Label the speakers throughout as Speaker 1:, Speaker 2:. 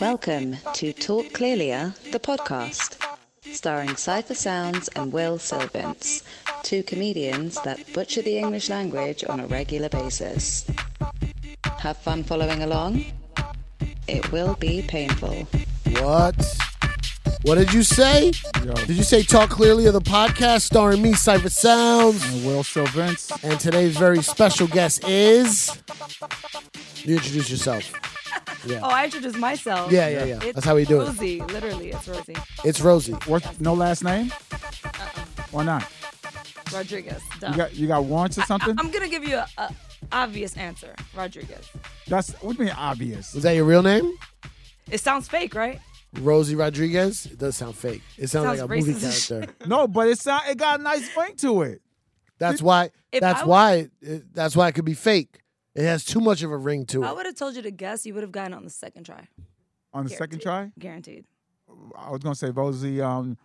Speaker 1: Welcome to Talk Clearlier, the podcast, starring Cypher Sounds and Will Silvins, two comedians that butcher the English language on a regular basis. Have fun following along. It will be painful.
Speaker 2: What? What did you say? Did you say Talk Clearly of the podcast starring me, Cypher Sounds?
Speaker 3: And Will show Vince.
Speaker 2: And today's very special guest is. You introduce yourself.
Speaker 4: Oh, I introduced myself.
Speaker 2: Yeah, yeah, yeah.
Speaker 4: It's
Speaker 2: That's how we do it.
Speaker 4: Rosie, literally, it's Rosie
Speaker 2: It's Rosie.
Speaker 3: What? No last name?
Speaker 4: Uh-uh.
Speaker 3: Why not?
Speaker 4: Rodriguez. Duh.
Speaker 3: You got you got warrants or something?
Speaker 4: I'm gonna give you a, a obvious answer, Rodriguez.
Speaker 3: That's what do you mean obvious?
Speaker 2: Was that your real name?
Speaker 4: It sounds fake, right?
Speaker 2: Rosie Rodriguez? It does sound fake. It sounds,
Speaker 4: Sounds
Speaker 2: like a movie
Speaker 4: racist.
Speaker 2: character.
Speaker 3: No, but it sound it got a nice ring to it.
Speaker 2: That's why.
Speaker 4: If
Speaker 2: That's
Speaker 4: I was-
Speaker 2: why. It, it- that's why it could be fake. It has too much of a ring to
Speaker 4: I
Speaker 2: it.
Speaker 4: would have told you to guess. You would have gotten it on the second try,
Speaker 3: On the second try,
Speaker 4: guaranteed.
Speaker 3: I was gonna say Rosie um,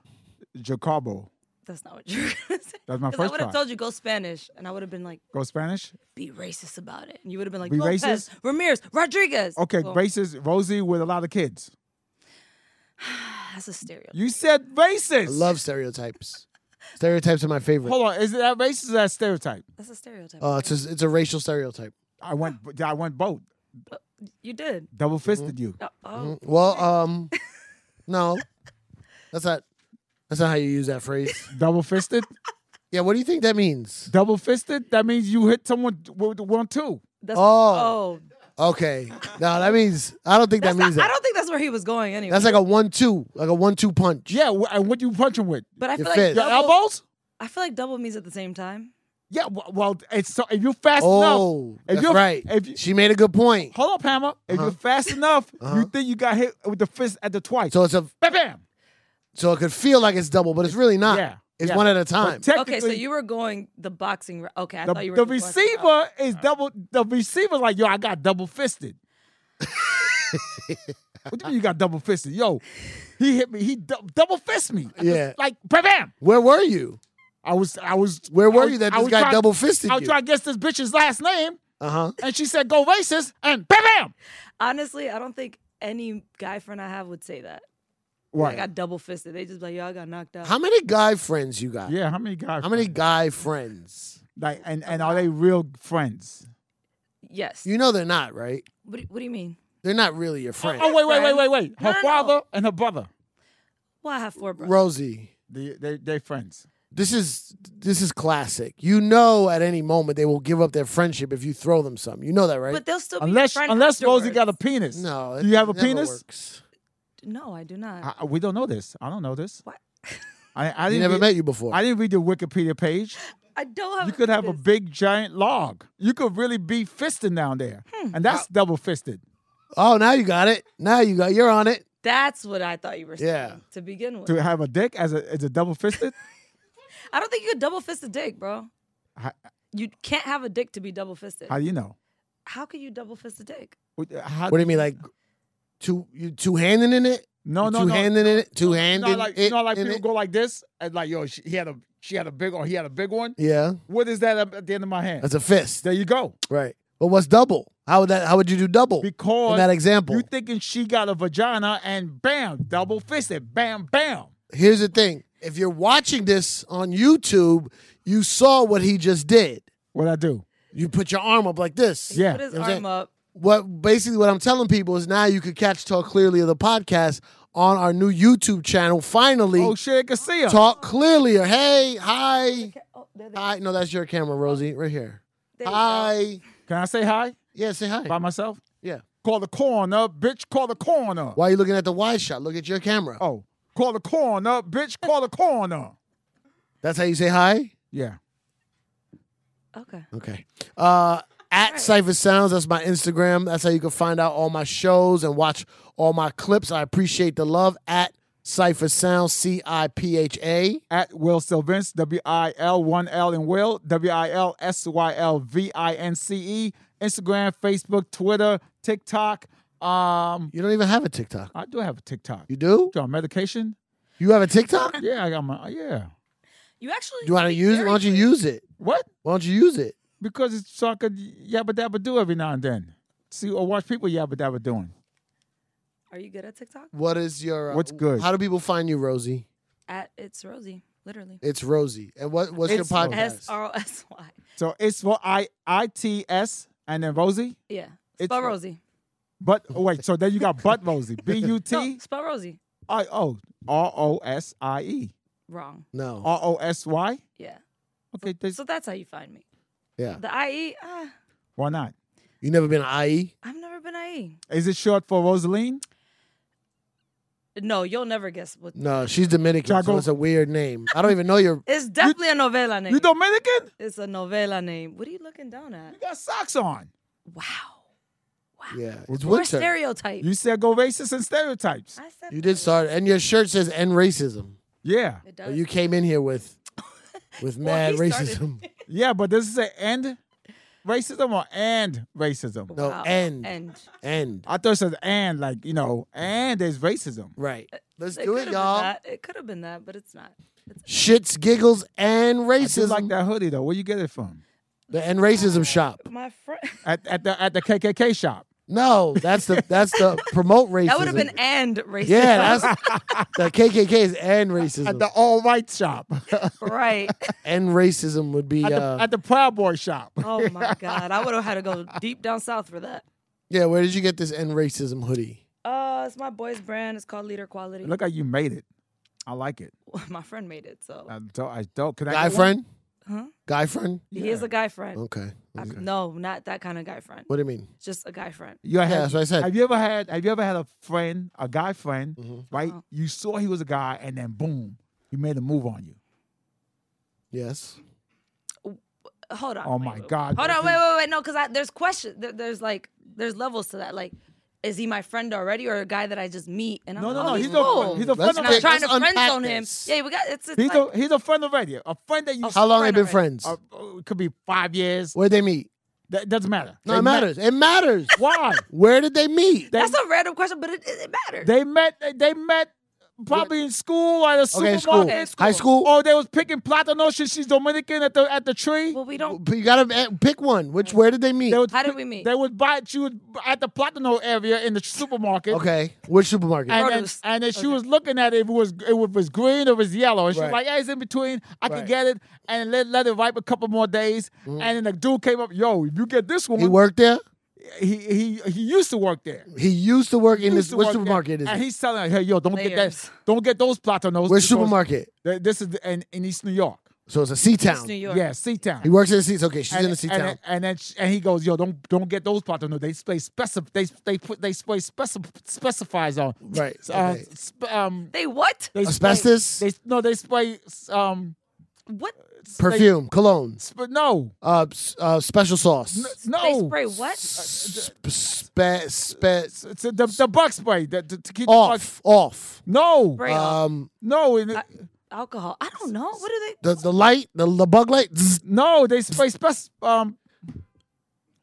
Speaker 3: Jacobo.
Speaker 4: That's not what you're gonna say.
Speaker 3: That's my
Speaker 4: 'Cause I
Speaker 3: first
Speaker 4: would have
Speaker 3: try.
Speaker 4: told you go Spanish, and I would have been like,
Speaker 3: Go Spanish.
Speaker 4: be racist about it, and you would have been like,
Speaker 3: Be
Speaker 4: Lopez,
Speaker 3: racist?
Speaker 4: Ramirez, Rodriguez.
Speaker 3: Okay,
Speaker 4: Well,
Speaker 3: racist Rosie with a lot of kids.
Speaker 4: That's a stereotype.
Speaker 3: You said racist.
Speaker 2: I love stereotypes. stereotypes are my favorite.
Speaker 3: Hold on, is it that racist or that stereotype?
Speaker 4: That's a stereotype.
Speaker 2: Uh, it's a, it's a racial stereotype.
Speaker 3: I went I went both.
Speaker 4: you did.
Speaker 3: Double
Speaker 2: Mm-hmm.
Speaker 3: fisted you.
Speaker 4: Oh, oh.
Speaker 3: Mm-hmm.
Speaker 2: Well, um, no, that's not. That's not how you use that phrase.
Speaker 3: Double fisted.
Speaker 2: Yeah, what do you think that means?
Speaker 3: Double fisted. That means you hit someone with one two.
Speaker 4: That's,
Speaker 2: Oh.
Speaker 4: oh,
Speaker 2: Okay, no, that means I don't think
Speaker 4: That's
Speaker 2: that means
Speaker 4: not-
Speaker 2: that.
Speaker 4: I don't think that's where he was going anyway.
Speaker 2: that's like a one-two, like a one-two punch.
Speaker 3: Yeah, wh- and what you punching with?
Speaker 4: but I
Speaker 2: your
Speaker 4: feel like
Speaker 2: fist.
Speaker 3: Your
Speaker 4: double-
Speaker 3: elbows?
Speaker 4: I feel like double means at the same time.
Speaker 3: Yeah, w- well, it's so, if you're fast
Speaker 2: Oh,
Speaker 3: enough. If
Speaker 2: that's
Speaker 3: you're,
Speaker 2: right.
Speaker 3: If you,
Speaker 2: she made a good point.
Speaker 3: hold up, Hammer. If you're fast enough,
Speaker 2: Uh-huh.
Speaker 3: you think you got hit with the fist at the twice.
Speaker 2: So it's a
Speaker 3: bam, bam.
Speaker 2: so it could feel like it's double, but it's really not.
Speaker 3: Yeah,
Speaker 2: it's
Speaker 3: yeah.
Speaker 2: one at a
Speaker 3: But
Speaker 2: time.
Speaker 4: Okay, so
Speaker 3: technically,
Speaker 4: you were going the boxing. Re- okay, I
Speaker 3: the,
Speaker 4: thought you were
Speaker 3: the
Speaker 4: going boxing
Speaker 3: receiver
Speaker 4: route.
Speaker 3: is
Speaker 2: Uh-huh.
Speaker 3: double. The receiver like yo, I got double fisted. what do you mean you got double fisted? Yo, he hit me. He dou- double fist me. I just,
Speaker 2: Yeah.
Speaker 3: like bam, bam.
Speaker 2: Where were you?
Speaker 3: I was, I was.
Speaker 2: Where were
Speaker 3: I was-
Speaker 2: you that
Speaker 3: I
Speaker 2: this
Speaker 3: was
Speaker 2: guy
Speaker 3: trying-
Speaker 2: double fisted
Speaker 3: I was
Speaker 2: you?
Speaker 3: trying to guess this bitch's last name,
Speaker 2: Uh huh.
Speaker 3: and she said go racist, and bam, bam.
Speaker 4: Honestly, I don't think any guy friend I have would say that.
Speaker 3: Right.
Speaker 4: I got double fisted. They just be like, yo, I got knocked out.
Speaker 2: How many guy friends you got?
Speaker 3: Yeah, how many guys?
Speaker 2: How many guy friends?
Speaker 3: Like, and and are they real friends?
Speaker 4: yes.
Speaker 2: You know they're not, right?
Speaker 4: what, do, what do you mean?
Speaker 2: They're not really your friend.
Speaker 3: Oh wait, wait, wait, wait, wait. Her
Speaker 4: No, no, no.
Speaker 3: father and her brother.
Speaker 4: Well, I have four brothers.
Speaker 2: Rosie,
Speaker 3: They they they friends.
Speaker 2: this is this is classic. You know, at any moment they will give up their friendship if you throw them some. You know that, right?
Speaker 4: But they'll still be
Speaker 3: Unless
Speaker 4: your friend
Speaker 3: unless Rosie got a
Speaker 4: afterwards.
Speaker 3: penis.
Speaker 2: no,
Speaker 3: Do
Speaker 2: it
Speaker 3: you have a
Speaker 2: never
Speaker 3: penis?
Speaker 2: Works.
Speaker 4: No, I do not.
Speaker 3: I, I- we don't know this. I don't know this.
Speaker 4: What?
Speaker 3: I I
Speaker 2: I
Speaker 3: didn't
Speaker 2: never
Speaker 3: read-
Speaker 2: met you before.
Speaker 3: I didn't read the Wikipedia page.
Speaker 4: I don't have.
Speaker 3: You could have a
Speaker 4: penis.
Speaker 3: big giant log. You could really be fisting down there,
Speaker 4: Hmm.
Speaker 3: and that's double fisted.
Speaker 2: oh, now you got it. Now you got. You're on it.
Speaker 4: That's what I thought you were saying
Speaker 2: Yeah.
Speaker 4: to begin with.
Speaker 3: To have a dick as a as a double fisted.
Speaker 4: I don't think you could double fist a dick, bro.
Speaker 3: How- uh,
Speaker 4: You can't have a dick to be double fisted.
Speaker 3: How do you know?
Speaker 4: How could you double fist a dick?
Speaker 3: What- uh, How,
Speaker 2: What do you mean, like two? You two handing in it?
Speaker 3: No,
Speaker 2: You
Speaker 3: no,
Speaker 2: two
Speaker 3: no.
Speaker 2: handing in it. Two handing
Speaker 3: Not like
Speaker 2: it.
Speaker 3: not like
Speaker 2: in
Speaker 3: people
Speaker 2: it?
Speaker 3: go like this and like yo, she, he had a she had a big or he had a big one.
Speaker 2: Yeah,
Speaker 3: What is that up at the end of my hand?
Speaker 2: that's a fist,
Speaker 3: there you go.
Speaker 2: right? But what's double? How would that? How would you do double?
Speaker 3: Because
Speaker 2: in that example,
Speaker 3: You thinking she got a vagina and bam, double fisted, bam, bam.
Speaker 2: here's the thing: if you're watching this on YouTube, you saw what he just did.
Speaker 3: What I do?
Speaker 2: You put your arm up like this.
Speaker 3: Yeah.
Speaker 4: Put his
Speaker 2: You know what I'm
Speaker 4: arm up.
Speaker 2: What basically what I'm telling people is now you could catch Talk Clearly of the podcast on our new YouTube channel. Finally,
Speaker 3: Oh shit, I can see her.
Speaker 2: Talk Clearly. or Hey, hi,
Speaker 4: Oh, there they-
Speaker 2: hi. No, that's your camera, Rosie, right here.
Speaker 4: Oh. there you
Speaker 2: Hi.
Speaker 4: go.
Speaker 3: Can I say hi
Speaker 2: Yeah, say hi.
Speaker 3: by myself?
Speaker 2: Yeah.
Speaker 3: Call the corner, bitch. Call the corner.
Speaker 2: Why are you looking at the wide shot? Look at your camera.
Speaker 3: Oh, call the corner, bitch. Call the corner.
Speaker 2: That's how you say hi?
Speaker 3: Yeah.
Speaker 4: Okay.
Speaker 2: Okay. Uh, at Cypher Sounds, that's my Instagram. That's how you can find out all my shows and watch all my clips. I appreciate the love. At Cypher Sounds, C I P H A.
Speaker 3: At Will Sylvince, W I L one L and Will, W I L S Y L V I N C E. Instagram, Facebook, Twitter, TikTok. Um,
Speaker 2: You don't even have a TikTok.
Speaker 3: I do have a TikTok.
Speaker 2: You do?
Speaker 3: You on medication?
Speaker 2: You have a TikTok? Do
Speaker 3: Yeah, I got my uh, yeah.
Speaker 4: You actually.
Speaker 2: you want to
Speaker 4: speak
Speaker 2: use it?
Speaker 4: very
Speaker 2: Why don't you
Speaker 4: clear.
Speaker 2: use it?
Speaker 3: What?
Speaker 2: Why don't you use it?
Speaker 3: Because it's so I could yabba dabba do every now and then. see or watch people yabba dabba doing.
Speaker 4: Are you good at TikTok?
Speaker 2: What is your uh,
Speaker 3: What's good?
Speaker 2: How do people find you, Rosie?
Speaker 4: At it's Rosie, literally.
Speaker 2: It's Rosie. And what what's
Speaker 3: It's
Speaker 2: your podcast?
Speaker 4: S R O S Y.
Speaker 3: So it's for I I T S and then Rosie.
Speaker 4: Yeah.
Speaker 3: It's
Speaker 4: Spell
Speaker 3: Ro-
Speaker 4: Rosie.
Speaker 3: But oh, wait, so then you got Butt Rosie. B U
Speaker 4: No,
Speaker 3: T
Speaker 4: spell Rosie.
Speaker 3: I O R O S I E.
Speaker 4: Wrong.
Speaker 2: No.
Speaker 3: R O S Y?
Speaker 4: Yeah.
Speaker 3: Okay, this,
Speaker 4: So that's how you find me.
Speaker 2: Yeah.
Speaker 4: The IE, ah,
Speaker 3: why not?
Speaker 2: You never been E? to IE?
Speaker 4: I've never been E. IE.
Speaker 3: Is it short for Rosaline?
Speaker 4: No, you'll never guess what.
Speaker 2: No, she's Dominican.
Speaker 3: Jago.
Speaker 2: So it's a weird name. I don't even know your
Speaker 4: It's definitely a novela name.
Speaker 3: You Dominican?
Speaker 4: It's a novela name. What are you looking down at?
Speaker 3: You got socks on.
Speaker 4: Wow.
Speaker 2: Yeah. It's
Speaker 4: We're
Speaker 2: winter.
Speaker 4: stereotyped.
Speaker 3: You said go racist and stereotypes.
Speaker 4: I said
Speaker 2: You did start and your shirt says end racism.
Speaker 3: Yeah.
Speaker 2: But
Speaker 4: it does.
Speaker 2: You came in here with with mad
Speaker 4: he
Speaker 2: racism.
Speaker 3: Yeah, but does it say end racism or and racism?
Speaker 2: No,
Speaker 4: Wow.
Speaker 2: end. End.
Speaker 4: And
Speaker 3: I thought it says and, like, you know, and there's racism.
Speaker 2: Right. Let's
Speaker 4: it
Speaker 2: do
Speaker 4: could
Speaker 2: it,
Speaker 4: have
Speaker 2: y'all.
Speaker 4: Uh, been that. It could have been that, but it's not.
Speaker 2: Shits, giggles, and
Speaker 3: I do
Speaker 2: racism.
Speaker 3: like that hoodie though. Where you get it from?
Speaker 2: The and racism shop.
Speaker 4: My friend.
Speaker 3: At, at the at the KKK shop.
Speaker 2: No, that's the that's the promote racism.
Speaker 4: That would have been and racist.
Speaker 2: Yeah, that's the KKK is and
Speaker 3: At
Speaker 2: racism.
Speaker 3: the all white shop. at,
Speaker 4: right.
Speaker 2: and racism would be
Speaker 3: the,
Speaker 2: uh,
Speaker 3: at the Proud Boy shop.
Speaker 4: Oh my God. I would have had to go deep down south for that.
Speaker 2: yeah. Where did you get this and racism hoodie?
Speaker 4: Uh, it's my boy's brand. It's called Leader Quality.
Speaker 3: Look how you made it. I like it.
Speaker 4: my friend made it, so
Speaker 3: I don't. I don't. Can I
Speaker 2: Guy
Speaker 3: get one?
Speaker 2: friend?
Speaker 4: Huh?
Speaker 2: Guy friend?
Speaker 4: he is a guy friend.
Speaker 3: Oh,
Speaker 2: Okay.
Speaker 4: I- no, not that kind of guy friend.
Speaker 2: What do you mean?
Speaker 4: Just a guy friend.
Speaker 3: You had,
Speaker 2: that's what I said.
Speaker 3: Have you ever had? Have you ever had a friend, a guy friend,
Speaker 2: Mm-hmm.
Speaker 3: right?
Speaker 4: Uh-huh.
Speaker 3: You saw he was a guy, and then boom, he made a move on you.
Speaker 2: Yes.
Speaker 4: Hold on.
Speaker 3: Oh
Speaker 4: wait,
Speaker 3: my
Speaker 4: wait, wait.
Speaker 3: God,
Speaker 4: Hold on.
Speaker 3: Dorothy.
Speaker 4: Wait, wait, wait. No, because there's questions. There, there's like there's levels to that. Like, is he my friend already or a guy that I just meet? And I'm
Speaker 3: No,
Speaker 4: like,
Speaker 3: no,
Speaker 4: oh,
Speaker 3: no.
Speaker 4: He's,
Speaker 3: He's a
Speaker 4: cool.
Speaker 3: friend. He's a
Speaker 2: Let's
Speaker 3: friend. Of
Speaker 4: I'm
Speaker 2: pick-
Speaker 3: radio.
Speaker 4: trying
Speaker 2: let's
Speaker 4: to friend
Speaker 2: unpack
Speaker 4: zone him.
Speaker 2: this.
Speaker 4: Yeah, we got it's. it's
Speaker 3: He's
Speaker 4: like,
Speaker 3: a he's a friend of radio. A friend that you.
Speaker 2: How long
Speaker 4: friend
Speaker 2: they been
Speaker 4: already.
Speaker 2: friends?
Speaker 3: uh, uh, it could be five years.
Speaker 2: Where'd they meet?
Speaker 3: That doesn't matter.
Speaker 2: No,
Speaker 3: They
Speaker 2: it
Speaker 3: met-
Speaker 2: matters. It matters.
Speaker 3: Why?
Speaker 2: Where did they meet?
Speaker 3: They,
Speaker 4: that's a random question, but it, it, it matters.
Speaker 3: they met. They, they met probably in school or at a
Speaker 2: Okay,
Speaker 3: supermarket.
Speaker 2: in school.
Speaker 4: Okay,
Speaker 2: High school.
Speaker 3: Oh, they was picking plátano. She, she's Dominican at the at the tree.
Speaker 4: well, we don't.
Speaker 2: But you gotta eh, pick one. Which where did they meet?
Speaker 3: They would
Speaker 4: How did
Speaker 3: pick-
Speaker 4: we meet?
Speaker 3: They would buy. She was at the Platano area in the supermarket.
Speaker 2: Okay. Which supermarket?
Speaker 3: And then,
Speaker 4: Produce.
Speaker 3: and then she was looking at it if it was if it was green or if it was yellow. And she was
Speaker 2: Right.
Speaker 3: like, yeah, it's in between. I
Speaker 2: Right. Mm-hmm.
Speaker 3: can get it. And let, let it ripe a couple more days. And then the dude came up, yo, if you get this one,
Speaker 2: he worked there.
Speaker 3: he, he, he used to work there.
Speaker 2: He used to work in
Speaker 3: He
Speaker 2: this
Speaker 3: used to
Speaker 2: which
Speaker 3: work there.
Speaker 2: supermarket is
Speaker 3: And
Speaker 2: it?
Speaker 3: he's telling her, hey, yo, don't get
Speaker 4: Layers.
Speaker 3: that. Don't get those platanos.
Speaker 2: Which
Speaker 3: because
Speaker 2: supermarket?
Speaker 3: th- This is the- in, in East New York.
Speaker 2: So it's a C
Speaker 4: It's New
Speaker 2: town.
Speaker 4: York.
Speaker 3: Yeah, C-Town.
Speaker 2: He works in the C. Okay, she's
Speaker 3: and,
Speaker 2: in the C
Speaker 3: and
Speaker 2: town.
Speaker 3: then- And then sh- and he goes, yo, don't don't get those platanos. They play specif they they put they play specif specifies on.
Speaker 2: Right.
Speaker 3: Uh,
Speaker 2: okay.
Speaker 3: sp- um,
Speaker 4: They what?
Speaker 3: they spray-
Speaker 2: Asbestos?
Speaker 3: they no, they spray um
Speaker 4: What?
Speaker 2: Perfume, cologne,
Speaker 3: sp- no,
Speaker 2: uh, s- uh, special sauce,
Speaker 4: They
Speaker 3: no.
Speaker 4: spray what?
Speaker 2: sp- spe- spe-
Speaker 3: It's a- the, the bug spray that to, to keep the bugs-
Speaker 2: off, off.
Speaker 3: No,
Speaker 4: Spray off
Speaker 2: Um,
Speaker 3: no, and it-
Speaker 4: Uh, alcohol. I don't know. What do they?
Speaker 2: the the light, the, the bug light. zzz.
Speaker 3: no. They spray spec- um.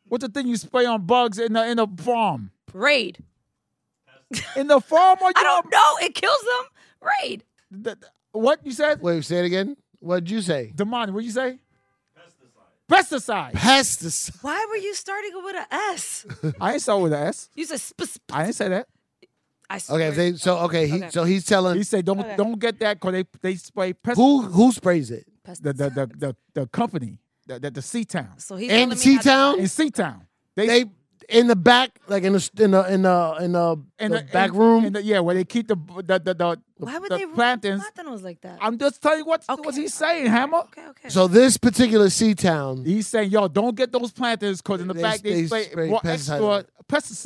Speaker 3: What's the thing you spray on bugs in the in the farm?
Speaker 4: Raid.
Speaker 3: In the farm or you
Speaker 4: I don't know. It kills them. Raid.
Speaker 3: The, the- what you said?
Speaker 2: Wait, say it again. What did you say?
Speaker 3: Demond, what you say? Pesticide. Pesticide.
Speaker 2: Pesticide.
Speaker 4: Why were you starting it with an S?
Speaker 3: I ain't start with an S.
Speaker 4: You said sp- sp-
Speaker 3: I didn't say that.
Speaker 4: I swear.
Speaker 2: Okay, if they so okay. He,
Speaker 4: Okay.
Speaker 2: So he's telling
Speaker 3: He said don't
Speaker 4: Okay.
Speaker 3: don't get that because they they spray pesticide.
Speaker 2: who who sprays it
Speaker 3: The the the the, the company the the, the C town
Speaker 4: So he's
Speaker 2: in
Speaker 4: telling me how to-
Speaker 2: T-town?
Speaker 3: in C town.
Speaker 2: they in the back, like in the s- in the in the in the,
Speaker 3: in
Speaker 2: the back room.
Speaker 3: in the- yeah, where they keep the the the, the,
Speaker 4: Why would
Speaker 3: the
Speaker 4: they
Speaker 3: plantings.
Speaker 4: plantings like that?
Speaker 3: I'm just telling you what what
Speaker 4: Okay,
Speaker 3: he's saying, Hammer.
Speaker 4: okay, okay.
Speaker 2: so this particular C town,
Speaker 3: He's saying, yo, don't get those plantings because in the
Speaker 2: They-
Speaker 3: back they,
Speaker 2: they
Speaker 3: spray,
Speaker 2: spray
Speaker 3: more
Speaker 2: pesticide on
Speaker 3: extra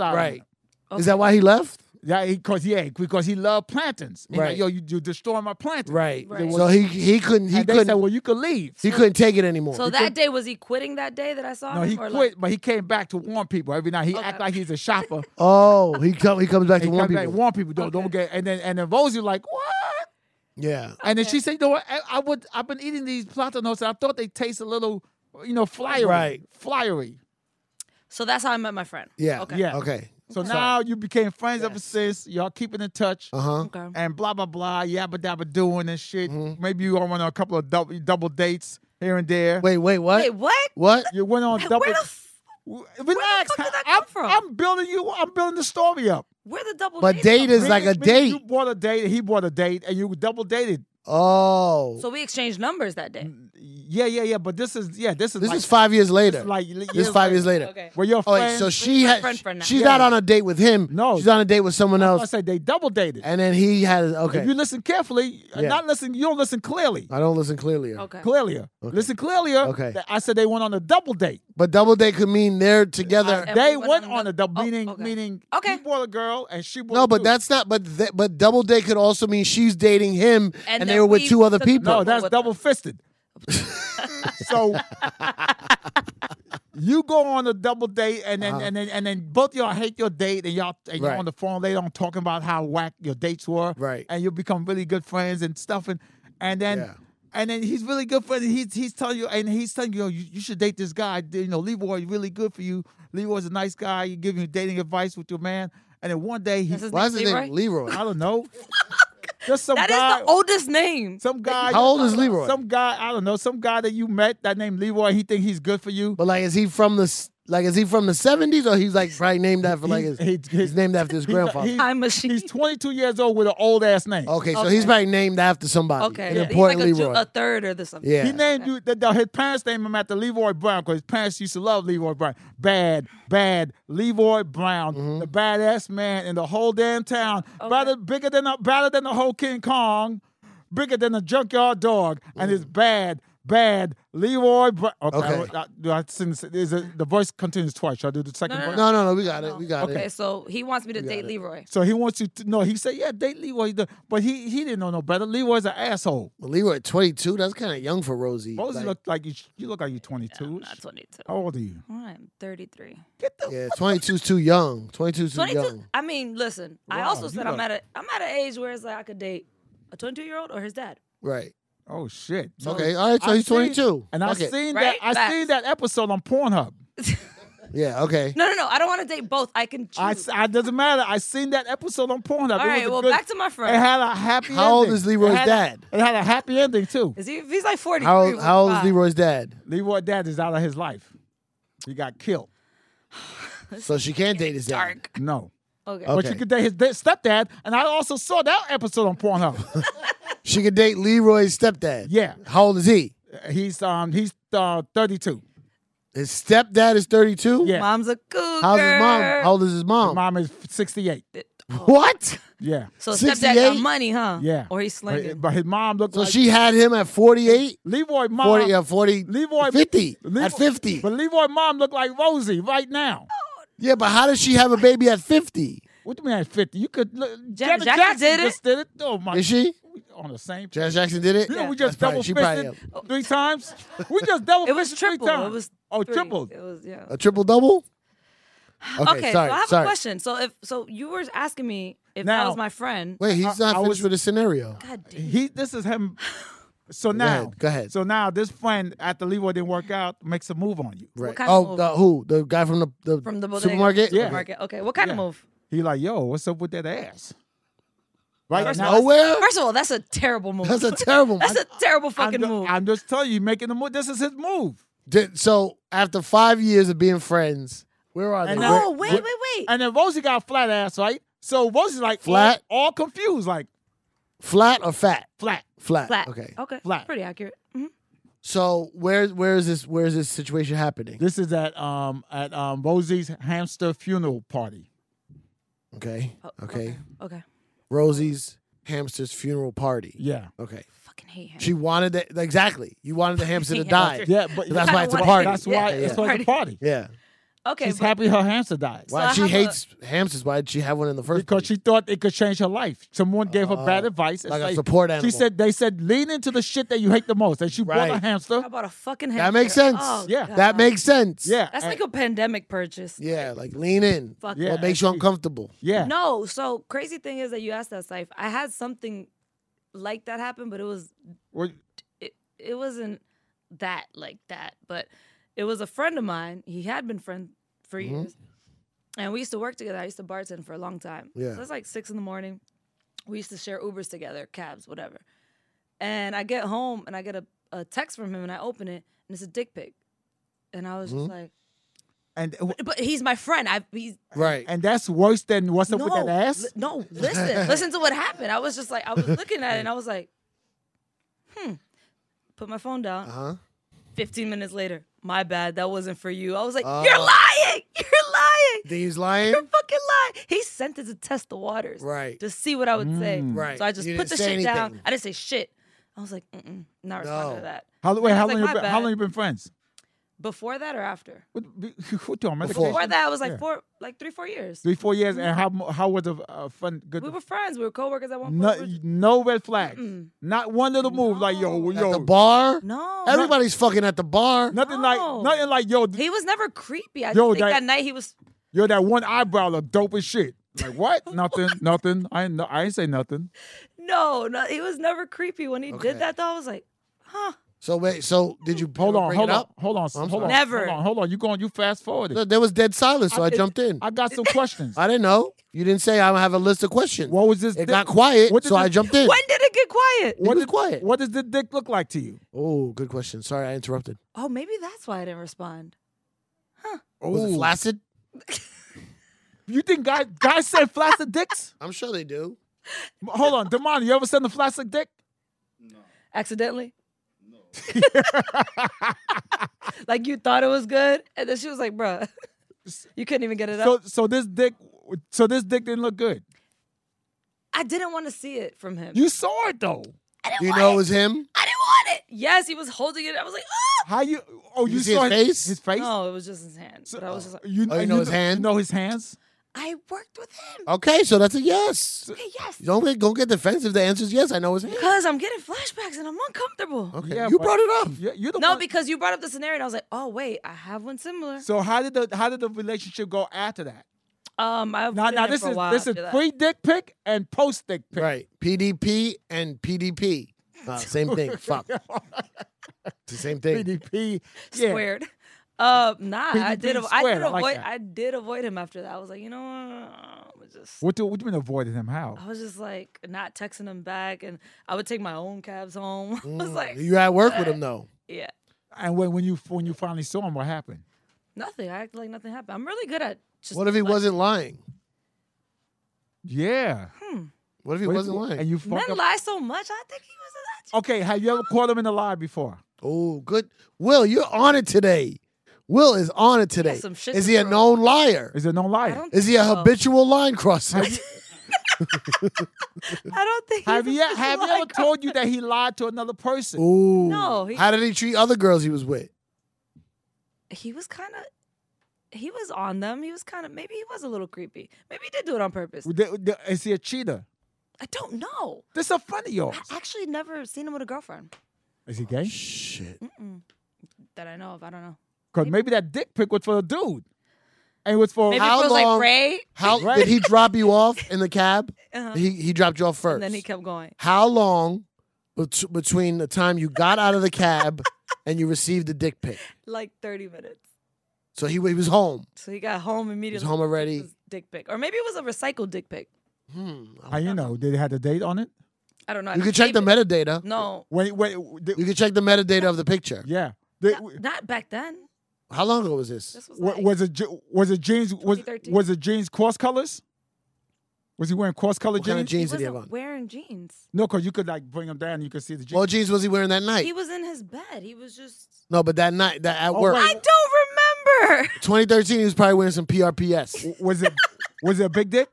Speaker 3: pesticide. on
Speaker 2: right?
Speaker 3: them.
Speaker 2: Is that why he left?
Speaker 3: Yeah, because yeah, because he loved plantings. He's like,
Speaker 2: Right.
Speaker 3: yo, you you destroy my plantings.
Speaker 2: Right.
Speaker 4: Right.
Speaker 2: So he he couldn't he
Speaker 3: And they
Speaker 2: couldn't
Speaker 3: said, well, you could leave.
Speaker 2: he couldn't take it anymore.
Speaker 4: so that day was he quitting that day that I saw
Speaker 3: No,
Speaker 4: him?
Speaker 3: he
Speaker 4: or
Speaker 3: quit,
Speaker 4: like-
Speaker 3: but he came back to warn people every night. He act like he's a shopper.
Speaker 2: oh, he come he comes back
Speaker 3: He
Speaker 2: to warn
Speaker 3: comes back
Speaker 2: people.
Speaker 3: and warn people. Don't don't get. And then and then Rosie like what?
Speaker 2: yeah.
Speaker 3: And then she said, you know what? I, I would. I've been eating these platanos, and I thought they taste a little, you know, flyery.
Speaker 2: Right.
Speaker 3: Flyery.
Speaker 4: so that's how I met my friend.
Speaker 2: Yeah.
Speaker 4: Okay.
Speaker 3: Yeah.
Speaker 2: Okay.
Speaker 3: So now you became friends ever since. Y'all keeping in touch.
Speaker 2: Uh huh.
Speaker 4: Okay.
Speaker 3: And blah blah blah, yabba dabba doing and shit.
Speaker 2: Mm-hmm.
Speaker 3: Maybe you all went on a couple of double double dates here and there.
Speaker 2: Wait. Wait. What?
Speaker 4: Wait, what?
Speaker 2: What?
Speaker 3: You went on
Speaker 4: Where
Speaker 3: double.
Speaker 4: the f-
Speaker 3: W-
Speaker 4: the
Speaker 3: Relax.
Speaker 4: fuck did that
Speaker 3: I'm,
Speaker 4: come from?
Speaker 3: I'm building you. I'm building the story up.
Speaker 4: Where the double
Speaker 2: But
Speaker 4: dates
Speaker 2: date
Speaker 4: come
Speaker 2: is like a
Speaker 3: Meaning- meaning
Speaker 2: date.
Speaker 3: You bought a date. He bought a date, and you double dated.
Speaker 2: Oh,
Speaker 4: from? So we exchanged numbers
Speaker 3: Mm,
Speaker 4: that day.
Speaker 3: Yeah, yeah, yeah. But this is yeah. This is
Speaker 2: this
Speaker 3: like,
Speaker 2: is five years later.
Speaker 3: like
Speaker 2: this is five years later.
Speaker 4: Okay.
Speaker 3: Where your
Speaker 2: Oh,
Speaker 3: friend?
Speaker 2: wait, so she
Speaker 4: my
Speaker 2: had
Speaker 4: friend for now.
Speaker 2: she's
Speaker 3: Yeah.
Speaker 2: not on a date with him.
Speaker 3: No.
Speaker 2: she's on a date with someone
Speaker 3: I
Speaker 2: else,
Speaker 3: say they double dated.
Speaker 2: and then he had okay.
Speaker 3: If you listen carefully,
Speaker 2: Yeah.
Speaker 3: not listen. You don't listen clearly.
Speaker 2: I don't listen clearly.
Speaker 4: Okay.
Speaker 3: Clearlier. Listen clearlier.
Speaker 2: Okay.
Speaker 3: that I said they went on a double date.
Speaker 2: But double date could mean they're together.
Speaker 4: And
Speaker 3: They
Speaker 4: we
Speaker 3: went, on a double
Speaker 4: oh,
Speaker 3: meaning
Speaker 4: okay.
Speaker 3: meaning
Speaker 4: Okay.
Speaker 3: he bought a girl and she bought
Speaker 2: No,
Speaker 3: a
Speaker 2: but
Speaker 3: dude.
Speaker 2: that's not. But th- but double date could also mean she's dating him, and,
Speaker 4: And
Speaker 2: they
Speaker 4: then
Speaker 2: were with
Speaker 4: we
Speaker 2: two other
Speaker 4: took the
Speaker 2: people.
Speaker 3: no,
Speaker 4: Well,
Speaker 3: that's
Speaker 4: what-
Speaker 3: double fisted. so you go on a double date and then and then and then both y'all hate your date and y'all and
Speaker 2: Uh-huh. Right.
Speaker 3: you're on the phone later on talking about how whack your dates were.
Speaker 2: Right.
Speaker 3: And you become really good friends and stuff and and then
Speaker 2: Yeah.
Speaker 3: And then he's really good for and he's he's telling you and he's telling you, "Yo, you you should date this guy. You know, Leroy is really good for you. Leroy's a nice guy. You give him dating advice with your man. And then one day he
Speaker 4: That's his
Speaker 2: Why is
Speaker 4: name
Speaker 2: his name
Speaker 4: Leroy?
Speaker 2: Leroy?
Speaker 3: I don't know. Just some
Speaker 4: That is
Speaker 3: guy
Speaker 4: the oldest name.
Speaker 3: some guy.
Speaker 2: How old is Leroy?
Speaker 3: Some guy. I don't know. Some guy that you met that named Leroy. He think he's good for you.
Speaker 2: But like, is he from the s- like? Is he from the seventies, or he's like probably named after like his,
Speaker 3: He's- he's-
Speaker 2: he's named after his
Speaker 3: he's-
Speaker 2: grandfather?
Speaker 3: he's-
Speaker 4: Time machine.
Speaker 3: He's 22 years old with an old ass name.
Speaker 2: okay, so he's
Speaker 4: okay.
Speaker 2: probably named after somebody.
Speaker 4: okay.
Speaker 2: an
Speaker 4: He's
Speaker 2: important
Speaker 4: like a, ju-
Speaker 2: Leroy.
Speaker 4: a third or the something.
Speaker 2: yeah,
Speaker 3: He named you. The, the- his parents named him after Leroy Brown because his parents used to love Leroy Brown. Bad, bad Leroy Brown,
Speaker 2: Mm-hmm.
Speaker 3: the badass man in the whole damn town. Better, bigger than a, better than the whole King Kong, bigger than a junkyard dog, and it's bad. Bad Leroy. Brown. Okay,
Speaker 2: Mm. Okay.
Speaker 3: I, I, do I sing this- is it- the voice continues twice. Should I do the second verse?
Speaker 2: no, no, no. We got it. We got
Speaker 4: Okay,
Speaker 2: it.
Speaker 4: so he wants me to date Leroy.
Speaker 3: So he wants you to no. He said, "Yeah, date Leroy," the- but he he didn't know no better. Leroy's an asshole.
Speaker 2: But Leroy, twenty two. That's kind of young for Rosie.
Speaker 3: Rosie
Speaker 2: Like,
Speaker 3: looked like you. You look like you're 22.
Speaker 4: Not 22.
Speaker 3: How old are you?
Speaker 4: I'm 33.
Speaker 3: Get the
Speaker 2: yeah, twenty two's too young. Twenty two's too
Speaker 4: 22.
Speaker 2: young.
Speaker 4: I mean, listen. I
Speaker 3: Wow,
Speaker 4: also
Speaker 3: you
Speaker 4: said
Speaker 3: got-
Speaker 4: I'm at a I'm at an age where it's like I could date a 22 year old or his dad.
Speaker 2: Right.
Speaker 3: oh shit. No,
Speaker 2: Okay. All right. So
Speaker 3: I
Speaker 2: he's
Speaker 3: seen-
Speaker 2: twenty two.
Speaker 3: And I
Speaker 2: okay.
Speaker 3: seen
Speaker 4: Right?
Speaker 3: that. I
Speaker 4: Facts.
Speaker 3: seen that episode on Pornhub.
Speaker 2: Yeah. Okay.
Speaker 4: No, no, no. I don't want to date both. I can choose.
Speaker 3: I, s- I doesn't matter. I seen that episode on Pornhub.
Speaker 4: All right. Well, back to my friend.
Speaker 3: It had a happy.
Speaker 2: How old
Speaker 3: ending.
Speaker 2: is Leroy's
Speaker 3: It had a-
Speaker 2: dad?
Speaker 3: it had a happy ending too.
Speaker 4: is he? If he's like 40.
Speaker 2: How old, how old is Leroy's dad?
Speaker 3: Leroy's dad is out of his life. He got killed.
Speaker 2: So she can't date his dad. Oh,
Speaker 4: Dark.
Speaker 3: No.
Speaker 4: Okay.
Speaker 2: Okay.
Speaker 3: But you could date his da- stepdad, and I also saw that episode on Pornhub.
Speaker 2: She could date Leroy's stepdad.
Speaker 3: Yeah.
Speaker 2: How old is he?
Speaker 3: he's um he's uh, 32.
Speaker 2: His stepdad is thirty two.
Speaker 3: Yeah.
Speaker 4: Mom's a cougar.
Speaker 2: How's his mom? How old is his mom?
Speaker 3: Mom is 68.
Speaker 2: What?
Speaker 3: Yeah.
Speaker 4: So stepdad got
Speaker 2: 68?
Speaker 4: money, huh?
Speaker 3: Yeah.
Speaker 4: Or
Speaker 3: But,
Speaker 4: he's slinging.
Speaker 3: but his mom looked
Speaker 2: So
Speaker 3: like
Speaker 2: she had him at 48?
Speaker 3: Leroy mom.
Speaker 2: 40, yeah, 40,
Speaker 3: Leroy
Speaker 2: 50,
Speaker 3: Leroy-
Speaker 2: at 50.
Speaker 3: But Leroy mom looked like Rosie right now.
Speaker 2: yeah, but how does she have a baby at 50?
Speaker 3: What do you mean at 50? You could look Janet
Speaker 4: Janet Jackson did it.
Speaker 3: just did it. Oh my
Speaker 2: Is she?
Speaker 3: we on the same
Speaker 2: Janet Jackson did it?
Speaker 3: You know, we just
Speaker 2: That's probably-
Speaker 3: double
Speaker 2: she
Speaker 3: fisted
Speaker 2: probably
Speaker 3: three times. We just double
Speaker 4: It was
Speaker 3: fisted three
Speaker 4: triple. It
Speaker 3: times.
Speaker 4: was
Speaker 3: oh
Speaker 4: three.
Speaker 3: triple.
Speaker 4: It was yeah.
Speaker 2: a triple double? Okay,
Speaker 4: Okay,
Speaker 2: sorry,
Speaker 4: so I have
Speaker 2: sorry.
Speaker 4: a question. So if so, you were asking me if
Speaker 3: Now-
Speaker 4: that was my friend.
Speaker 2: Wait, he's
Speaker 3: Uh, I
Speaker 2: not finished
Speaker 3: was-
Speaker 2: with the scenario.
Speaker 4: God damn.
Speaker 3: He this is him. So now
Speaker 2: ahead, go ahead.
Speaker 3: So now this friend after Leroy didn't work out makes a move on you.
Speaker 2: Right.
Speaker 4: kind of
Speaker 2: Oh,
Speaker 4: move?
Speaker 2: the, who? The guy from the, the,
Speaker 4: From the bodega.
Speaker 2: supermarket?
Speaker 3: Yeah.
Speaker 4: Market. Okay. What kind
Speaker 3: Yeah.
Speaker 4: of move?
Speaker 3: He like, yo, what's up with that ass? Right
Speaker 2: Out of
Speaker 3: now,
Speaker 2: Nowhere?
Speaker 4: First of all, that's a terrible move.
Speaker 2: Uh, That's a terrible
Speaker 4: That's a terrible
Speaker 3: I'm,
Speaker 4: fucking
Speaker 3: ju-
Speaker 4: move.
Speaker 3: I'm just telling you, making the move. This is his move.
Speaker 2: Did- so after five years of being friends, where are they?
Speaker 3: And
Speaker 4: oh
Speaker 3: we're-
Speaker 4: wait, wait, wait.
Speaker 3: And then Rosie got a flat ass, right? So Rosie's like
Speaker 2: Flat?
Speaker 3: all, all confused, like
Speaker 2: Flat or fat?
Speaker 3: flat.
Speaker 2: Flat.
Speaker 4: Flat. Oh.
Speaker 2: Okay.
Speaker 4: Okay.
Speaker 3: Flat.
Speaker 4: Pretty accurate. Mhm.
Speaker 2: So where where is this where is this situation happening?
Speaker 3: This is at um at um Rosie's hamster funeral party.
Speaker 2: Okay. Okay.
Speaker 4: Oh, Okay.
Speaker 2: Rosie's hamster's funeral party.
Speaker 3: Yeah.
Speaker 2: Okay.
Speaker 4: Fucking hate him.
Speaker 2: She wanted that exactly. You wanted the hamster to
Speaker 4: Yeah.
Speaker 2: die.
Speaker 3: Yeah, but
Speaker 2: That's why it's a
Speaker 4: wanted-
Speaker 2: party.
Speaker 3: That's
Speaker 4: Yeah,
Speaker 3: why
Speaker 4: yeah.
Speaker 3: it's like a party.
Speaker 2: Yeah.
Speaker 4: Okay.
Speaker 3: She's
Speaker 4: but-
Speaker 3: happy her hamster died.
Speaker 2: Why
Speaker 4: I
Speaker 2: she
Speaker 4: have a-
Speaker 2: hates hamsters? Why did she have one in the first?
Speaker 3: because
Speaker 2: place?
Speaker 3: she thought it could change her life. Someone gave her bad advice. and
Speaker 2: like a
Speaker 3: say-
Speaker 2: support animal.
Speaker 3: She said they said lean into the shit that you hate the most. And she bought
Speaker 2: Right.
Speaker 3: a hamster.
Speaker 4: How about a fucking hamster?
Speaker 2: that makes sense.
Speaker 4: Oh,
Speaker 3: Yeah.
Speaker 4: God.
Speaker 2: That makes sense.
Speaker 3: Yeah,
Speaker 4: That's
Speaker 3: and-
Speaker 4: like a pandemic purchase.
Speaker 2: Yeah. Like lean in.
Speaker 4: Fuck
Speaker 3: Yeah.
Speaker 2: What makes you uncomfortable?
Speaker 3: yeah.
Speaker 4: No, so crazy thing is that you asked that, Saif. I had something like that happen, but it was
Speaker 3: Well,
Speaker 4: it, it wasn't that like that, but it was a friend of mine. He had been friend for
Speaker 3: Mm-hmm.
Speaker 4: years, and we used to work together. I used to bartend for a long time.
Speaker 2: Yeah.
Speaker 4: so it's like six in the morning. We used to share Ubers together, cabs, whatever. And I get home
Speaker 3: Mm-hmm.
Speaker 4: and I get a, a text from him, and I open it, and it's a dick pic, and I was just like,
Speaker 3: And
Speaker 4: But he's my friend. I he's
Speaker 2: Right.
Speaker 3: and that's worse than what's up
Speaker 4: no,
Speaker 3: with that ass.
Speaker 4: li- no. Listen, listen to what happened. I was just like, I was looking at it, and I was like, hmm. Put my phone down.
Speaker 2: huh?
Speaker 4: Fifteen minutes later, my bad. That wasn't for you. I was like,
Speaker 2: Oh.
Speaker 4: you're lying. You're lying.
Speaker 2: Then he's lying.
Speaker 4: You're fucking lying. He sent it to test the waters.
Speaker 2: Right.
Speaker 4: To see what I would say.
Speaker 3: Mm.
Speaker 2: Right.
Speaker 4: So I just
Speaker 2: You
Speaker 4: put
Speaker 2: didn't
Speaker 4: the shit
Speaker 2: say
Speaker 4: down.
Speaker 2: anything.
Speaker 4: I didn't say shit. I was like, mm-mm, not responding
Speaker 2: No.
Speaker 4: to that.
Speaker 3: How, wait,
Speaker 4: It's
Speaker 3: how
Speaker 4: like,
Speaker 3: long? you
Speaker 4: my
Speaker 3: been, how
Speaker 4: bad.
Speaker 3: long you been friends?
Speaker 4: Before that or after?
Speaker 3: What, be- what you
Speaker 2: Before.
Speaker 3: on medication?
Speaker 4: Before that, I was like
Speaker 3: Yeah.
Speaker 4: four, like three, four years.
Speaker 3: Three, four years, and how mo- how was the uh, fun? Good.
Speaker 4: We were friends. We were coworkers at one
Speaker 3: no,
Speaker 4: point. We were-
Speaker 3: no red flags.
Speaker 4: Mm-mm.
Speaker 3: Not one little move like yo,
Speaker 2: At the
Speaker 3: yo.
Speaker 2: bar.
Speaker 4: No,
Speaker 2: Everybody's fucking at the bar.
Speaker 3: Nothing
Speaker 4: No.
Speaker 3: like nothing like yo,
Speaker 4: He was never creepy. I
Speaker 3: Yo,
Speaker 4: just think
Speaker 3: that-
Speaker 4: that, night he was.
Speaker 3: yo. That one eyebrow look dope as shit. Like what? nothing, nothing. I ain't, no- I ain't say nothing.
Speaker 4: No, no, he was never creepy. When he
Speaker 2: Okay.
Speaker 4: did that, though, I was like, huh?
Speaker 2: So wait, so did you
Speaker 3: Hold on,
Speaker 2: bring
Speaker 3: hold
Speaker 2: it
Speaker 3: on,
Speaker 2: up?
Speaker 3: hold on,
Speaker 2: I'm
Speaker 3: hold on,
Speaker 4: sorry. Never.
Speaker 3: hold on, hold on. You going? You fast forwarded.
Speaker 2: There was dead silence, so I, jumped in. I,
Speaker 3: I got some questions.
Speaker 2: didn't know. You didn't say I don't have a list of questions.
Speaker 3: What was this?
Speaker 2: it
Speaker 3: dick-
Speaker 2: got quiet,
Speaker 3: What did
Speaker 2: so I
Speaker 3: this-
Speaker 2: jumped in.
Speaker 4: When did it get quiet?
Speaker 2: It
Speaker 3: What
Speaker 2: was
Speaker 3: did-
Speaker 2: quiet.
Speaker 3: What does the dick look like to you?
Speaker 2: Oh, good question. Sorry, I interrupted.
Speaker 4: Oh, maybe that's why I didn't respond.
Speaker 2: Oh, Was it
Speaker 3: Ooh.
Speaker 2: flaccid?
Speaker 3: You think guys guys send flaccid dicks?
Speaker 2: I'm sure they do.
Speaker 3: M- Hold on, Damani, you ever send a flaccid dick?
Speaker 4: Accidentally. like you thought it was good, and then she was like, "Bruh, you couldn't even get it
Speaker 3: So
Speaker 4: up."
Speaker 3: so this dick, so this dick didn't look good.
Speaker 4: I didn't want to see it from him.
Speaker 3: You saw it though.
Speaker 2: Do you know it was him?
Speaker 4: I didn't want it. Yes, he was holding it. I was like, "Ah!"
Speaker 3: How you? Oh,
Speaker 2: You
Speaker 3: you,
Speaker 2: see
Speaker 3: saw
Speaker 2: his
Speaker 3: it-
Speaker 2: face?
Speaker 3: His face.
Speaker 4: No, it was just his hand.
Speaker 3: So- uh,
Speaker 4: But I was just like,
Speaker 3: you,
Speaker 2: Oh, you know his hand?
Speaker 3: You know his hands.
Speaker 4: I worked with
Speaker 3: uh,
Speaker 4: him.
Speaker 2: Okay, so that's a yes.
Speaker 4: Okay, yes.
Speaker 2: Don't get, don't get defensive. The answer is yes. I know it's him.
Speaker 4: Because I'm getting flashbacks and I'm uncomfortable.
Speaker 2: Okay,
Speaker 3: Yeah,
Speaker 2: you
Speaker 3: but-
Speaker 2: brought it up.
Speaker 3: Yeah, you the
Speaker 4: No,
Speaker 3: one-
Speaker 4: because you brought up the scenario, and I was like, "Oh wait, I have one similar."
Speaker 3: So how did the how did the relationship go after that?
Speaker 4: Um, I've
Speaker 3: Now,
Speaker 4: been
Speaker 3: now
Speaker 4: there
Speaker 3: this
Speaker 4: for a
Speaker 3: is
Speaker 4: while
Speaker 3: this is
Speaker 4: after that.
Speaker 3: pre dick pic and post dick pic.
Speaker 2: Right. PDP and PDP. Uh, same thing. Fuck. It's the same thing.
Speaker 3: PDP. E Yeah.
Speaker 4: squared. Uh, nah, I
Speaker 3: PDP
Speaker 4: did. Av- I did
Speaker 3: squared, I
Speaker 4: avoid.
Speaker 3: like
Speaker 4: I,
Speaker 3: that.
Speaker 4: did avoid him after that. I was like, you know, what? I was just.
Speaker 3: What do what do you mean avoided him? How?
Speaker 4: I was just like not texting him back, and I would take my own cabs home. I
Speaker 3: Mm,
Speaker 4: was like,
Speaker 2: You at work with him though.
Speaker 4: yeah,
Speaker 3: And when, when you when you finally saw him, what happened?
Speaker 4: nothing. I acted like nothing happened. I'm really good at. Just
Speaker 2: What if he
Speaker 4: like-
Speaker 2: wasn't lying?
Speaker 3: Yeah.
Speaker 2: What if he
Speaker 3: What-
Speaker 2: wasn't
Speaker 3: what-
Speaker 2: lying?
Speaker 3: And you
Speaker 4: Men
Speaker 3: fucked up. Oh,
Speaker 4: lie so much. I think he wasn't that.
Speaker 3: Okay, have you ever caught him in a lie before?
Speaker 2: Oh, good. Will, you're on it today. Will is on it today.
Speaker 4: some shit
Speaker 2: is
Speaker 4: to Oh.
Speaker 2: he a
Speaker 4: prove.
Speaker 2: known liar?
Speaker 3: Is it no
Speaker 4: I
Speaker 3: lie?
Speaker 4: don't.
Speaker 2: Is he a
Speaker 4: think so.
Speaker 2: habitual line crosser?
Speaker 4: I don't think.
Speaker 3: Have
Speaker 4: he's
Speaker 3: you e,
Speaker 4: a
Speaker 3: have you
Speaker 4: lie
Speaker 3: ever told you that he lied to another person?
Speaker 2: Ooh.
Speaker 4: No, he-
Speaker 2: How did he treat other girls he was with?
Speaker 4: he was kind of he was on them. He was kind of maybe he was a little creepy. Maybe he did do it on purpose.
Speaker 3: The- the- Is he a cheater?
Speaker 4: I don't know.
Speaker 3: This a friend of yours.
Speaker 4: I actually never seen him with a girlfriend
Speaker 3: Is he gay?
Speaker 2: Shit.
Speaker 4: that I know of. I don't know.
Speaker 3: Because maybe that dick pic was for a dude, and it was for
Speaker 4: Maybe
Speaker 2: How
Speaker 4: it was
Speaker 2: long-
Speaker 4: like Ray,
Speaker 2: How
Speaker 3: Right.
Speaker 2: did he drop you off in the cab? He he dropped you off first.
Speaker 4: Uh-huh. and then he kept going.
Speaker 2: How long bet- between the time you got out of the cab and you received the dick pic?
Speaker 4: Like thirty minutes.
Speaker 2: So he, he was home.
Speaker 4: So he got home
Speaker 2: He was
Speaker 4: immediately.
Speaker 2: home
Speaker 4: with
Speaker 2: already.
Speaker 4: his dick pic, or maybe it was a recycled dick pic.
Speaker 3: How you know? Did it have the date on it?
Speaker 4: I don't know. I
Speaker 2: You can
Speaker 4: didn't
Speaker 2: check
Speaker 4: save
Speaker 2: the
Speaker 4: it.
Speaker 2: metadata.
Speaker 4: No,
Speaker 3: Wait, wait. w- did-
Speaker 2: You can check the metadata of the picture.
Speaker 3: yeah. Did-
Speaker 4: not, not back then.
Speaker 2: How long ago was this?
Speaker 4: This was
Speaker 3: wa-
Speaker 4: like,
Speaker 3: was it je- was it jeans was
Speaker 4: 2013.
Speaker 3: was it jeans cross colors? Was he wearing cross color
Speaker 2: What kind of
Speaker 3: jeans?
Speaker 4: he
Speaker 2: jeans did he have
Speaker 4: wasn't
Speaker 2: on?
Speaker 4: wearing jeans.
Speaker 3: No, because you could like bring them down, and you could see the jeans.
Speaker 2: What jeans was he wearing that night?
Speaker 4: He was in his bed. He was just.
Speaker 2: No, but that night, that at
Speaker 3: Oh,
Speaker 2: work,
Speaker 4: I don't remember.
Speaker 2: 2013, he was probably wearing some PRPS.
Speaker 3: W- was it was it a big dick?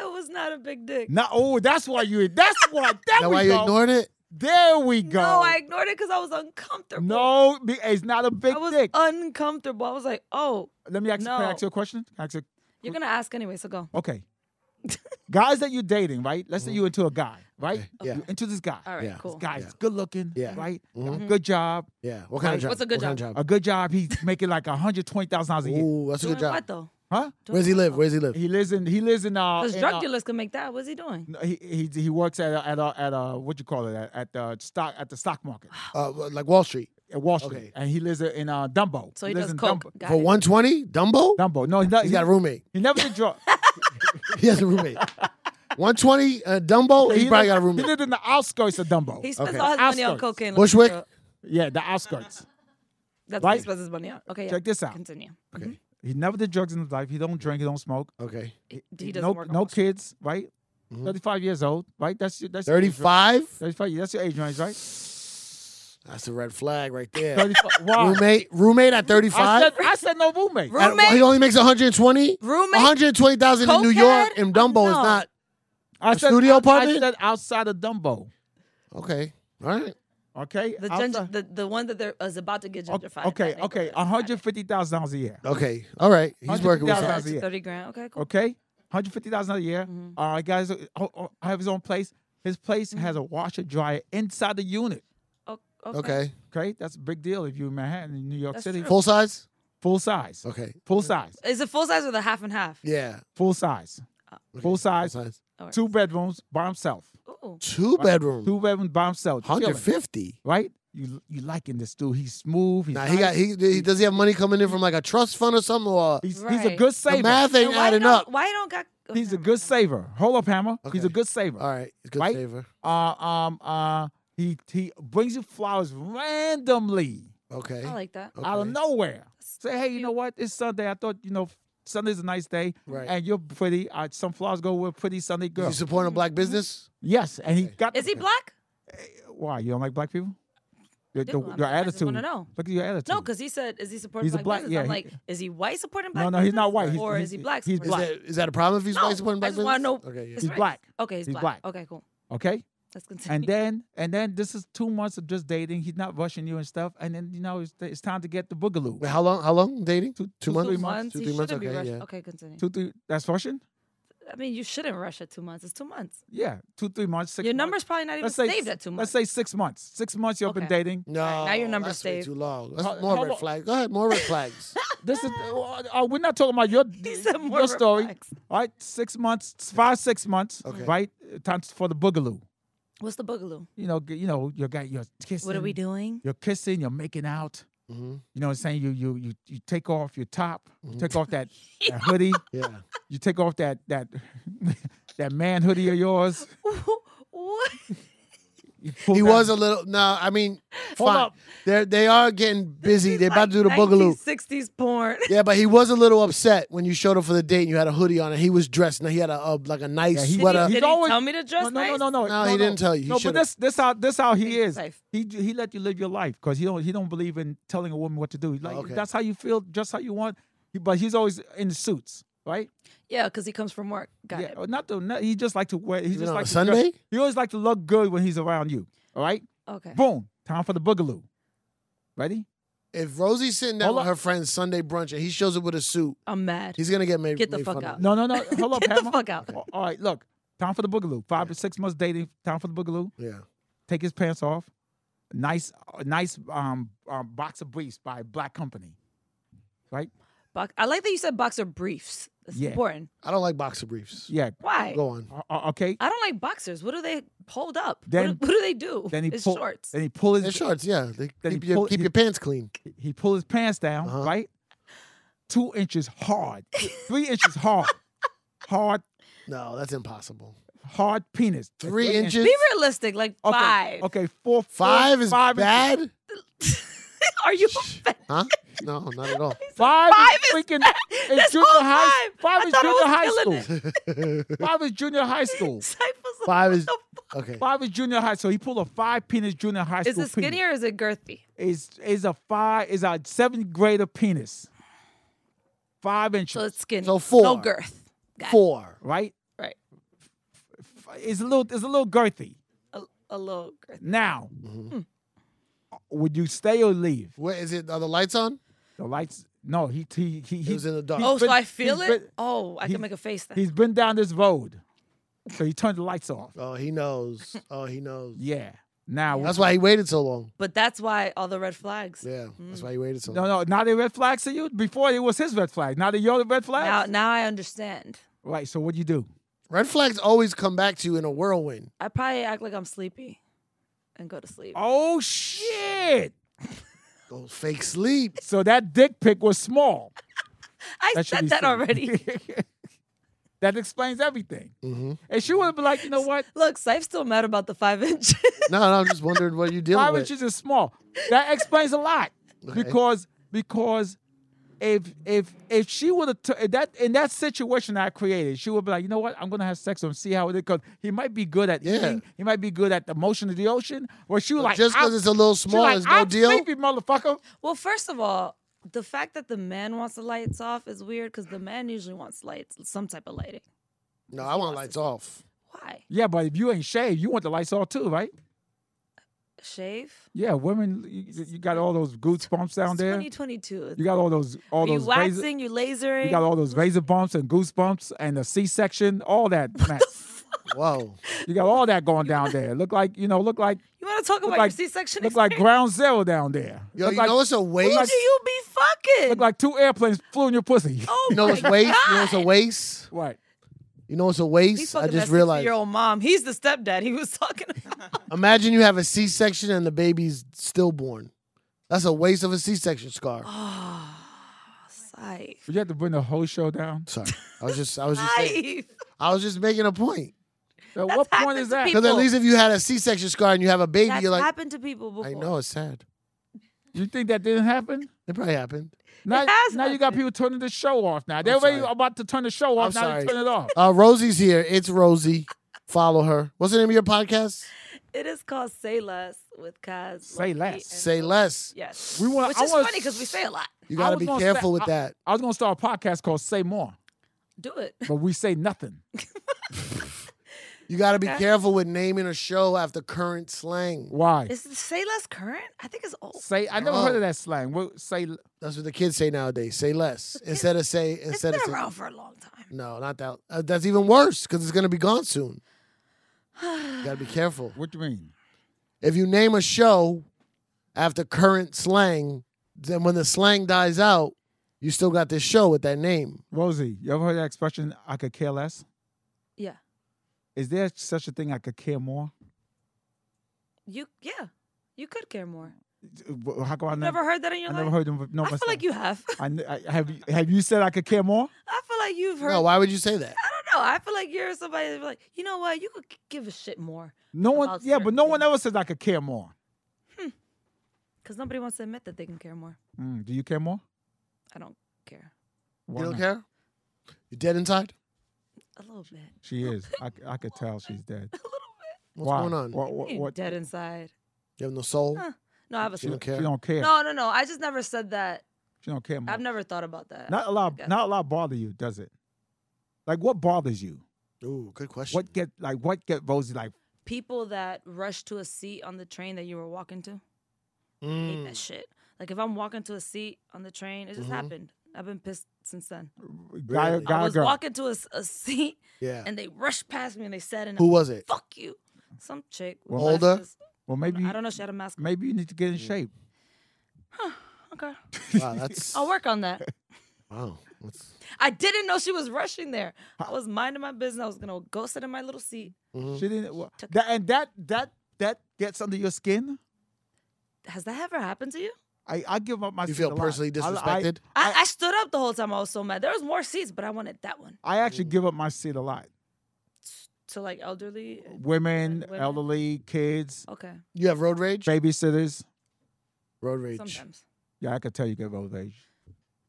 Speaker 4: It was not a big dick.
Speaker 3: No, oh, that's why you. That's why. There
Speaker 2: That
Speaker 3: we
Speaker 2: why you
Speaker 3: go.
Speaker 2: ignored it?
Speaker 3: There we go.
Speaker 4: No, I ignored it because I was uncomfortable.
Speaker 3: No, be- it's not a big
Speaker 4: I was
Speaker 3: dick.
Speaker 4: uncomfortable. I was like, oh,
Speaker 3: Let me ask, can I ask
Speaker 4: no.
Speaker 3: you a question. Can I ask you-
Speaker 4: you're gonna ask anyway, so go.
Speaker 3: okay, guys that you're dating, right? Let's say you into a guy, right?
Speaker 2: Okay, Mm-hmm. yeah.
Speaker 3: You into this guy.
Speaker 4: All right,
Speaker 2: Yeah.
Speaker 4: cool.
Speaker 3: Guy
Speaker 2: Yeah.
Speaker 3: is good looking,
Speaker 2: Yeah. Mm-hmm.
Speaker 3: right? Got a Good job.
Speaker 2: Yeah. What kind of job?
Speaker 4: What's a good
Speaker 2: what Kind
Speaker 4: job?
Speaker 2: of
Speaker 3: A good job. He's making like hundred twenty thousand dollars a year.
Speaker 2: Ooh, that's a
Speaker 4: Doing
Speaker 2: good job. Uh,
Speaker 4: What though?
Speaker 3: Huh?
Speaker 2: Where's he live? Where's he live?
Speaker 3: He lives in. He lives in. Uh,
Speaker 4: Because
Speaker 3: in,
Speaker 4: drug
Speaker 3: uh,
Speaker 4: dealers can make that. What's he doing?
Speaker 3: no, he, he he works at a, at a, at a what you call it at, at the stock at the stock market
Speaker 2: Uh, like Wall Street.
Speaker 3: at Wall
Speaker 2: Okay.
Speaker 3: Street, and he lives in uh, Dumbo.
Speaker 4: So he,
Speaker 3: lives
Speaker 4: does
Speaker 3: in
Speaker 4: coke.
Speaker 3: Dumbo.
Speaker 4: Got
Speaker 2: For
Speaker 4: it.
Speaker 2: 120, Dumbo?
Speaker 3: Dumbo. No, he's not.
Speaker 2: He's got a roommate.
Speaker 3: He never did drugs.
Speaker 2: He has a roommate. 120, uh, Dumbo, he, probably
Speaker 3: lived-
Speaker 2: got a
Speaker 3: He
Speaker 2: roommate.
Speaker 3: lived in the outskirts of Dumbo.
Speaker 4: He spends
Speaker 2: Okay.
Speaker 4: all his money on
Speaker 3: Outskirts.
Speaker 4: cocaine. like,
Speaker 2: Bushwick?
Speaker 4: uh,
Speaker 3: yeah, the outskirts.
Speaker 4: That's what
Speaker 3: Right.
Speaker 4: he spends his money on. Okay, yeah.
Speaker 3: Check this out.
Speaker 4: Continue.
Speaker 2: Okay.
Speaker 3: He never did drugs in his life. He don't drink. He don't smoke.
Speaker 2: Okay.
Speaker 4: He he doesn't
Speaker 3: no
Speaker 4: work. on
Speaker 3: no
Speaker 4: Wall Street.
Speaker 3: kids, right?
Speaker 2: Mm-hmm.
Speaker 3: Thirty-five years old, right? That's your, that's your age, right?
Speaker 2: 35?
Speaker 3: 35. That's your age range, right?
Speaker 2: That's a red flag right there.
Speaker 3: 35. Wow.
Speaker 2: roommate, roommate at
Speaker 3: I
Speaker 2: 35?
Speaker 3: said, I said no roommate.
Speaker 4: Roo-
Speaker 2: At-
Speaker 4: Roommate?
Speaker 2: he only makes 120?
Speaker 4: Roommate?
Speaker 2: 120,000 in New York
Speaker 4: Cokehead?
Speaker 2: in Dumbo is
Speaker 4: No.
Speaker 2: not.
Speaker 3: I said
Speaker 2: studio
Speaker 3: I- I
Speaker 2: apartment?
Speaker 3: said outside of Dumbo.
Speaker 2: Okay. All right.
Speaker 3: Okay.
Speaker 4: The,
Speaker 3: Outside-
Speaker 4: ginger, the the one that they're, is about to get
Speaker 3: O-
Speaker 4: gentrified. in
Speaker 3: Okay,
Speaker 4: that
Speaker 3: okay,
Speaker 4: neighborhood.
Speaker 3: one hundred fifty thousand dollars a year.
Speaker 2: Okay. All right. He's working with
Speaker 3: $150,000
Speaker 2: something.
Speaker 3: a year.
Speaker 4: Thirty grand. Okay, cool.
Speaker 3: Okay, one hundred fifty thousand dollars a year.
Speaker 4: Mm-hmm.
Speaker 3: All right, guys, uh, oh, oh, I have his own place. His place has a washer dryer inside the unit.
Speaker 4: O-
Speaker 2: Okay.
Speaker 3: Okay, that's a big deal if you're in Manhattan, in New York
Speaker 4: That's
Speaker 3: City.
Speaker 4: true.
Speaker 2: Full size?
Speaker 3: Full size.
Speaker 2: Okay.
Speaker 3: Full size.
Speaker 4: Is it full size or the half and half?
Speaker 2: Yeah.
Speaker 3: Full size.
Speaker 4: Oh.
Speaker 3: Full
Speaker 2: Full
Speaker 3: size.
Speaker 2: size.
Speaker 4: Or-
Speaker 3: Two bedrooms by himself.
Speaker 4: Ooh.
Speaker 2: Two bedroom.
Speaker 3: Two bedrooms by himself. chilling,
Speaker 2: 150.
Speaker 3: Right? You you liking this dude? He's smooth. He's
Speaker 2: Now he
Speaker 3: nice.
Speaker 2: got he, he does he have money coming in from like a trust fund or something or
Speaker 3: He's, he's a
Speaker 4: Right.
Speaker 3: good
Speaker 2: the
Speaker 3: saver.
Speaker 2: math ain't
Speaker 4: And why
Speaker 2: adding
Speaker 4: don't-
Speaker 2: up.
Speaker 4: Why don't got? oh,
Speaker 3: He's a
Speaker 4: never
Speaker 3: good
Speaker 4: mind.
Speaker 3: saver. Hold up, Hammer. He's a
Speaker 2: Okay.
Speaker 3: good saver.
Speaker 2: All right, good
Speaker 3: Right?
Speaker 2: saver.
Speaker 3: uh, um, uh, he he brings you flowers randomly
Speaker 2: Okay.
Speaker 4: I like that.
Speaker 3: out of
Speaker 2: Okay.
Speaker 3: nowhere. Say, hey, you know what? It's Sunday. I thought you know Sunday's a nice day,
Speaker 2: Right.
Speaker 3: and you're pretty. Uh, some flowers go with a pretty Sunday
Speaker 2: Is
Speaker 3: girl.
Speaker 2: he supporting black business?
Speaker 3: yes, and he got.
Speaker 4: Is he black?
Speaker 3: Why you don't like black people? Your,
Speaker 4: do.
Speaker 3: your-
Speaker 4: I'm-
Speaker 3: your
Speaker 4: I just
Speaker 3: attitude.
Speaker 4: wanna know.
Speaker 3: Look at your attitude.
Speaker 4: No, because he said, "Is he supporting
Speaker 3: He's a
Speaker 4: black,
Speaker 3: black-
Speaker 4: business?"
Speaker 3: yeah,
Speaker 4: I'm
Speaker 3: he-
Speaker 4: like, "Is he white supporting black?"
Speaker 3: No, no, he's not
Speaker 4: business?
Speaker 3: white. He's-
Speaker 4: or
Speaker 3: he's-
Speaker 4: is he Mm-hmm. black?
Speaker 3: he's
Speaker 4: supporting
Speaker 3: black.
Speaker 4: business?
Speaker 2: Is that, is that a problem if he's
Speaker 4: No,
Speaker 2: white supporting
Speaker 4: I
Speaker 2: black
Speaker 4: just want to
Speaker 2: business?
Speaker 4: know.
Speaker 2: Okay, yeah.
Speaker 4: his
Speaker 3: He's
Speaker 4: race.
Speaker 3: black.
Speaker 4: Okay, he's,
Speaker 3: He's
Speaker 4: black.
Speaker 3: black.
Speaker 4: Okay, cool.
Speaker 3: okay.
Speaker 4: Let's continue.
Speaker 3: And then and then this is two months of just dating. He's not rushing you and stuff. And then you know it's, it's time to get the boogaloo.
Speaker 2: Wait, how long? How long dating?
Speaker 3: Two-
Speaker 2: two
Speaker 3: two,
Speaker 2: months.
Speaker 3: three
Speaker 4: two months.
Speaker 2: Two,
Speaker 4: he
Speaker 2: three months.
Speaker 4: shouldn't be
Speaker 2: Okay,
Speaker 4: rushed.
Speaker 2: yeah.
Speaker 4: Okay, continue.
Speaker 3: Two three. That's rushing.
Speaker 4: I mean, you shouldn't rush at two months. It's two months.
Speaker 3: Yeah, two three months. Six
Speaker 4: Your
Speaker 3: months.
Speaker 4: number's probably not even
Speaker 3: let's say
Speaker 4: saved
Speaker 3: s-
Speaker 4: at two
Speaker 3: Let's
Speaker 4: months.
Speaker 3: say six months. Six months you've been
Speaker 4: Okay.
Speaker 3: dating.
Speaker 2: No,
Speaker 4: now your number's
Speaker 2: that's way
Speaker 4: saved.
Speaker 2: too long. That's
Speaker 3: How-
Speaker 2: more
Speaker 3: how
Speaker 2: red
Speaker 3: long-
Speaker 2: flags. Go ahead, more red flags.
Speaker 3: This is uh, uh, we're not talking about your
Speaker 4: said more
Speaker 3: your story.
Speaker 4: relax.
Speaker 3: All right, six months, s- five six months.
Speaker 2: Okay.
Speaker 3: Right, Uh, time for the boogaloo.
Speaker 4: What's the boogaloo?
Speaker 3: You know, g- you know, you got your kissing.
Speaker 4: What are we doing?
Speaker 3: You're kissing. You're making out.
Speaker 2: hmm
Speaker 3: You know what I'm saying? You you you you take off your top. You take off that,
Speaker 2: Mm-hmm.
Speaker 3: that hoodie.
Speaker 2: Yeah.
Speaker 3: You take off that that that man hoodie of yours.
Speaker 4: what?
Speaker 3: You pull
Speaker 2: He
Speaker 3: that-
Speaker 2: was a little. No, I mean,
Speaker 3: Hold
Speaker 2: fine.
Speaker 3: up.
Speaker 2: They they are getting busy. They're about to do the boogaloo.
Speaker 4: 60s porn.
Speaker 2: Yeah, but he was a little upset when you showed up for the date and you had a hoodie on and he was dressed. Now he had a uh, like a nice
Speaker 3: Yeah, he-
Speaker 2: sweater.
Speaker 4: Did
Speaker 3: He's
Speaker 4: he
Speaker 3: always-
Speaker 4: tell me to dress
Speaker 3: No, no, no,
Speaker 4: nice?
Speaker 3: no, no.
Speaker 2: No, he didn't tell you. He
Speaker 3: no, but
Speaker 2: should've.
Speaker 3: this this how this how he
Speaker 4: Think
Speaker 3: is.
Speaker 4: safe.
Speaker 3: He he let you live your life because he don't he don't believe in telling a woman what to do. Like
Speaker 2: okay.
Speaker 3: that's how you feel, just how you want. He- But he's always in suits, right?
Speaker 4: Yeah, because he comes from work. Got
Speaker 3: yeah.
Speaker 4: it.
Speaker 3: or Not the not, he just like to wear. He
Speaker 2: Even
Speaker 3: just
Speaker 2: on
Speaker 3: like
Speaker 2: a
Speaker 3: to
Speaker 2: Sunday?
Speaker 3: Dress, he always like to look good when he's around you. All right.
Speaker 4: Okay.
Speaker 3: Boom. Time for the boogaloo. Ready?
Speaker 2: If Rosie's sitting down
Speaker 3: Hold
Speaker 2: with
Speaker 3: up.
Speaker 2: her friends Sunday brunch and he shows up with a suit,
Speaker 4: I'm mad.
Speaker 2: he's gonna get made.
Speaker 4: Get the
Speaker 2: made
Speaker 4: fuck
Speaker 2: fun of.
Speaker 4: out.
Speaker 3: No, no, no. Hold up,
Speaker 4: Get the
Speaker 3: Hammer.
Speaker 4: fuck out.
Speaker 3: A- All right. Look. Time for the boogaloo. Five to six months dating. Time for the boogaloo.
Speaker 2: Yeah.
Speaker 3: Take his pants off. Nice, uh, nice um, um box of briefs by Black Company. Right?
Speaker 4: Box- I like that you said boxer briefs. It's
Speaker 3: Yeah.
Speaker 4: important.
Speaker 2: I don't like boxer briefs.
Speaker 3: Yeah.
Speaker 4: Why?
Speaker 2: Go on.
Speaker 3: O- o- okay.
Speaker 4: I don't like boxers. What do they hold up? What
Speaker 3: Then-
Speaker 4: do- what, do they do?
Speaker 3: Then he
Speaker 4: it's
Speaker 3: pull,
Speaker 4: shorts.
Speaker 3: Then he pull
Speaker 2: They're
Speaker 3: his
Speaker 2: shorts, yeah. They
Speaker 3: Then he
Speaker 2: keep, your,
Speaker 3: pull-
Speaker 2: keep
Speaker 3: he-
Speaker 2: your pants clean.
Speaker 3: he pull his pants down,
Speaker 2: Uh-huh.
Speaker 3: right? Two inches hard, three inches hard, hard,
Speaker 2: No, that's impossible.
Speaker 3: hard penis.
Speaker 2: Three
Speaker 3: inch-
Speaker 2: inches,
Speaker 4: Be realistic, like
Speaker 3: Okay,
Speaker 4: five.
Speaker 3: Okay, four, four-
Speaker 2: five is
Speaker 3: five inches.
Speaker 2: bad,
Speaker 4: Are you offended?
Speaker 2: huh? No, not at all.
Speaker 3: Five,
Speaker 4: Five
Speaker 3: is
Speaker 4: is
Speaker 3: freaking
Speaker 4: bad.
Speaker 3: is
Speaker 4: This
Speaker 3: junior
Speaker 4: whole
Speaker 3: high.
Speaker 4: time,
Speaker 3: Five
Speaker 4: I
Speaker 3: is
Speaker 4: thought I
Speaker 3: junior
Speaker 4: was
Speaker 3: high
Speaker 4: killing
Speaker 3: school. Five is junior high school.
Speaker 4: Cypher's like,
Speaker 2: Five
Speaker 4: what
Speaker 2: is
Speaker 4: the fuck?
Speaker 2: okay.
Speaker 3: Five is junior high. So he pulled a five penis junior high
Speaker 4: Is
Speaker 3: school.
Speaker 4: it skinny or is it girthy?
Speaker 3: Is is a five is a seventh grader penis. Five inches.
Speaker 4: So it's skinny.
Speaker 2: So four.
Speaker 4: No girth. Got it.
Speaker 2: Four.
Speaker 3: right?
Speaker 4: Right.
Speaker 3: It's a little it's a little girthy.
Speaker 4: A, a little girth.
Speaker 3: Now,
Speaker 4: Mm-hmm.
Speaker 3: would you stay or leave?
Speaker 2: Where is it? Are the lights on?
Speaker 3: The lights. No, he he he. he
Speaker 2: was in the dark.
Speaker 4: Oh,
Speaker 3: been-
Speaker 4: so I feel
Speaker 3: he's
Speaker 4: it?
Speaker 3: been-
Speaker 4: oh, I
Speaker 3: he's-
Speaker 4: can make a face then.
Speaker 3: He's been down this road, so he turned the lights off.
Speaker 2: Oh, he knows. Oh, he knows.
Speaker 3: Yeah. Now,
Speaker 2: That's why he waited so long.
Speaker 4: But that's why all the red flags.
Speaker 2: Yeah, that's why he waited so
Speaker 3: no,
Speaker 2: long.
Speaker 3: no. Now they red flags to you. Before it was his red flag. Now they your red
Speaker 4: Now,
Speaker 3: flag.
Speaker 4: now I understand.
Speaker 3: Right. So what do you do?
Speaker 2: Red flags always come back to you in a whirlwind.
Speaker 4: I probably act like I'm sleepy and go to sleep.
Speaker 3: Oh shit!
Speaker 2: Go fake sleep.
Speaker 3: So that dick pic was small.
Speaker 4: I
Speaker 3: That should
Speaker 4: said
Speaker 3: be
Speaker 4: that
Speaker 3: seen.
Speaker 4: already.
Speaker 3: that explains everything.
Speaker 2: Mm-hmm.
Speaker 3: And she would have been like, you know what?
Speaker 4: Look, Sife's still mad about the five inches.
Speaker 2: No, no, I'm just wondering what you're dealing
Speaker 3: Five
Speaker 2: with.
Speaker 3: inches is small. That explains a lot
Speaker 2: Okay.
Speaker 3: because because if if if she would have t- if that in that situation I created, she would be like, you know what, I'm gonna have sex with him, see how it because he might be good at
Speaker 2: Yeah.
Speaker 3: eating, he might be good at the motion of the ocean. Where she was like,
Speaker 2: just 'cause
Speaker 3: "I'm-
Speaker 2: it's a little
Speaker 3: she
Speaker 2: small,
Speaker 3: like,
Speaker 2: it's no
Speaker 3: I'm
Speaker 2: deal."
Speaker 3: Sleepy motherfucker.
Speaker 4: Well, first of all, the fact that the man wants the lights off is weird because the man usually wants lights, some type of lighting.
Speaker 2: No, I want lights off.
Speaker 4: Why?
Speaker 3: Yeah, but if you ain't shaved, you want the lights off too, right?
Speaker 4: Shave?
Speaker 3: Yeah, women, you, you got all those goose bumps down
Speaker 4: It's
Speaker 3: there.
Speaker 4: 2022.
Speaker 3: You got all those all
Speaker 4: Are you
Speaker 3: those razor,
Speaker 4: waxing? You lasering?
Speaker 3: you got all those razor bumps and goose bumps and the C section, all that. Matt.
Speaker 2: Whoa.
Speaker 3: you got all that going down there. Look like you know, look like
Speaker 4: Oh, you want to talk
Speaker 3: look
Speaker 4: about
Speaker 3: like
Speaker 4: your C-section?
Speaker 3: look like
Speaker 4: experience?
Speaker 3: ground zero down there.
Speaker 2: Yo,
Speaker 3: look
Speaker 2: you
Speaker 3: like,
Speaker 2: know it's a waste.
Speaker 4: Who do you be fucking?
Speaker 3: look like two airplanes flew in your pussy.
Speaker 4: oh
Speaker 2: you know
Speaker 4: my
Speaker 2: it's waste. You know
Speaker 4: God.
Speaker 2: it's a waste.
Speaker 3: Right.
Speaker 2: You know it's a
Speaker 4: He's
Speaker 2: waste. I
Speaker 4: fucking
Speaker 2: just
Speaker 4: that
Speaker 2: realized.
Speaker 4: Your old mom. He's the stepdad. He was talking about.
Speaker 2: Imagine you have a C-section and the baby's stillborn. That's a waste of a C-section scar.
Speaker 4: Sife.
Speaker 3: Would you have to bring the whole show down?
Speaker 2: Sorry, I was just, I was just, saying-
Speaker 4: Sife.
Speaker 2: I was just making a point.
Speaker 3: At what point
Speaker 4: happened
Speaker 3: is
Speaker 4: to
Speaker 3: that?
Speaker 4: people.
Speaker 2: Because at least if you had a C-section scar and you have a baby,
Speaker 4: That's
Speaker 2: you're like,
Speaker 4: happened to people before.
Speaker 2: I know it's sad.
Speaker 3: You think that didn't happen?
Speaker 2: It probably happened.
Speaker 3: Now,
Speaker 4: has
Speaker 3: now you got
Speaker 4: happened.
Speaker 3: people turning the show off. Now they're already
Speaker 2: sorry.
Speaker 3: about to turn the show
Speaker 2: I'm
Speaker 3: off. now
Speaker 2: sorry.
Speaker 3: they turn it off.
Speaker 2: Uh, Rosie's here. It's Rosie. Follow her. What's the name of your podcast?
Speaker 4: It is called Say Less with Kaz.
Speaker 3: Say
Speaker 4: Loki,
Speaker 3: less.
Speaker 4: and
Speaker 2: Say
Speaker 4: Sophie.
Speaker 2: less.
Speaker 4: Yes.
Speaker 3: We wanna-
Speaker 4: Which
Speaker 3: I
Speaker 4: is
Speaker 3: wanna-
Speaker 4: funny because we say a lot.
Speaker 2: You
Speaker 3: I
Speaker 2: got to
Speaker 3: was
Speaker 2: be
Speaker 3: gonna
Speaker 2: careful
Speaker 3: say- uh,
Speaker 2: with
Speaker 3: I-
Speaker 2: that.
Speaker 3: I was gonna start a podcast called "Say More,"
Speaker 4: Do it.
Speaker 3: but we say nothing.
Speaker 2: You got to be careful with naming a show after current slang.
Speaker 3: Why?
Speaker 4: Is Say Less current? I think it's old.
Speaker 3: Say I never
Speaker 2: Oh.
Speaker 3: heard of that slang. What say?
Speaker 2: That's what the kids say nowadays. Say less instead of say
Speaker 4: It's
Speaker 2: instead
Speaker 4: been
Speaker 2: of say.
Speaker 4: around for a long time.
Speaker 2: No, not that. Uh, that's even worse because it's gonna be gone soon. You gotta be careful.
Speaker 3: What do you mean?
Speaker 2: If you name a show after current slang, then when the slang dies out, you still got this show with that name.
Speaker 3: Rosie, you ever heard that expression? I could care less.
Speaker 4: Yeah.
Speaker 3: Is there such a thing? I could care more.
Speaker 4: You yeah. You could care more.
Speaker 3: W- How come I
Speaker 4: You've never heard that in your
Speaker 3: I
Speaker 4: life?
Speaker 3: never heard them. No,
Speaker 4: I feel like you have.
Speaker 3: I, kn- I, have you have you said I could care more?
Speaker 4: I feel like you've heard.
Speaker 2: No, why would you say that?
Speaker 4: I don't know. I feel like you're somebody that's like, you know what? You could give a shit more
Speaker 3: No one.
Speaker 4: About
Speaker 3: Yeah, but no
Speaker 4: certain
Speaker 3: one ever says I could care more.
Speaker 4: because nobody wants to admit that they can care more.
Speaker 3: Mm, do you care more?
Speaker 4: I don't care.
Speaker 3: Why
Speaker 2: You don't
Speaker 3: not?
Speaker 2: care. You dead inside?
Speaker 4: A little bit.
Speaker 3: She is. I, c- I could tell she's dead.
Speaker 4: A little bit.
Speaker 2: What's
Speaker 3: Why?
Speaker 2: going on?
Speaker 3: What? What?
Speaker 4: Ain't
Speaker 3: what-
Speaker 4: dead inside.
Speaker 2: You have no soul.
Speaker 4: Huh. No, I have a
Speaker 2: You
Speaker 4: soul.
Speaker 2: don't care.
Speaker 3: She don't care.
Speaker 4: No, no, no. I just never said that.
Speaker 3: She don't care more.
Speaker 4: I've never thought about that.
Speaker 3: Not a lot. Not a lot bother you, does it? Like what bothers you?
Speaker 2: Ooh, good question.
Speaker 3: What get like what get Rosie like?
Speaker 4: People that rush to a seat on the train that you were walking to. Hate
Speaker 2: Mm.
Speaker 4: that shit. Like if I'm walking to a seat on the train, it
Speaker 3: Mm-hmm.
Speaker 4: just happened. I've been pissed since then.
Speaker 3: Guy, or
Speaker 2: Really?
Speaker 3: guy,
Speaker 4: I
Speaker 3: or
Speaker 4: was
Speaker 3: girl.
Speaker 4: walking to a, s- a seat
Speaker 2: Yeah.
Speaker 4: and they rushed past me and they said, and
Speaker 2: Who was it?
Speaker 4: fuck you. Some chick. with
Speaker 2: Well, older?
Speaker 4: glasses.
Speaker 3: well, maybe
Speaker 4: I don't know. She had a mask. on.
Speaker 3: maybe you need to
Speaker 2: Mm.
Speaker 3: get in shape.
Speaker 4: Okay.
Speaker 2: Wow, that's
Speaker 4: I'll work on that.
Speaker 2: wow. That's,
Speaker 4: I didn't know she was rushing there. I was minding my business. I was gonna go sit in my little seat.
Speaker 2: mhm.
Speaker 3: She didn't. Well, that, and that that that gets under your skin.
Speaker 4: Has that ever happened to you?
Speaker 3: I, I give up my.
Speaker 2: You
Speaker 3: seat
Speaker 2: feel
Speaker 3: a lot.
Speaker 2: personally
Speaker 3: I- I-
Speaker 2: disrespected?
Speaker 4: I, I stood up the whole time. I was so mad. There was more seats, but I wanted that one.
Speaker 3: I, actually give up my seat a lot.
Speaker 4: To like elderly.
Speaker 3: Women,
Speaker 4: Uh, Women. Uh,
Speaker 3: elderly, kids,
Speaker 4: Okay.
Speaker 2: You have road rage.
Speaker 3: babysitters.
Speaker 2: Road rage.
Speaker 4: Sometimes.
Speaker 3: Yeah, I could tell you get road rage.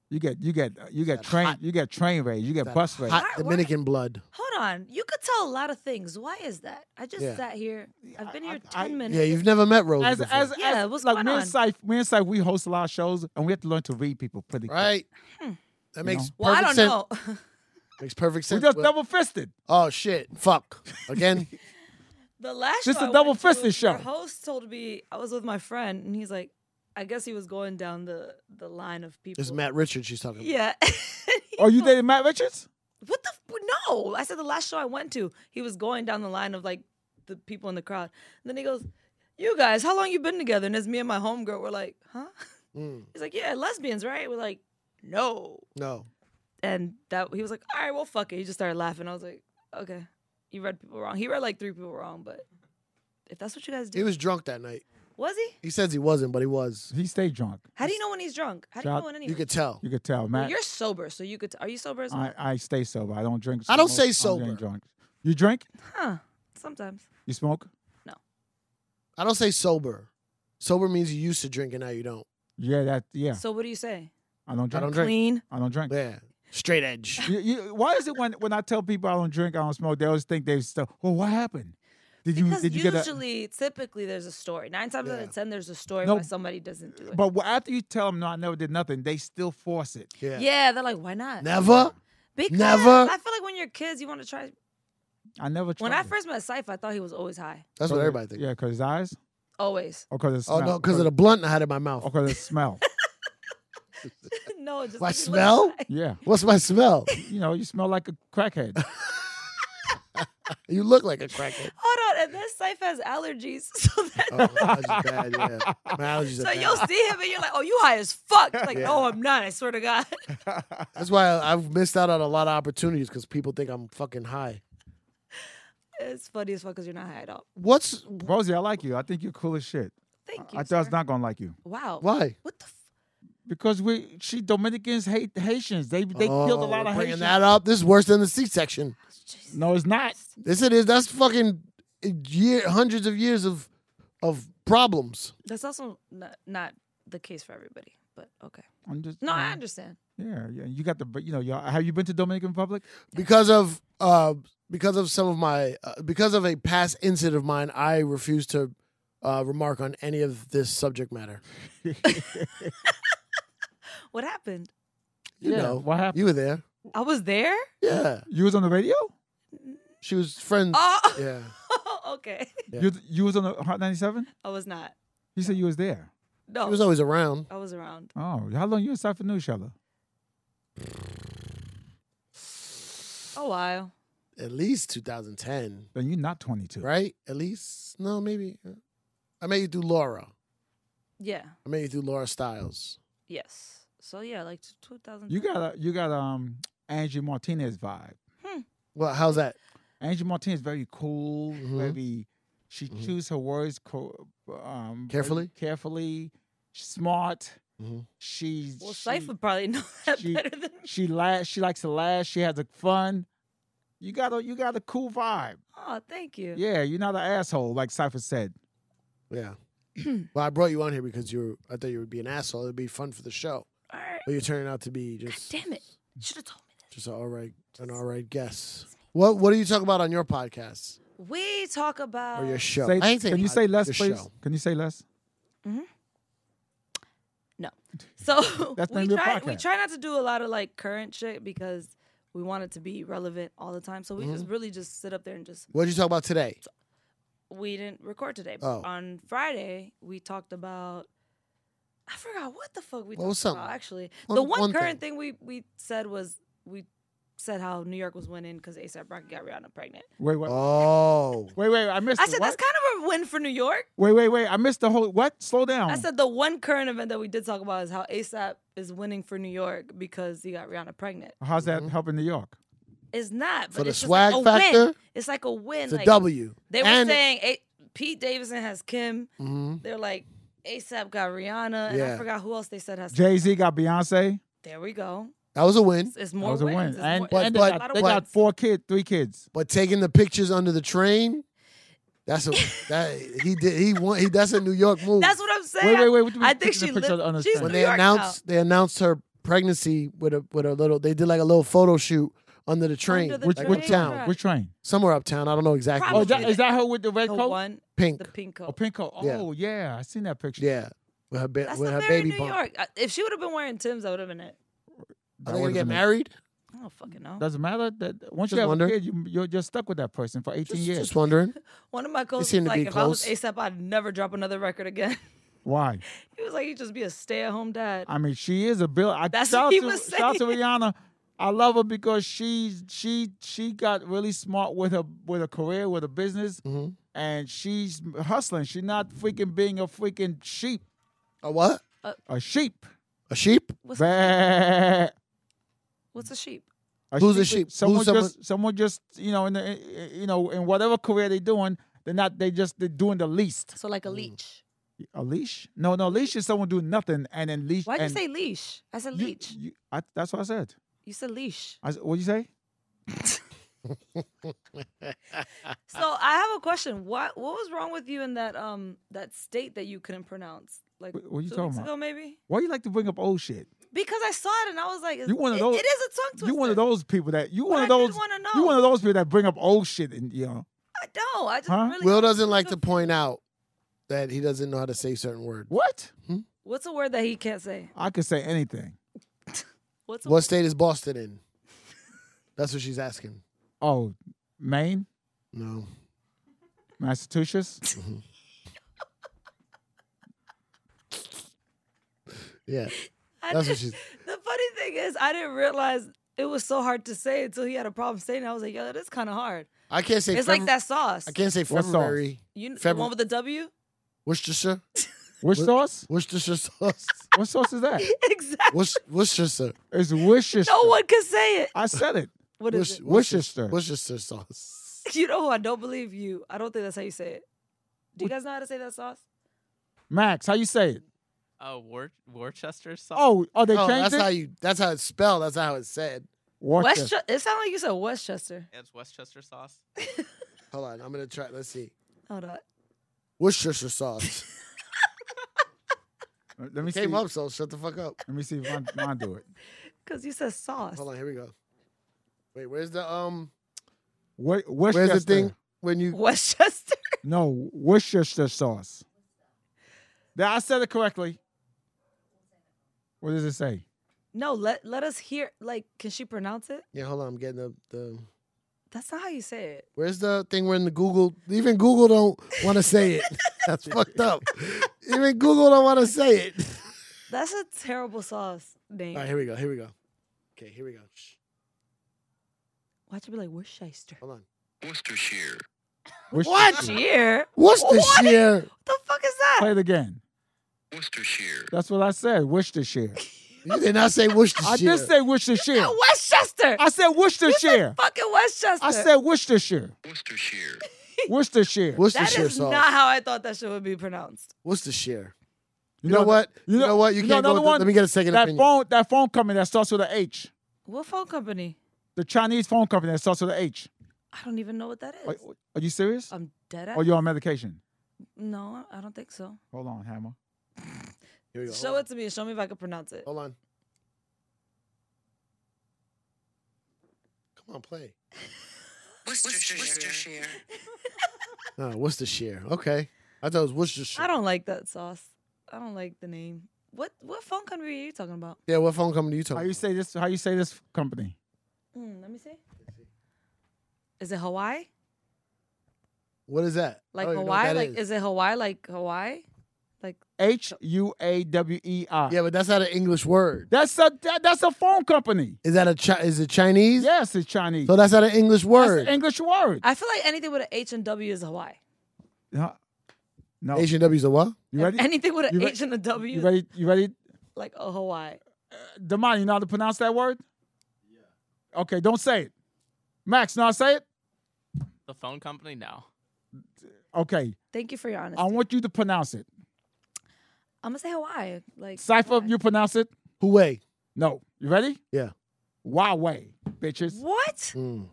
Speaker 3: You get you get uh, you get train you get train rage. You get
Speaker 2: That
Speaker 3: bus rage.
Speaker 2: Hot
Speaker 4: Why- why-
Speaker 2: Dominican blood.
Speaker 4: Hold on. You could tell a lot of things. Why is that? I just
Speaker 2: Yeah.
Speaker 4: sat here. I've been
Speaker 3: I-
Speaker 4: here
Speaker 3: I-
Speaker 4: ten minutes.
Speaker 2: Yeah, you've never met Rose
Speaker 3: As
Speaker 2: before.
Speaker 3: as
Speaker 4: Yeah,
Speaker 3: as,
Speaker 4: what's
Speaker 3: like
Speaker 4: going
Speaker 3: me
Speaker 4: on?
Speaker 3: and Syfe, me and Syfe, we host a lot of shows and we have to learn to read people pretty quick.
Speaker 2: right.
Speaker 4: Hmm.
Speaker 2: That makes perfect
Speaker 4: well, I don't
Speaker 2: sense.
Speaker 4: know.
Speaker 2: Makes perfect
Speaker 3: We
Speaker 2: sense.
Speaker 3: just
Speaker 2: Will.
Speaker 3: double fisted.
Speaker 2: oh shit! Fuck again.
Speaker 4: the last
Speaker 3: This
Speaker 4: show
Speaker 3: a
Speaker 4: I
Speaker 3: double
Speaker 4: went to,
Speaker 3: fisted show.
Speaker 4: Our host told me I was with my friend, and he's like, I guess he was going down the the line of people.
Speaker 2: this is Matt Richards. She's talking. About.
Speaker 4: Yeah.
Speaker 3: Oh, you dated Matt Richards?
Speaker 4: what the f- no i said the last show i went to he was going down the line of like the people in the crowd and then he goes you guys how long you been together and it's me and my homegirl we're like huh
Speaker 2: Mm,
Speaker 4: he's like yeah lesbians right we're like no
Speaker 2: no.
Speaker 4: and that he was like all right well fuck it he just started laughing i was like okay you read people wrong he read like three people wrong but if that's what you guys do
Speaker 2: He was drunk that night.
Speaker 4: was he
Speaker 2: He says he wasn't, but he was.
Speaker 3: He stayed drunk.
Speaker 4: how do you know when he's drunk how do you
Speaker 3: Shout-
Speaker 4: know when anyone
Speaker 2: You could tell.
Speaker 3: You could tell,
Speaker 4: Well,
Speaker 3: Matt.
Speaker 4: you're sober so you could are you sober as well?
Speaker 3: I, I stay sober. I don't drink.
Speaker 2: I don't
Speaker 3: smoke,
Speaker 2: say
Speaker 3: I don't
Speaker 2: sober.
Speaker 3: drink drunk. You drink?
Speaker 4: huh sometimes
Speaker 3: You smoke?
Speaker 2: I don't say sober. Sober means you used to drink and now you don't.
Speaker 3: Yeah, that yeah.
Speaker 4: so what do you say
Speaker 3: I don't drink.
Speaker 2: I don't drink.
Speaker 4: Clean.
Speaker 3: I don't drink.
Speaker 2: Yeah. Straight edge.
Speaker 3: You, you, why is it when, when I tell people I don't drink, I don't smoke, they always think they still, well, what happened? Did you
Speaker 4: Because
Speaker 3: did you get a?
Speaker 4: usually, typically, there's a story. Nine times out of ten, there's a story
Speaker 3: No,
Speaker 4: why somebody doesn't do it.
Speaker 3: But wh- after you tell them no, I never did nothing, they still force it.
Speaker 2: Yeah.
Speaker 4: yeah, they're like, why not?
Speaker 2: Never.
Speaker 4: Because
Speaker 2: Never.
Speaker 4: I feel like when you're kids, you want to try.
Speaker 3: I never. Tried
Speaker 4: When I
Speaker 3: it.
Speaker 4: first met Cypher, I thought he was always high.
Speaker 2: That's what everybody thinks.
Speaker 3: Yeah, because his eyes,
Speaker 4: Always.
Speaker 3: or because
Speaker 2: Oh no, because of the blunt I had in my mouth.
Speaker 3: or because the smell.
Speaker 4: no,
Speaker 2: My
Speaker 4: just because he was
Speaker 2: smell?
Speaker 4: high.
Speaker 3: yeah,
Speaker 2: What's my smell?
Speaker 3: you know, you smell like a crackhead.
Speaker 2: You look like a crackhead.
Speaker 4: Hold on, and then Cypher has allergies, so that
Speaker 2: Oh, my allergies bad. Yeah, my allergies are
Speaker 4: so
Speaker 2: bad.
Speaker 4: you'll see him and you're like, oh, you high as fuck. Like, no, I'm not. I swear to God.
Speaker 2: That's why I- I've missed out on a lot of opportunities because people think I'm fucking high.
Speaker 4: it's funny as fuck because you're not high at all.
Speaker 2: What's
Speaker 3: Rosie, I like you. I think you're cool as shit.
Speaker 4: Thank you.
Speaker 3: I thought I was
Speaker 4: sir.
Speaker 3: not gonna like you
Speaker 4: Wow.
Speaker 2: why?
Speaker 4: What the? F-
Speaker 3: because we she Dominicans hate Haitians. They they
Speaker 2: oh,
Speaker 3: killed a lot
Speaker 2: we're
Speaker 3: of
Speaker 2: bringing
Speaker 3: Haitians.
Speaker 2: that up. This is worse than the C-section.
Speaker 4: Jesus.
Speaker 3: No, it's not.
Speaker 2: This it is. That's fucking eh, year, hundreds of years of of problems.
Speaker 4: That's also not, not the case for everybody. But okay.
Speaker 3: I'm just
Speaker 4: No, I
Speaker 3: yeah,
Speaker 4: understand.
Speaker 3: yeah, yeah. You got the but you know y'all, have you been to Dominican Republic?
Speaker 2: because of uh because of some of my uh, because of a past incident of mine i refuse to uh, remark on any of this subject matter
Speaker 4: What happened?
Speaker 2: you
Speaker 3: Yeah,
Speaker 2: know
Speaker 3: what happened?
Speaker 2: you were there
Speaker 4: I was there.
Speaker 2: yeah
Speaker 3: You was on the radio.
Speaker 2: she was
Speaker 3: Mm.
Speaker 2: friends
Speaker 4: Oh.
Speaker 2: yeah
Speaker 4: okay.
Speaker 2: Yeah.
Speaker 3: You you was on the Hot 97.
Speaker 4: I was not.
Speaker 3: You said you was there.
Speaker 4: No.
Speaker 2: she was always around
Speaker 4: I was around.
Speaker 3: Oh, how long you and Cypher knew each other?
Speaker 4: A while.
Speaker 2: at least 2010
Speaker 3: Then you're not 22.
Speaker 2: right at least no maybe i met you through laura
Speaker 4: Yeah.
Speaker 2: i met you through laura styles
Speaker 4: Yes. So yeah, like t- 2000.
Speaker 3: You got a you got um Angie Martinez vibe.
Speaker 2: well how's that
Speaker 3: Angie Martinez very cool,
Speaker 2: Mhm.
Speaker 3: very she
Speaker 2: Mhm.
Speaker 3: choose her words co- um, very
Speaker 2: Carefully?
Speaker 3: carefully, smart.
Speaker 2: Mhm.
Speaker 3: She's
Speaker 4: Well,
Speaker 3: she-
Speaker 4: Cypher probably know that
Speaker 3: she-
Speaker 4: better than me.
Speaker 3: She laughs. She likes to laugh. She has a fun. You got a you got a cool vibe.
Speaker 4: Oh, thank you.
Speaker 3: Yeah, you're not an asshole like Cypher said.
Speaker 2: yeah well i brought you on here because you were i thought you would be an asshole it'd be fun for the show
Speaker 4: All right.
Speaker 2: but you're turning out to be
Speaker 4: God
Speaker 2: just
Speaker 4: damn it. Should have told me this.
Speaker 2: Just an all right, an
Speaker 4: Just-
Speaker 2: all right guess. What What do you talk about on your podcast
Speaker 4: We
Speaker 3: Oh,
Speaker 4: talk about.
Speaker 2: or your show?
Speaker 3: Uh, Say-
Speaker 2: I ain't saying
Speaker 3: can you
Speaker 2: pod-
Speaker 3: say less,
Speaker 2: your
Speaker 3: please?
Speaker 2: show.
Speaker 3: Can you say less?
Speaker 4: So
Speaker 3: That's the name
Speaker 4: we
Speaker 3: of the
Speaker 4: try we
Speaker 3: podcast.
Speaker 4: try not to do a lot of like current shit because we want it to be relevant all the time. So we just really just sit up there and just
Speaker 2: What did you talk about today?
Speaker 4: we didn't record today. But
Speaker 2: Oh.
Speaker 4: On Friday we talked about I forgot what the fuck we
Speaker 2: What was
Speaker 4: talked about
Speaker 2: something?
Speaker 4: actually. the
Speaker 2: One-
Speaker 4: one,
Speaker 2: one
Speaker 4: current thing. we we said was we said how New York was winning because ASAP Rocky got Rihanna pregnant.
Speaker 3: Wait, wait,
Speaker 2: Oh,
Speaker 3: wait, wait. I missed.
Speaker 4: I
Speaker 3: it.
Speaker 4: said
Speaker 3: What?
Speaker 4: that's kind of a win for New York.
Speaker 3: Wait, wait, wait. I missed the whole. What? Slow down.
Speaker 4: I said the one current event that we did talk about is how ASAP is winning for New York because he got Rihanna pregnant.
Speaker 3: How's that
Speaker 2: Mm-hmm.
Speaker 3: helping New York?
Speaker 4: It's not. But
Speaker 2: For the
Speaker 4: it's just
Speaker 2: swag
Speaker 4: like a Win.
Speaker 2: factor?
Speaker 4: It's like a win.
Speaker 2: it's a
Speaker 4: like,
Speaker 2: W.
Speaker 4: They were
Speaker 2: And-
Speaker 4: saying eh, Pete Davidson has Kim.
Speaker 2: Mhm.
Speaker 4: They're like ASAP got Rihanna, and I
Speaker 2: Yeah.
Speaker 4: forgot who else they said has.
Speaker 3: Jay Z got Beyonce.
Speaker 4: there we go.
Speaker 2: that was a win.
Speaker 4: It's, it's
Speaker 3: That
Speaker 4: more
Speaker 3: was a
Speaker 4: wins.
Speaker 3: win.
Speaker 4: It's
Speaker 3: And,
Speaker 4: more-
Speaker 2: But-
Speaker 3: and
Speaker 2: but-
Speaker 3: they,
Speaker 4: lot
Speaker 3: got,
Speaker 4: of
Speaker 3: they got
Speaker 4: wins.
Speaker 3: four kids, three kids.
Speaker 2: But taking the pictures under the train, that's a that he did he won. He that's a New York move.
Speaker 4: that's what I'm saying.
Speaker 3: Wait, wait, wait. What do you
Speaker 4: I
Speaker 3: mean
Speaker 4: think
Speaker 3: taking the
Speaker 4: she
Speaker 3: picture
Speaker 4: lived.
Speaker 3: on the
Speaker 4: she's
Speaker 3: stand?
Speaker 2: when
Speaker 4: New
Speaker 2: they
Speaker 4: York
Speaker 2: announced they announced her pregnancy with a with a little they did like a little photo shoot under the train,
Speaker 4: the
Speaker 2: like
Speaker 4: train,
Speaker 2: uptown,
Speaker 4: right.
Speaker 3: Which train?
Speaker 2: somewhere uptown. I don't know exactly.
Speaker 4: Probably
Speaker 3: Oh,
Speaker 2: what
Speaker 3: is that,
Speaker 2: it
Speaker 3: is that her with the red
Speaker 4: now. the
Speaker 3: coat?
Speaker 4: one,
Speaker 2: pink,
Speaker 4: the pink
Speaker 3: Oh,
Speaker 4: coat.
Speaker 3: pink coat.
Speaker 2: Yeah.
Speaker 3: Oh, yeah. I seen that picture.
Speaker 2: yeah, with her ba-
Speaker 4: That's
Speaker 2: with
Speaker 4: not
Speaker 2: her
Speaker 4: very
Speaker 2: baby
Speaker 4: New
Speaker 2: bump.
Speaker 4: York. Uh, If she would have been wearing Tim's, I would have been it.
Speaker 2: Are
Speaker 3: That
Speaker 2: they gonna
Speaker 3: wasn't
Speaker 2: get
Speaker 3: me.
Speaker 2: married?
Speaker 4: I don't fucking know.
Speaker 3: Doesn't matter. That once
Speaker 2: Just
Speaker 3: you have
Speaker 2: wonder.
Speaker 3: a kid, you, you're just stuck with that person for 18
Speaker 2: Just,
Speaker 3: years.
Speaker 2: just wondering.
Speaker 4: One of my coaches
Speaker 2: seem
Speaker 4: was
Speaker 2: to be
Speaker 4: like, if I was
Speaker 2: close.
Speaker 4: ASAP, I'd never drop another record again.
Speaker 3: Why?
Speaker 4: he was like, he'd just be a stay-at-home dad.
Speaker 3: I mean, she is a bill. I
Speaker 4: That's
Speaker 3: shout
Speaker 4: what he
Speaker 3: to,
Speaker 4: was
Speaker 3: Shout to
Speaker 4: saying.
Speaker 3: Rihanna. I love her because she she she got really smart with her with her career with her business,
Speaker 2: Mm-hmm.
Speaker 3: and she's hustling. She's not freaking being a freaking sheep.
Speaker 2: A what?
Speaker 3: A sheep.
Speaker 2: A sheep?
Speaker 4: What's,
Speaker 3: Bah.
Speaker 4: what's a sheep?
Speaker 3: A
Speaker 2: Who's a sheep? Who's
Speaker 3: Someone
Speaker 2: someone-
Speaker 3: just, someone just, you know, in the, you know, in whatever career they're doing, they're not. They just they're doing the least.
Speaker 4: So
Speaker 2: Mm.
Speaker 4: like a leech.
Speaker 3: A leash? No, no, leash is someone doing nothing and then leash.
Speaker 4: Why'd you
Speaker 3: and
Speaker 4: say leash? I said
Speaker 3: you-
Speaker 4: leech.
Speaker 3: you- I, that's what I said.
Speaker 4: You said leash.
Speaker 3: I, what would you say?
Speaker 4: So I have a question. What what was wrong with you in that um that state that you couldn't pronounce? Like
Speaker 3: Wh- what you
Speaker 4: two
Speaker 3: talking
Speaker 4: weeks
Speaker 3: about?
Speaker 4: ago, maybe.
Speaker 3: Why you like to bring up old shit?
Speaker 4: because I saw it and I was like,
Speaker 3: You one of
Speaker 4: it-
Speaker 3: those-
Speaker 4: it is a tongue twister.
Speaker 3: You one of those people that you one
Speaker 4: I
Speaker 3: of
Speaker 4: did
Speaker 3: those
Speaker 4: wanna know.
Speaker 3: you one of those people that bring up old shit and you know
Speaker 4: I don't. I just
Speaker 3: Huh?
Speaker 4: really.
Speaker 2: Will doesn't like to point out that he doesn't know how to say certain words.
Speaker 3: what?
Speaker 4: What's a word that he can't say?
Speaker 3: I could say anything.
Speaker 4: What's a
Speaker 2: What state is Boston in? That's what she's asking.
Speaker 3: Oh, Maine,
Speaker 2: No.
Speaker 3: Massachusetts.
Speaker 2: Yeah.
Speaker 4: I
Speaker 2: That's what
Speaker 4: just-
Speaker 2: she's.
Speaker 4: The funny thing is, I didn't realize it was so hard to say until he had a problem saying. it. I was like, yo, that is kind of hard.
Speaker 2: I can't say.
Speaker 4: It's like
Speaker 2: Febru-
Speaker 4: that sauce.
Speaker 2: I can't say
Speaker 3: What sauce?
Speaker 2: February.
Speaker 4: You the
Speaker 2: Febru-
Speaker 4: one with the W?
Speaker 2: Worcestershire.
Speaker 3: Which sauce?
Speaker 2: Worcestershire sauce.
Speaker 3: What sauce is that?
Speaker 4: exactly.
Speaker 2: Worc- Worcestershire.
Speaker 3: It's Worcester.
Speaker 4: No one could say it.
Speaker 3: I said it.
Speaker 4: What
Speaker 2: Worc-
Speaker 4: is it?
Speaker 3: Worcester.
Speaker 2: Worcestershire sauce.
Speaker 4: You know who I don't believe you. I don't think that's how you say it. Do you guys know how to say that sauce?
Speaker 3: Max, how you say it?
Speaker 5: Oh, Wor- Worcester sauce.
Speaker 3: Oh, oh, they
Speaker 2: oh,
Speaker 3: changed
Speaker 2: that's how
Speaker 3: it.
Speaker 2: you. That's how it's spelled. That's not how it's said.
Speaker 3: Worcester.
Speaker 4: Westchester. It sounded like you said Westchester.
Speaker 5: it's Westchester sauce.
Speaker 2: Hold on. I'm gonna try. Let's see.
Speaker 4: Hold on.
Speaker 2: Worcestershire sauce.
Speaker 3: Let me see.
Speaker 2: Came up, so shut the fuck up.
Speaker 3: Let me see if mine, mine do it.
Speaker 4: Because you said sauce.
Speaker 2: Hold on. Here we go. Wait. Where's the um?
Speaker 3: Wor- Worcester.
Speaker 2: Where's the thing when you?
Speaker 4: Westchester.
Speaker 3: No, Worcester sauce. Now, I said it correctly. What does it say?
Speaker 4: No, let let us hear. Like, can she pronounce it?
Speaker 2: Yeah. Hold on. I'm getting the the.
Speaker 4: That's not how you say it.
Speaker 2: Where's the thing when the Google even Google don't want to say it? That's fucked up. Even Google don't want to say it.
Speaker 4: That's a terrible sauce name.
Speaker 2: All right, here we go. Here we go. Okay, here we go. Shh,
Speaker 4: Why'd you be like Worcester?
Speaker 2: hold on.
Speaker 6: Worcestershire.
Speaker 3: Worcestershire.
Speaker 4: Cheer.
Speaker 2: Worcestershire.
Speaker 4: What the fuck is that?
Speaker 3: Play it again.
Speaker 6: Worcestershire.
Speaker 3: That's what I said. Worcestershire.
Speaker 2: You did not say Worcestershire.
Speaker 3: I did say Worcestershire.
Speaker 4: Westchester.
Speaker 3: I said
Speaker 4: You said
Speaker 3: Worcestershire.
Speaker 4: fucking Westchester.
Speaker 3: I said Worcestershire.
Speaker 6: Worcestershire.
Speaker 3: Worcestershire.
Speaker 4: that
Speaker 2: Worcestershire
Speaker 4: is
Speaker 2: sauce.
Speaker 4: not how I thought that shit would be pronounced.
Speaker 2: Worcestershire. You know what? You know, what? You,
Speaker 3: you know
Speaker 2: can't go.
Speaker 3: another
Speaker 2: With
Speaker 3: one?
Speaker 2: Let me get a second
Speaker 3: that
Speaker 2: opinion.
Speaker 3: phone that phone company that starts with an H.
Speaker 4: What phone company?
Speaker 3: The Chinese phone company that starts with an H.
Speaker 4: I don't even know what that is.
Speaker 3: Are, are you serious?
Speaker 4: I'm dead.
Speaker 3: Or
Speaker 4: At-
Speaker 3: you on medication?
Speaker 4: no, I don't think so.
Speaker 3: Hold on, Hammer.
Speaker 2: Here we go.
Speaker 4: Show
Speaker 2: hold
Speaker 4: it to me and show me if I can pronounce it.
Speaker 3: Oh,
Speaker 2: On. Hold on. Come on, play.
Speaker 6: Worcestershire.
Speaker 2: Oh, Worcestershire. Okay. I thought it was Worcestershire.
Speaker 4: I don't like that sauce. I don't like the name. What what phone company are you talking about?
Speaker 2: yeah, what phone company you
Speaker 3: How
Speaker 2: talking?
Speaker 3: you say this? How you say this company?
Speaker 4: Mm, let me see. Is it Hawaii?
Speaker 2: What is that?
Speaker 4: Like
Speaker 3: Oh,
Speaker 2: I don't even know what
Speaker 4: Hawaii?
Speaker 2: that
Speaker 4: Like is it Hawaii? Like Hawaii? Like
Speaker 3: H U A W E I.
Speaker 2: Yeah, but that's not an English word.
Speaker 3: That's a that, that's a phone company.
Speaker 2: Is that a chi- is it Chinese?
Speaker 3: Yes, it's Chinese.
Speaker 2: So that's not an English
Speaker 3: that's
Speaker 2: word.
Speaker 3: an English word.
Speaker 4: I feel like anything with an H and W is Hawaii.
Speaker 3: Huh? No.
Speaker 2: Asian W's a what?
Speaker 3: You ready?
Speaker 4: Anything with
Speaker 3: You
Speaker 4: an
Speaker 3: re-
Speaker 4: H and a W
Speaker 3: You
Speaker 4: is
Speaker 3: ready? You ready?
Speaker 4: like a Hawaii.
Speaker 3: Damani, you know how to pronounce that word? Yeah. Okay, don't say it. Max, know how to say it?
Speaker 5: The phone company? No.
Speaker 3: Okay.
Speaker 4: Thank you for your honesty.
Speaker 3: I want you to pronounce it.
Speaker 4: I'm gonna say Hawaii. Like
Speaker 3: Cypher,
Speaker 4: Hawaii.
Speaker 3: you pronounce it?
Speaker 2: Huawei.
Speaker 3: No. You ready?
Speaker 2: Yeah.
Speaker 3: Huawei, bitches.
Speaker 4: What?
Speaker 2: Mm.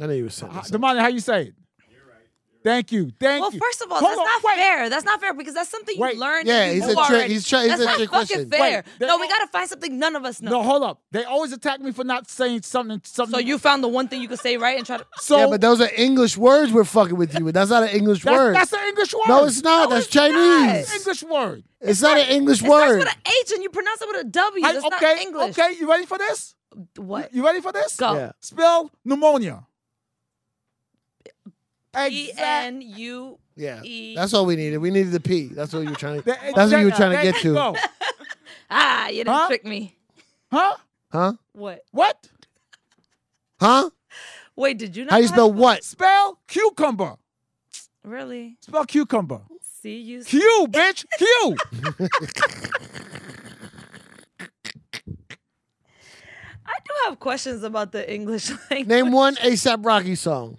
Speaker 2: I know you were
Speaker 4: Uh,
Speaker 2: saying
Speaker 3: How- Damani, how you say it? You're right. Thank you. Thank
Speaker 4: Well,
Speaker 3: you.
Speaker 4: first of all,
Speaker 3: Hold
Speaker 4: that's
Speaker 3: on,
Speaker 4: not
Speaker 3: wait.
Speaker 4: fair. That's not fair because that's something you
Speaker 3: Wait.
Speaker 4: learned.
Speaker 2: Yeah,
Speaker 4: and
Speaker 2: he's
Speaker 4: you knew
Speaker 2: a trick-
Speaker 4: already.
Speaker 2: he's try- he's
Speaker 4: That's
Speaker 2: a
Speaker 4: not
Speaker 2: trick
Speaker 4: fucking
Speaker 2: question.
Speaker 4: fair.
Speaker 3: Wait,
Speaker 4: no,
Speaker 3: they-
Speaker 4: we gotta find something none of us know.
Speaker 3: No, hold up. They always attack me for not saying something. Something.
Speaker 4: So you found the one thing you could say right and try to.
Speaker 3: So
Speaker 2: yeah, but those are English words we're fucking with you with. That's not an English
Speaker 3: that's,
Speaker 2: word.
Speaker 3: that's an English word.
Speaker 2: no, it's not.
Speaker 4: No,
Speaker 2: that's
Speaker 4: it's not.
Speaker 2: Chinese.
Speaker 3: It's an English word.
Speaker 2: It's not an English
Speaker 4: It starts
Speaker 2: word.
Speaker 4: with an H and you pronounce it with a W.
Speaker 3: I-
Speaker 4: That's
Speaker 3: okay.
Speaker 4: not English.
Speaker 3: Okay. You ready for this?
Speaker 4: What?
Speaker 3: You ready for this?
Speaker 4: Go.
Speaker 2: Yeah.
Speaker 3: Spell pneumonia.
Speaker 4: E
Speaker 3: Exactly.
Speaker 4: N U.
Speaker 2: Yeah,
Speaker 4: E-
Speaker 2: that's all we needed. We needed the P. That's what you were trying. That's what you were trying to get to,
Speaker 4: Ah, you didn't
Speaker 3: Huh?
Speaker 4: trick me.
Speaker 3: Huh?
Speaker 2: huh?
Speaker 4: What?
Speaker 3: What?
Speaker 2: Huh?
Speaker 4: Wait, did you not?
Speaker 2: How you
Speaker 4: know
Speaker 2: spell what?
Speaker 3: Spell cucumber.
Speaker 4: Really?
Speaker 3: Spell cucumber.
Speaker 4: See you.
Speaker 3: Q, bitch. Q.
Speaker 4: I do have questions about the English language.
Speaker 2: Name one ASAP Rocky song.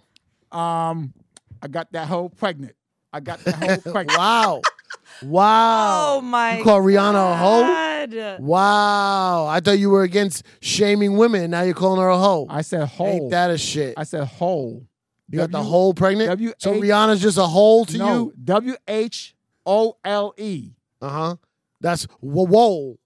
Speaker 3: um, I got that whole pregnant. I got that whole pregnant.
Speaker 2: Wow, wow.
Speaker 4: Oh my.
Speaker 2: You call Rihanna a hoe?
Speaker 4: God.
Speaker 2: Wow. I thought you were against shaming women. Now you're calling her a hoe.
Speaker 3: I said whole.
Speaker 2: Ain't that a shit?
Speaker 3: I said whole.
Speaker 2: you got the
Speaker 3: W-
Speaker 2: whole pregnant.
Speaker 3: W-
Speaker 2: so
Speaker 3: H-
Speaker 2: Rihanna's just a hole to
Speaker 3: no,
Speaker 2: you.
Speaker 3: W H O L E.
Speaker 2: Uh-huh. Uh huh. That's whoa. whoa.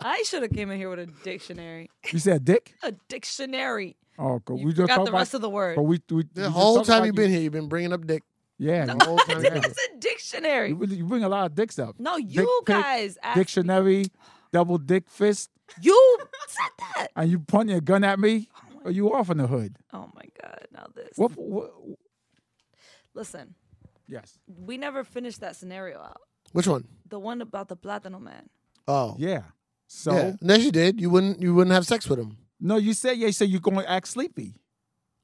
Speaker 4: I should have came in here with a dictionary.
Speaker 3: You said dick?
Speaker 4: A dictionary.
Speaker 3: Oh, cool.
Speaker 4: You
Speaker 3: we just
Speaker 4: forgot
Speaker 3: talked
Speaker 4: the
Speaker 3: about-
Speaker 4: rest of the word.
Speaker 3: But we, we we
Speaker 2: The
Speaker 3: just
Speaker 2: whole
Speaker 3: talked
Speaker 2: time
Speaker 3: about
Speaker 2: you've been here, you've been bringing up dick.
Speaker 3: Yeah, the
Speaker 2: The whole time.
Speaker 4: It's a dictionary.
Speaker 3: You, really- you bring a lot of dicks up.
Speaker 4: No,
Speaker 3: Dick
Speaker 4: you
Speaker 3: pic,
Speaker 4: guys. asked-
Speaker 3: Dictionary, double dick fist,
Speaker 4: You said that.
Speaker 3: and you pointing a gun at me. Are you off in the hood?
Speaker 4: Oh my God. Now this.
Speaker 3: What? what
Speaker 4: Listen,
Speaker 3: yes.
Speaker 4: we never finished that scenario out.
Speaker 2: Which one?
Speaker 4: The one about the Platano man.
Speaker 2: Oh,
Speaker 3: Yeah. So
Speaker 2: yeah. Unless you did, you wouldn't. You wouldn't have sex with him.
Speaker 3: no, you said yeah. You said you're going to act sleepy.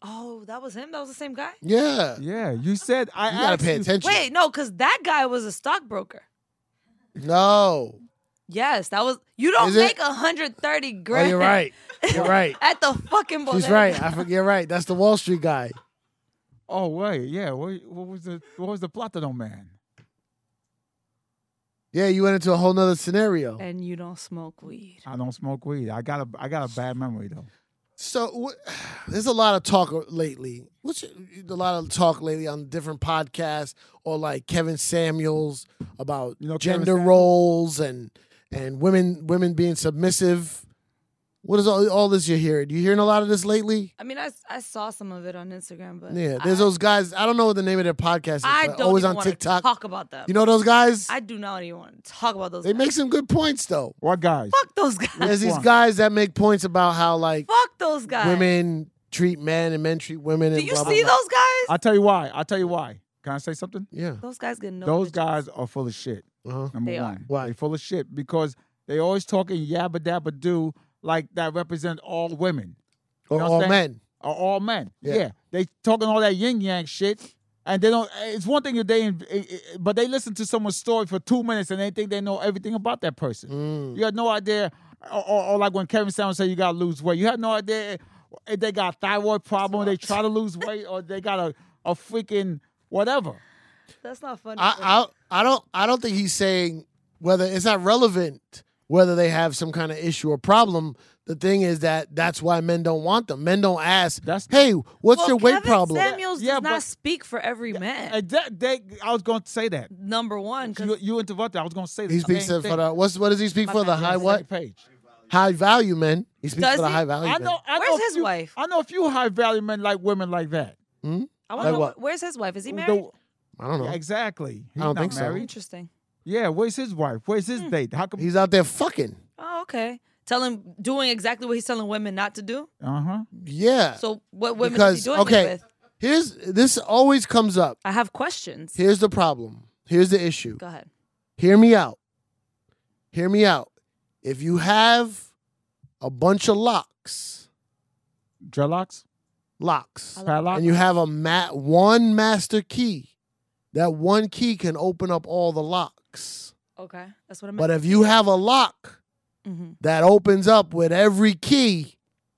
Speaker 4: Oh, that was him? That was the same guy?
Speaker 2: Yeah, you
Speaker 3: Yeah, you said I
Speaker 2: gotta
Speaker 3: asked
Speaker 2: pay
Speaker 3: you-
Speaker 2: attention.
Speaker 4: Wait, no, because that guy was a stockbroker.
Speaker 2: No, Oh,
Speaker 4: Yes, that was. You don't
Speaker 2: Is it?
Speaker 4: make a 130 grand.
Speaker 2: oh, you're right. You're right.
Speaker 4: At the fucking bodega.
Speaker 2: He's right. I forget. You're right. That's the Wall Street guy.
Speaker 3: Oh wait, yeah. What, what was the what was the plot to no man?
Speaker 2: Yeah, you went into a whole nother scenario.
Speaker 4: And you don't smoke weed.
Speaker 3: I don't smoke weed. I got a I got a bad memory though.
Speaker 2: So wh- there's a lot of talk lately. What's your- a lot of talk lately on different podcasts or like Kevin Samuels about
Speaker 3: You know Kevin
Speaker 2: gender
Speaker 3: Samuels?
Speaker 2: roles and and women women being submissive. What is all all this you're hearing? You hearing a lot of this lately?
Speaker 4: I mean, I, I saw some of it on Instagram, but.
Speaker 2: Yeah,
Speaker 4: Uh, I,
Speaker 2: there's those guys. I don't know what the name of their podcast is.
Speaker 4: I
Speaker 2: but
Speaker 4: don't
Speaker 2: always
Speaker 4: even
Speaker 2: on
Speaker 4: wanna
Speaker 2: TikTok.
Speaker 4: talk about them.
Speaker 2: You know those guys?
Speaker 4: I do not even want to talk about those
Speaker 2: they
Speaker 4: guys.
Speaker 2: make some good points though.
Speaker 3: What guys?
Speaker 4: Fuck those guys.
Speaker 2: There's these
Speaker 3: one?
Speaker 2: guys that make points about how like
Speaker 4: Fuck those guys.
Speaker 2: women treat men and men treat women.
Speaker 4: Do
Speaker 2: and
Speaker 4: you
Speaker 2: blah, blah,
Speaker 4: see
Speaker 2: blah.
Speaker 4: those guys?
Speaker 3: I'll tell you why. I'll tell you why. Can I say something?
Speaker 2: Yeah.
Speaker 4: those guys get no.
Speaker 3: Those
Speaker 4: bitches.
Speaker 3: guys are full of shit.
Speaker 2: Uh-huh.
Speaker 3: Number
Speaker 4: They
Speaker 3: one.
Speaker 4: are.
Speaker 2: Why?
Speaker 3: They full of shit because they always talking yabba dabba do like that represent all women
Speaker 2: Or
Speaker 3: know what I'm
Speaker 2: all
Speaker 3: saying?
Speaker 2: men.
Speaker 3: or all men.
Speaker 2: Yeah.
Speaker 3: Yeah. They talking all that yin yang shit. And they don't. It's one thing if they, eh, eh, but they listen to someone's story for two minutes and they think they know everything about that person. You had no idea, or, or, or like when Kevin Samuels said you gotta lose weight. You had no idea if they got a thyroid problem, they try to lose weight, or they got a, a freaking whatever.
Speaker 4: Eh. That's not funny. for me.
Speaker 2: I, I I don't I don't think he's saying whether it's not relevant whether they have some kind of issue or problem. The thing is that that's why men don't want them. Men don't ask,
Speaker 3: That's-
Speaker 2: "Hey, what's
Speaker 4: Well,
Speaker 2: your weight
Speaker 4: Kevin
Speaker 2: problem?"
Speaker 4: Samuels
Speaker 3: Yeah,
Speaker 4: does
Speaker 3: but-
Speaker 4: not speak for every man.
Speaker 3: And that, they, I was going to say that.
Speaker 4: Number one,
Speaker 3: You,
Speaker 4: because
Speaker 3: you interrupted. I was going to say that.
Speaker 2: he speaks
Speaker 3: same
Speaker 2: for
Speaker 3: thing.
Speaker 2: the what's what does he speak for? The high what?
Speaker 3: Second page.
Speaker 2: High value men. He speaks
Speaker 4: Does
Speaker 2: for the
Speaker 4: he?
Speaker 2: high value.
Speaker 3: I
Speaker 2: men.
Speaker 3: know. I
Speaker 4: Where's
Speaker 3: know a
Speaker 4: his
Speaker 3: few-
Speaker 4: wife?
Speaker 3: I know a few high value men like women like that.
Speaker 4: I want to
Speaker 2: Like
Speaker 4: know
Speaker 2: what?
Speaker 4: where's his wife. Is he
Speaker 3: The-
Speaker 4: married?
Speaker 2: I don't know.
Speaker 3: Yeah, exactly. He's
Speaker 2: don't
Speaker 3: not
Speaker 2: think so.
Speaker 3: married.
Speaker 4: Interesting.
Speaker 3: Yeah. Where's his wife? Where's his
Speaker 4: Hmm.
Speaker 3: date? How come?
Speaker 2: He's out there fucking.
Speaker 4: Oh, okay. Telling doing exactly what he's telling women not to do.
Speaker 3: Uh huh.
Speaker 2: Yeah.
Speaker 4: So what women
Speaker 2: because
Speaker 4: is he doing
Speaker 2: okay,
Speaker 4: it with?
Speaker 2: here's this always comes up.
Speaker 4: I have questions.
Speaker 2: Here's the problem. Here's the issue.
Speaker 4: Go ahead.
Speaker 2: hear me out. Hear me out. If you have a bunch of locks,
Speaker 3: Dreadlocks.
Speaker 2: locks,
Speaker 3: Padlock.
Speaker 2: and you have a mat one master key, that one key can open up all the locks.
Speaker 4: Okay, that's what I meant.
Speaker 2: But if you have a lock
Speaker 4: Mhm.
Speaker 2: that opens up with every key,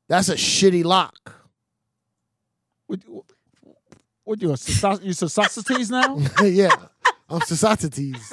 Speaker 2: that's a shitty lock.
Speaker 3: What, what you a soci- you societies now?
Speaker 2: yeah. I'm societies.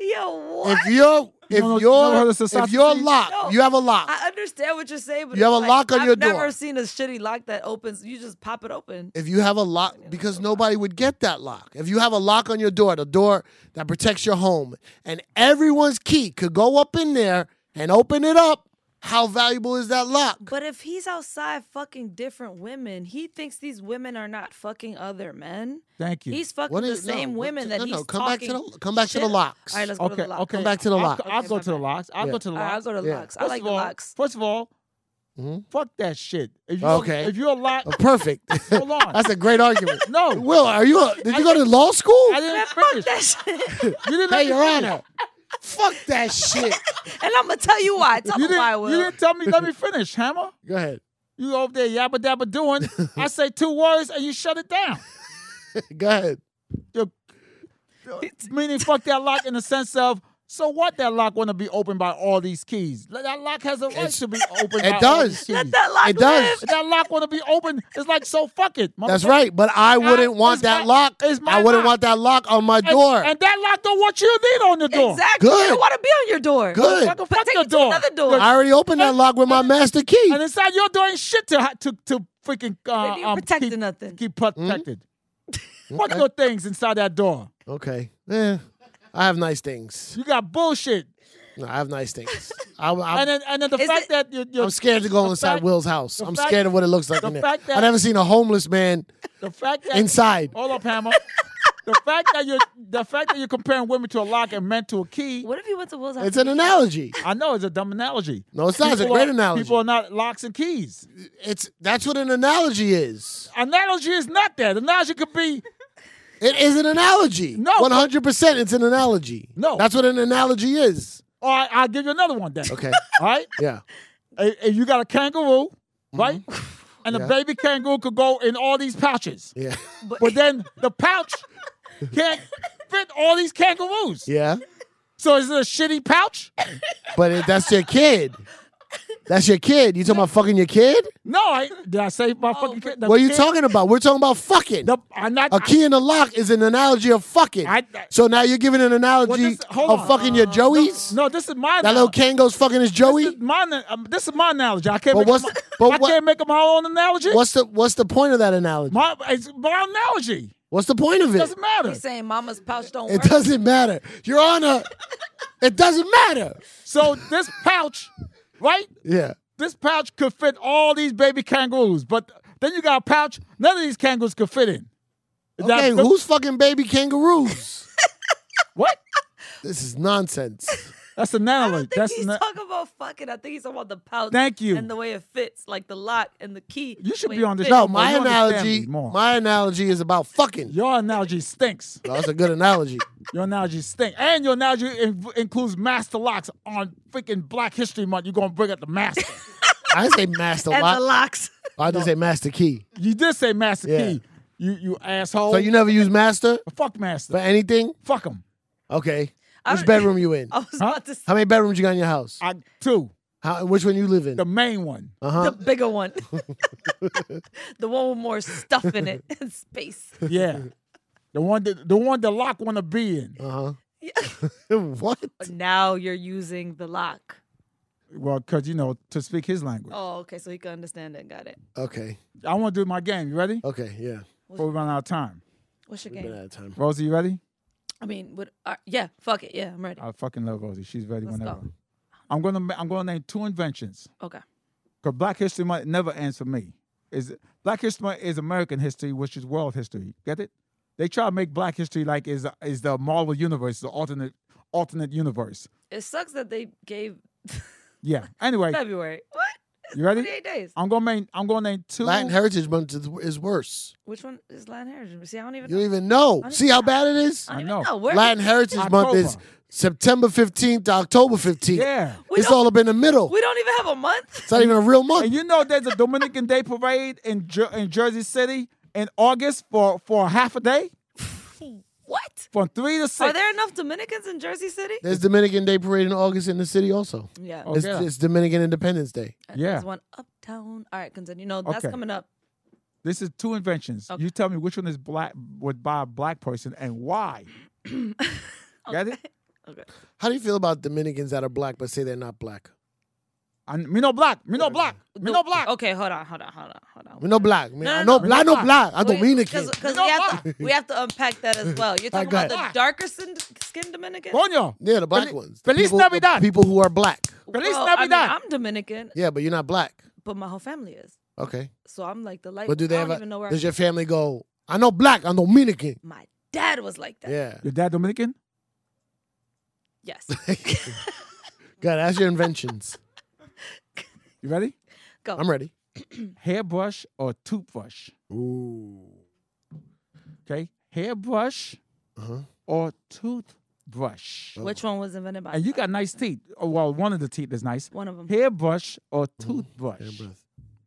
Speaker 4: Yo, what?
Speaker 2: If you're if
Speaker 3: know- you know how
Speaker 2: you're
Speaker 3: the
Speaker 2: if you're
Speaker 3: societies-
Speaker 2: lock,
Speaker 4: No.
Speaker 2: you have a lock.
Speaker 4: I understand what you're saying, but
Speaker 2: You have
Speaker 4: it's
Speaker 2: a
Speaker 4: like,
Speaker 2: lock on
Speaker 4: I've
Speaker 2: your door.
Speaker 4: never seen a shitty lock that opens. You just pop it open.
Speaker 2: if you have a lock because nobody would get that lock if you have a lock on your door the door that protects your home and everyone's key could go up in there and open it up how valuable is that lock
Speaker 4: But if he's outside fucking different women, he thinks these women are not fucking other men.
Speaker 3: Thank you.
Speaker 4: He's fucking
Speaker 2: What
Speaker 4: the
Speaker 2: is- no,
Speaker 4: same
Speaker 2: what-
Speaker 4: women that
Speaker 2: no, no,
Speaker 4: he's
Speaker 2: come back to
Speaker 4: talking.
Speaker 2: the- come back to the
Speaker 4: shit-
Speaker 2: locks.
Speaker 4: All right, let's go to
Speaker 3: okay.
Speaker 4: the locks.
Speaker 3: Okay.
Speaker 2: back to the
Speaker 3: I'll
Speaker 2: lock.
Speaker 3: go- I'll,
Speaker 4: Okay,
Speaker 3: go
Speaker 4: my
Speaker 3: to the
Speaker 4: bad.
Speaker 3: locks. I'll
Speaker 2: Yeah.
Speaker 3: go to the
Speaker 4: All right, I'll
Speaker 3: locks.
Speaker 4: go to the
Speaker 2: Yeah.
Speaker 4: locks. I
Speaker 3: First
Speaker 4: like
Speaker 3: of
Speaker 4: the
Speaker 3: all,
Speaker 4: locks.
Speaker 3: First of all,
Speaker 2: Mhm.
Speaker 3: fuck that shit. If you
Speaker 2: Okay.
Speaker 3: If you're a lot,
Speaker 2: Oh, perfect
Speaker 3: hold on.
Speaker 2: that's a great argument
Speaker 3: no,
Speaker 2: will are you a, did you go to law school
Speaker 3: I didn't
Speaker 4: Fuck
Speaker 3: finish.
Speaker 4: that shit.
Speaker 3: You didn't let
Speaker 2: hey
Speaker 3: me
Speaker 2: your
Speaker 3: finish.
Speaker 2: honor fuck that shit
Speaker 4: and I'm gonna tell you why. Tell
Speaker 3: You
Speaker 4: me why,
Speaker 3: didn't, you
Speaker 4: Will.
Speaker 3: didn't tell me. Let me finish, Hammer.
Speaker 2: go ahead
Speaker 3: You over there yabba dabba doing. I say two words and you shut it down.
Speaker 2: go ahead
Speaker 3: You're- meaning, fuck that lock in the sense of. So what? That lock want to be opened by all these keys. Let- That lock has a right to be
Speaker 2: it
Speaker 3: opened. by All
Speaker 2: does.
Speaker 3: these keys.
Speaker 4: Let that lock
Speaker 2: It does.
Speaker 4: live.
Speaker 3: That lock want to be opened. It's like so. Fuck it.
Speaker 2: that's
Speaker 3: motherfucker.
Speaker 2: right but i wouldn't
Speaker 3: Guys,
Speaker 2: want
Speaker 3: it's
Speaker 2: that
Speaker 3: my-
Speaker 2: lock
Speaker 3: it's my
Speaker 2: i wouldn't
Speaker 3: lock.
Speaker 2: want that lock on my
Speaker 3: And,
Speaker 2: door
Speaker 3: and that lock don't want you to lean on the door.
Speaker 4: Exactly.
Speaker 2: Good.
Speaker 4: I don't want to be on your door.
Speaker 2: Good.
Speaker 3: Fuck,
Speaker 4: But
Speaker 3: fuck
Speaker 4: take
Speaker 3: your
Speaker 4: it to
Speaker 3: door.
Speaker 4: another door.
Speaker 2: i already opened that lock with my master key
Speaker 3: And inside your door ain't shit to ha- to to freaking uh,
Speaker 4: They ain't
Speaker 3: um,
Speaker 4: protecting
Speaker 3: keep,
Speaker 4: nothing.
Speaker 3: Keep protected.
Speaker 2: Hmm?
Speaker 3: Fuck your things inside that door.
Speaker 2: Okay. Yeah. I Eh, have nice things.
Speaker 3: You got bullshit.
Speaker 2: No, I have nice things. I, I,
Speaker 3: and then and then the
Speaker 4: Is
Speaker 3: fact
Speaker 4: it-
Speaker 3: that you're, you're
Speaker 2: I'm scared to go
Speaker 3: the
Speaker 2: inside
Speaker 3: fact-
Speaker 2: Will's house.
Speaker 3: the
Speaker 2: I'm
Speaker 3: fact-
Speaker 2: scared of what it looks like
Speaker 3: the
Speaker 2: in there.
Speaker 3: fact that-
Speaker 2: I've never seen a homeless man
Speaker 3: the fact that
Speaker 2: inside.
Speaker 3: hold up, Hammer. the fact that you're the fact that you're comparing women to a lock and men to a key.
Speaker 4: What if you went to Will's house?
Speaker 2: It's an analogy.
Speaker 3: I know it's a dumb analogy.
Speaker 2: No, it's not. It's a
Speaker 3: People
Speaker 2: great
Speaker 3: are-
Speaker 2: analogy.
Speaker 3: People are not locks and keys.
Speaker 2: It's that's what an analogy is.
Speaker 3: Analogy is not that. Analogy could be
Speaker 2: It is an analogy.
Speaker 3: No, but-
Speaker 2: one hundred percent. It's an analogy.
Speaker 3: No.
Speaker 2: that's what an analogy is.
Speaker 3: all right, I'll give you another one then.
Speaker 2: Okay.
Speaker 3: All right.
Speaker 2: yeah.
Speaker 3: Hey, hey, you got a kangaroo, right? And
Speaker 2: Mm-hmm. Yeah.
Speaker 3: the baby kangaroo could go in all these pouches.
Speaker 2: Yeah.
Speaker 3: But then the pouch can't fit all these kangaroos.
Speaker 2: Yeah.
Speaker 3: So is it a shitty pouch?
Speaker 2: But it, that's your kid. That's your kid. You talking about fucking your kid?
Speaker 3: No, I did I say
Speaker 4: Oh,
Speaker 3: my fucking kid? the
Speaker 2: What are you
Speaker 3: kid-
Speaker 2: talking about? We're talking about fucking.
Speaker 3: The, I'm not
Speaker 2: A key and a lock is an analogy of fucking.
Speaker 3: I- I-
Speaker 2: so now you're giving an analogy
Speaker 3: this- hold
Speaker 2: of
Speaker 3: on.
Speaker 2: fucking your Joey's.
Speaker 3: No, this is my
Speaker 2: that little Kango's fucking his Joey.
Speaker 3: This is my, na- um, this is my analogy. I can't.
Speaker 2: But
Speaker 3: make
Speaker 2: what's-
Speaker 3: my,
Speaker 2: but
Speaker 3: I
Speaker 2: what-
Speaker 3: can't make up my own analogy.
Speaker 2: What's the What's the point of that analogy?
Speaker 3: my it's my analogy?
Speaker 2: What's the point of it?
Speaker 3: Doesn't matter.
Speaker 4: He's saying mama's pouch don't
Speaker 2: It
Speaker 4: work.
Speaker 2: doesn't matter, Your Honor. It doesn't matter.
Speaker 3: So this pouch, right?
Speaker 2: Yeah.
Speaker 3: This pouch could fit all these baby kangaroos, but then you got a pouch none of these kangaroos could fit in. Is that
Speaker 2: Okay,
Speaker 3: good?
Speaker 2: who's fucking baby kangaroos?
Speaker 3: what?
Speaker 2: this is nonsense.
Speaker 3: That's an
Speaker 4: I
Speaker 3: analogy.
Speaker 4: don't think
Speaker 3: That's
Speaker 4: he's
Speaker 3: na-
Speaker 4: talking about fucking. I think he's talking about the pouch.
Speaker 3: Thank you.
Speaker 4: And the way it fits, like the lock and the key.
Speaker 3: You should
Speaker 4: the way
Speaker 3: be
Speaker 4: it
Speaker 3: on this
Speaker 4: fits.
Speaker 3: show.
Speaker 2: No,
Speaker 3: Well,
Speaker 2: my
Speaker 3: you understand
Speaker 2: analogy,
Speaker 3: me more.
Speaker 2: my analogy is about fucking.
Speaker 3: your analogy stinks.
Speaker 2: No, that's a good analogy.
Speaker 3: Your analogy stinks, and your analogy in- includes master locks on freaking Black History Month. You're gonna bring up the master.
Speaker 2: I didn't say master
Speaker 4: And the
Speaker 2: lock.
Speaker 4: locks.
Speaker 2: I just say master key.
Speaker 3: you did say master
Speaker 2: Yeah.
Speaker 3: key. You you asshole.
Speaker 2: So you never use master
Speaker 3: fuck
Speaker 2: for
Speaker 3: master.
Speaker 2: anything?
Speaker 3: Fuck him.
Speaker 2: Okay.
Speaker 4: I
Speaker 2: Which
Speaker 4: don't-
Speaker 2: bedroom you in?
Speaker 4: I was about to say
Speaker 2: How many bedrooms you got in your house?
Speaker 3: I two.
Speaker 2: How, which one you live in?
Speaker 3: The main one.
Speaker 2: Uh-huh.
Speaker 4: the bigger one, the one with more stuff in it and space.
Speaker 3: Yeah. The one that the one the lock wanna be in.
Speaker 2: Uh-huh.
Speaker 4: Yeah.
Speaker 2: what?
Speaker 4: Now you're using the lock.
Speaker 3: Well, cause you know, to speak his language.
Speaker 4: Oh, okay, so he can understand it. Got it.
Speaker 2: Okay.
Speaker 3: I wanna do my game. You ready?
Speaker 2: Okay, yeah.
Speaker 3: Before we run out of time.
Speaker 4: What's your
Speaker 2: We've been
Speaker 4: game?
Speaker 2: out of time.
Speaker 3: Rosie, you ready?
Speaker 4: I mean, what? Uh, yeah, fuck it. Yeah, I'm ready.
Speaker 3: I fucking love Rosie. She's ready
Speaker 4: Let's
Speaker 3: whenever.
Speaker 4: go.
Speaker 3: I'm gonna ma- I'm gonna name two inventions.
Speaker 4: Okay.
Speaker 3: Cause Black History Month never ends for me. Is Black History Month is American history, which is world history. Get it? They try to make Black history like is is the Marvel universe, the alternate alternate universe.
Speaker 4: It sucks that they gave
Speaker 3: Yeah. Anyway,
Speaker 4: February. What? It's
Speaker 3: You ready?
Speaker 4: 48 days.
Speaker 3: I'm gonna name I'm gonna name two.
Speaker 2: Latin Heritage Month is, is worse.
Speaker 4: Which one is Latin heritage? See, I don't even
Speaker 2: You
Speaker 4: know.
Speaker 2: don't even know.
Speaker 4: I
Speaker 2: See how bad it is?
Speaker 4: I don't
Speaker 3: I
Speaker 4: even
Speaker 3: know.
Speaker 4: know. Where
Speaker 2: Latin Heritage Month is
Speaker 3: October.
Speaker 2: September 15th to October 15th.
Speaker 3: yeah.
Speaker 4: We
Speaker 2: It's
Speaker 4: don't-
Speaker 2: all up in the middle.
Speaker 4: We don't even have a month.
Speaker 2: It's not even a real month.
Speaker 3: And you know there's a Dominican Day parade in Jer- in Jersey City in August for for half a day,
Speaker 4: What?
Speaker 3: from three to six.
Speaker 4: Are there enough Dominicans in Jersey City?
Speaker 2: There's Dominican Day parade in August in the city also.
Speaker 4: Yeah. Uh,
Speaker 3: Oh,
Speaker 2: It's,
Speaker 3: yeah.
Speaker 2: it's Dominican Independence Day.
Speaker 3: yeah.
Speaker 4: There's one uptown. All right, continue. No, that's
Speaker 3: Okay.
Speaker 4: coming up.
Speaker 3: This is two inventions.
Speaker 4: Okay.
Speaker 3: You tell me which one is black was by a black person and why. Got it?
Speaker 4: Okay.
Speaker 2: How do you feel about Dominicans that are black but say they're not black?
Speaker 3: And me no black. Me no black. Me no black.
Speaker 4: Okay, hold on, hold on, hold on, hold on.
Speaker 2: We no black. man.
Speaker 4: No,
Speaker 2: I know
Speaker 4: no, no.
Speaker 2: black. I know
Speaker 3: Black.
Speaker 2: black. I Dominican.
Speaker 4: Because
Speaker 3: No
Speaker 4: we, have to- we have to unpack that as well. You're talking
Speaker 2: got
Speaker 4: about the
Speaker 3: it.
Speaker 4: darker skin, skin Dominican?
Speaker 3: Coño.
Speaker 2: Yeah, the black
Speaker 3: Feliz-
Speaker 2: ones. The
Speaker 3: Feliz
Speaker 2: people, the
Speaker 3: Navidad.
Speaker 2: people who are black.
Speaker 3: Feliz
Speaker 4: Well, I mean,
Speaker 3: Navidad.
Speaker 4: I'm Dominican,
Speaker 2: Yeah, but you're not black.
Speaker 4: but my whole family is.
Speaker 2: Okay.
Speaker 4: So I'm like the light.
Speaker 2: But do they
Speaker 4: I don't
Speaker 2: have
Speaker 4: even
Speaker 2: a,
Speaker 4: know where
Speaker 2: does your family go, I know black, I'm Dominican.
Speaker 4: My dad was like that.
Speaker 2: Yeah.
Speaker 3: Your dad Dominican?
Speaker 4: Yes.
Speaker 2: God, that's your inventions.
Speaker 3: You ready?
Speaker 4: Go.
Speaker 2: I'm ready.
Speaker 3: Hairbrush or toothbrush?
Speaker 2: Ooh.
Speaker 3: Okay. Hairbrush
Speaker 2: Uh-huh.
Speaker 3: or toothbrush.
Speaker 4: Which one was invented by?
Speaker 3: And you got nice teeth. Oh, well, one of the teeth is nice.
Speaker 4: one of them.
Speaker 3: Hairbrush or toothbrush?
Speaker 2: Mm-hmm.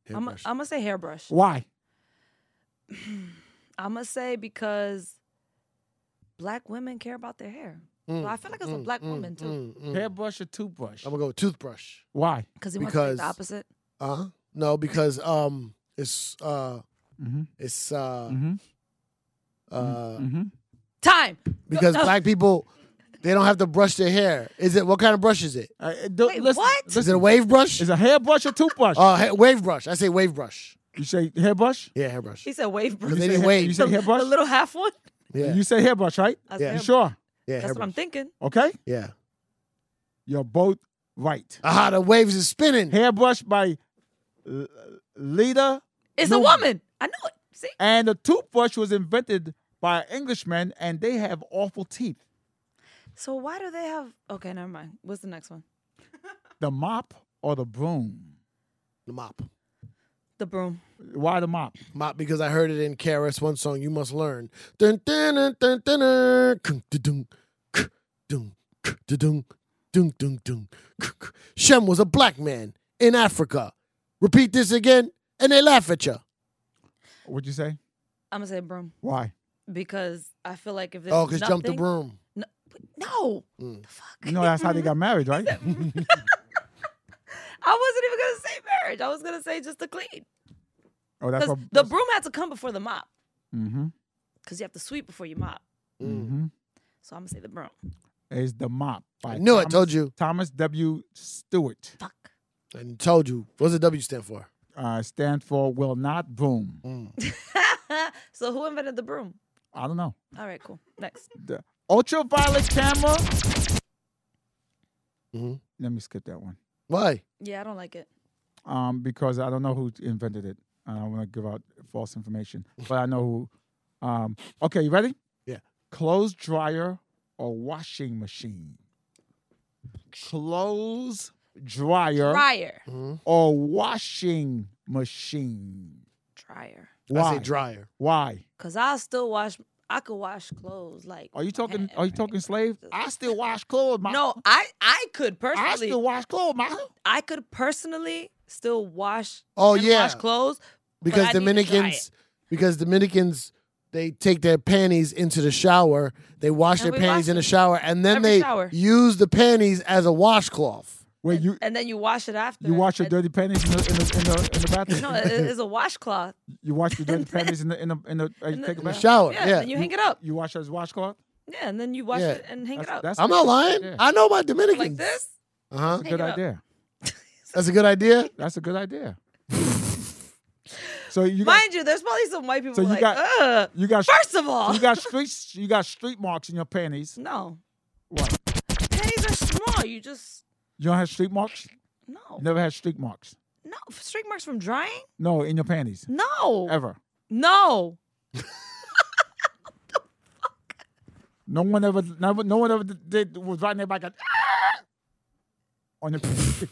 Speaker 2: Hairbrush.
Speaker 4: I'm uh,
Speaker 2: Hairbrush.
Speaker 4: gonna say hairbrush.
Speaker 3: Why?
Speaker 4: I'm gonna say because black women care about their hair. so I feel like it's a black woman too.
Speaker 2: Mm, mm.
Speaker 3: Hairbrush or toothbrush?
Speaker 2: I'm gonna go with toothbrush.
Speaker 3: Why?
Speaker 4: Because he wants to take
Speaker 2: Because-
Speaker 4: the opposite.
Speaker 2: Uh huh. No, because um, it's uh,
Speaker 3: Mm-hmm.
Speaker 2: it's uh,
Speaker 3: Mm-hmm.
Speaker 2: uh,
Speaker 3: Mm-hmm.
Speaker 4: Time.
Speaker 2: because
Speaker 4: No.
Speaker 2: black people they don't have to brush their hair. Is it what kind of brush is it?
Speaker 3: Uh, do,
Speaker 4: Wait,
Speaker 3: listen,
Speaker 4: what?
Speaker 2: Is
Speaker 3: Listen,
Speaker 2: it a wave brush?
Speaker 3: is a hairbrush or toothbrush?
Speaker 2: Uh, ha- wave brush. I say wave brush.
Speaker 3: you say hairbrush?
Speaker 2: Yeah, hairbrush.
Speaker 4: He said wave brush.
Speaker 2: Because they
Speaker 3: You
Speaker 2: didn't
Speaker 3: say- You
Speaker 2: wave.
Speaker 3: say
Speaker 4: The
Speaker 3: hairbrush?
Speaker 4: little half one.
Speaker 2: Yeah,
Speaker 3: You say hairbrush, right?
Speaker 4: I
Speaker 2: Yeah.
Speaker 4: said
Speaker 3: You
Speaker 4: hairbrush.
Speaker 3: sure?
Speaker 2: yeah,
Speaker 4: That's what I'm
Speaker 2: hairbrush.
Speaker 4: thinking.
Speaker 3: Okay.
Speaker 2: Yeah,
Speaker 3: You're both right.
Speaker 2: Aha, the waves is spinning.
Speaker 3: Hairbrush by L- Lita,
Speaker 4: It's
Speaker 3: No.
Speaker 4: a woman. I know it. See?
Speaker 3: and the toothbrush was invented by an Englishman, and they have awful teeth.
Speaker 4: So why do they have? Okay, never mind. What's the next one?
Speaker 3: The mop or the broom?
Speaker 2: The mop.
Speaker 4: The broom.
Speaker 3: Why the mop?
Speaker 2: Mop because I heard it in KRS One song you must learn. Dun, dun, dun, dun, dun, dun. Kung, dun, dun, kung, dun, kung, dun, dun, dun, dun, dun, kung, kung. Shem was a black man in Africa. Repeat this again, and they laugh at you.
Speaker 3: What'd you say?
Speaker 4: I'm gonna say broom
Speaker 3: Why?
Speaker 4: because I feel like if there's
Speaker 2: Oh, because jump the
Speaker 4: nothing-
Speaker 2: broom.
Speaker 4: No, no.
Speaker 2: Mm.
Speaker 4: the fuck.
Speaker 3: You know that's how they got married, right?
Speaker 4: I wasn't even gonna say marriage. I was gonna say just to clean
Speaker 3: Oh, that's
Speaker 4: because
Speaker 3: what.
Speaker 4: the broom had to come before the mop
Speaker 3: Mm-hmm.
Speaker 4: because you have to sweep before you mop.
Speaker 2: Mm.
Speaker 3: Mm-hmm.
Speaker 4: So I'm gonna say the broom.
Speaker 3: Is the mop?
Speaker 2: I
Speaker 3: by
Speaker 2: knew it.
Speaker 3: Thomas-
Speaker 2: Told you.
Speaker 3: Thomas W. Stewart
Speaker 4: Fuck.
Speaker 2: And told you. What does the W stand for? Mm.
Speaker 3: uh, stand for will not broom.
Speaker 4: so who invented the broom?
Speaker 3: I don't know.
Speaker 4: All right, cool. Next.
Speaker 3: The ultraviolet camera.
Speaker 2: Mhm.
Speaker 3: Let me skip that one
Speaker 2: Why?
Speaker 4: Yeah, I don't like it.
Speaker 3: um, because I don't know who invented it. I don't want to give out false information, but I know who. Um, okay, you ready?
Speaker 2: Yeah.
Speaker 3: Clothes dryer or washing machine. Clothes dryer
Speaker 4: Dryer.
Speaker 2: Mm.
Speaker 3: or washing machine.
Speaker 4: Dryer.
Speaker 2: I
Speaker 3: Why?
Speaker 2: say dryer.
Speaker 3: Why?
Speaker 4: Cause I still wash. I could wash clothes. Like.
Speaker 3: Are you
Speaker 4: with my
Speaker 3: talking?
Speaker 4: hand,
Speaker 3: Are you
Speaker 4: right?
Speaker 3: talking slave?
Speaker 4: Just-
Speaker 3: I still wash clothes. My,
Speaker 4: No, I I could
Speaker 3: I
Speaker 4: personally
Speaker 3: still wash clothes. My,
Speaker 4: I could personally still wash.
Speaker 2: Oh
Speaker 4: and
Speaker 2: yeah.
Speaker 4: wash clothes
Speaker 2: because
Speaker 4: I need to try
Speaker 2: Dominicans because Dominicans they take their panties into the shower, they wash
Speaker 4: And
Speaker 2: their
Speaker 4: we
Speaker 2: panties
Speaker 4: wash
Speaker 2: in the
Speaker 4: them
Speaker 2: shower, and then
Speaker 4: every
Speaker 2: they
Speaker 4: shower.
Speaker 2: use the panties as a washcloth.
Speaker 3: wait, you
Speaker 4: and then you wash it after.
Speaker 3: you wash your
Speaker 4: And-
Speaker 3: dirty panties in the in the, in the, in the bathroom.
Speaker 4: No, it- it's a washcloth.
Speaker 3: You wash your dirty panties in the in the in the. Uh, you take a
Speaker 2: In the
Speaker 3: bath.
Speaker 2: shower,
Speaker 4: Yeah,
Speaker 2: yeah.
Speaker 4: and you hang it up.
Speaker 3: You wash your washcloth.
Speaker 4: Yeah, and then you wash
Speaker 2: Yeah.
Speaker 4: it and hang it
Speaker 3: That's-
Speaker 4: up.
Speaker 3: that's-
Speaker 2: I'm not lying.
Speaker 3: Yeah.
Speaker 2: I know about Dominicans.
Speaker 4: like this.
Speaker 2: Uh huh.
Speaker 3: That's a
Speaker 4: Hang
Speaker 3: good
Speaker 4: it up.
Speaker 3: idea.
Speaker 2: That's a good idea.
Speaker 3: That's a good idea. so you got
Speaker 4: Mind you, there's probably some white people
Speaker 3: So you
Speaker 4: like,
Speaker 3: got-
Speaker 4: Ugh,
Speaker 3: you got
Speaker 4: first of all,
Speaker 3: you got street you got street marks in your panties.
Speaker 4: no,
Speaker 3: What?
Speaker 4: panties are small. You just
Speaker 3: You don't have street marks.
Speaker 4: no,
Speaker 3: You never had street marks.
Speaker 4: no streak marks from drying.
Speaker 3: No, in your panties
Speaker 4: No,
Speaker 3: ever.
Speaker 4: no.
Speaker 3: No one ever, never, no one ever did was riding their bike. Like, "Ah!" on the.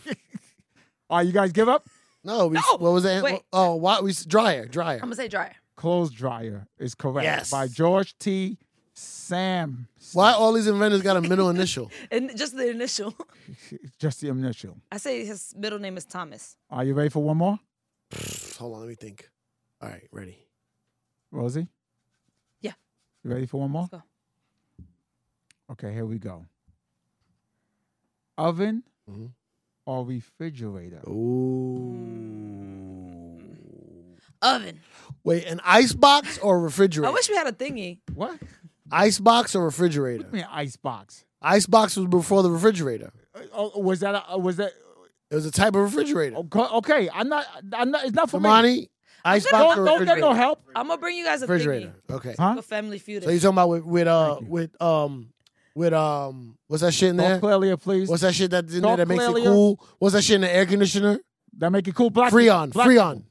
Speaker 3: All right, you guys give up.
Speaker 2: No, we,
Speaker 4: No.
Speaker 2: what was that?
Speaker 4: Wait.
Speaker 2: Oh, why we s- dryer, dryer.
Speaker 4: I'm gonna say dryer.
Speaker 3: Clothes dryer is correct.
Speaker 2: Yes.
Speaker 3: By George T. Sam.
Speaker 2: Why all these inventors got a middle initial?
Speaker 4: And just the initial.
Speaker 3: Just the initial.
Speaker 4: I say his middle name is Thomas.
Speaker 3: Are you ready for one more,
Speaker 2: Hold on, let me think. All right, ready.
Speaker 3: Rosie?
Speaker 4: Yeah.
Speaker 3: You ready for one more?
Speaker 4: Let's
Speaker 3: Okay, here we go. Oven
Speaker 2: Mhm.
Speaker 3: or refrigerator?
Speaker 2: Ooh.
Speaker 4: Oven.
Speaker 2: Wait, an ice box or a refrigerator?
Speaker 4: I wish we had a thingy.
Speaker 3: What?
Speaker 2: Ice box or refrigerator?
Speaker 3: Give me an ice box.
Speaker 2: Ice box was before the refrigerator.
Speaker 3: Uh, Oh, was that? A, uh, was that?
Speaker 2: It was a type of refrigerator.
Speaker 3: Okay, okay, I'm not. I'm not. It's not Oh, for me.
Speaker 2: Damani, ice box
Speaker 3: Don't,
Speaker 2: or
Speaker 3: don't get no
Speaker 2: refrigerator?
Speaker 3: help.
Speaker 4: I'm gonna bring you guys a thingy.
Speaker 2: Refrigerator. Okay.
Speaker 3: Huh?
Speaker 4: A family feud.
Speaker 2: So you talking about with with uh
Speaker 3: Thank you.
Speaker 2: with um with um what's that shit in there?
Speaker 3: Talk clearly, uh, please.
Speaker 2: What's that shit that's in
Speaker 3: Talk
Speaker 2: there that makes
Speaker 3: clearly.
Speaker 2: it cool? What's that shit in the air conditioner?
Speaker 3: that make it cool? Black
Speaker 2: Freon.
Speaker 3: Black,
Speaker 2: Freon.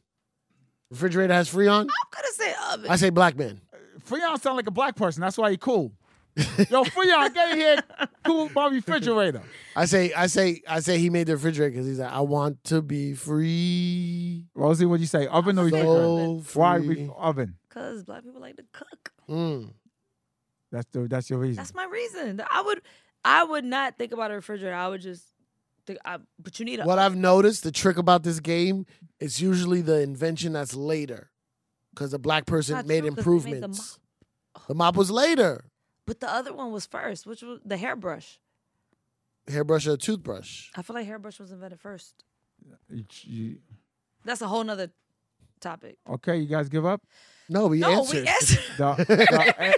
Speaker 2: Refrigerator has Freon.
Speaker 4: I'm gonna say oven.
Speaker 2: I say black man.
Speaker 3: Freon sound like a black person. That's why he cool. Yo, Freon, get in here. Cool my refrigerator.
Speaker 2: I say I say I say he made the refrigerator because he's like I want to be free.
Speaker 3: Rosie, what do you say? Oven or
Speaker 2: So
Speaker 3: refrigerator? Why
Speaker 2: free.
Speaker 3: re- oven?
Speaker 4: Cause black people like to cook.
Speaker 2: Mm.
Speaker 3: That's the, that's your reason.
Speaker 4: That's my reason. Th- I would, I would not think about a refrigerator. I would just think. I, but you need a.
Speaker 2: What I've noticed, the trick about this game, it's usually the invention that's later, because the black person
Speaker 4: Not
Speaker 2: made
Speaker 4: true, 'cause they made the
Speaker 2: improvements. the, mop. was later.
Speaker 4: But the other one was first, which was the hairbrush.
Speaker 2: Hairbrush or toothbrush.
Speaker 4: I feel like hairbrush was invented first.
Speaker 3: You- you-
Speaker 4: That's a whole nother topic.
Speaker 3: Okay, you guys give up?
Speaker 2: No, we
Speaker 4: No,
Speaker 2: answered.
Speaker 4: we answered.
Speaker 3: The,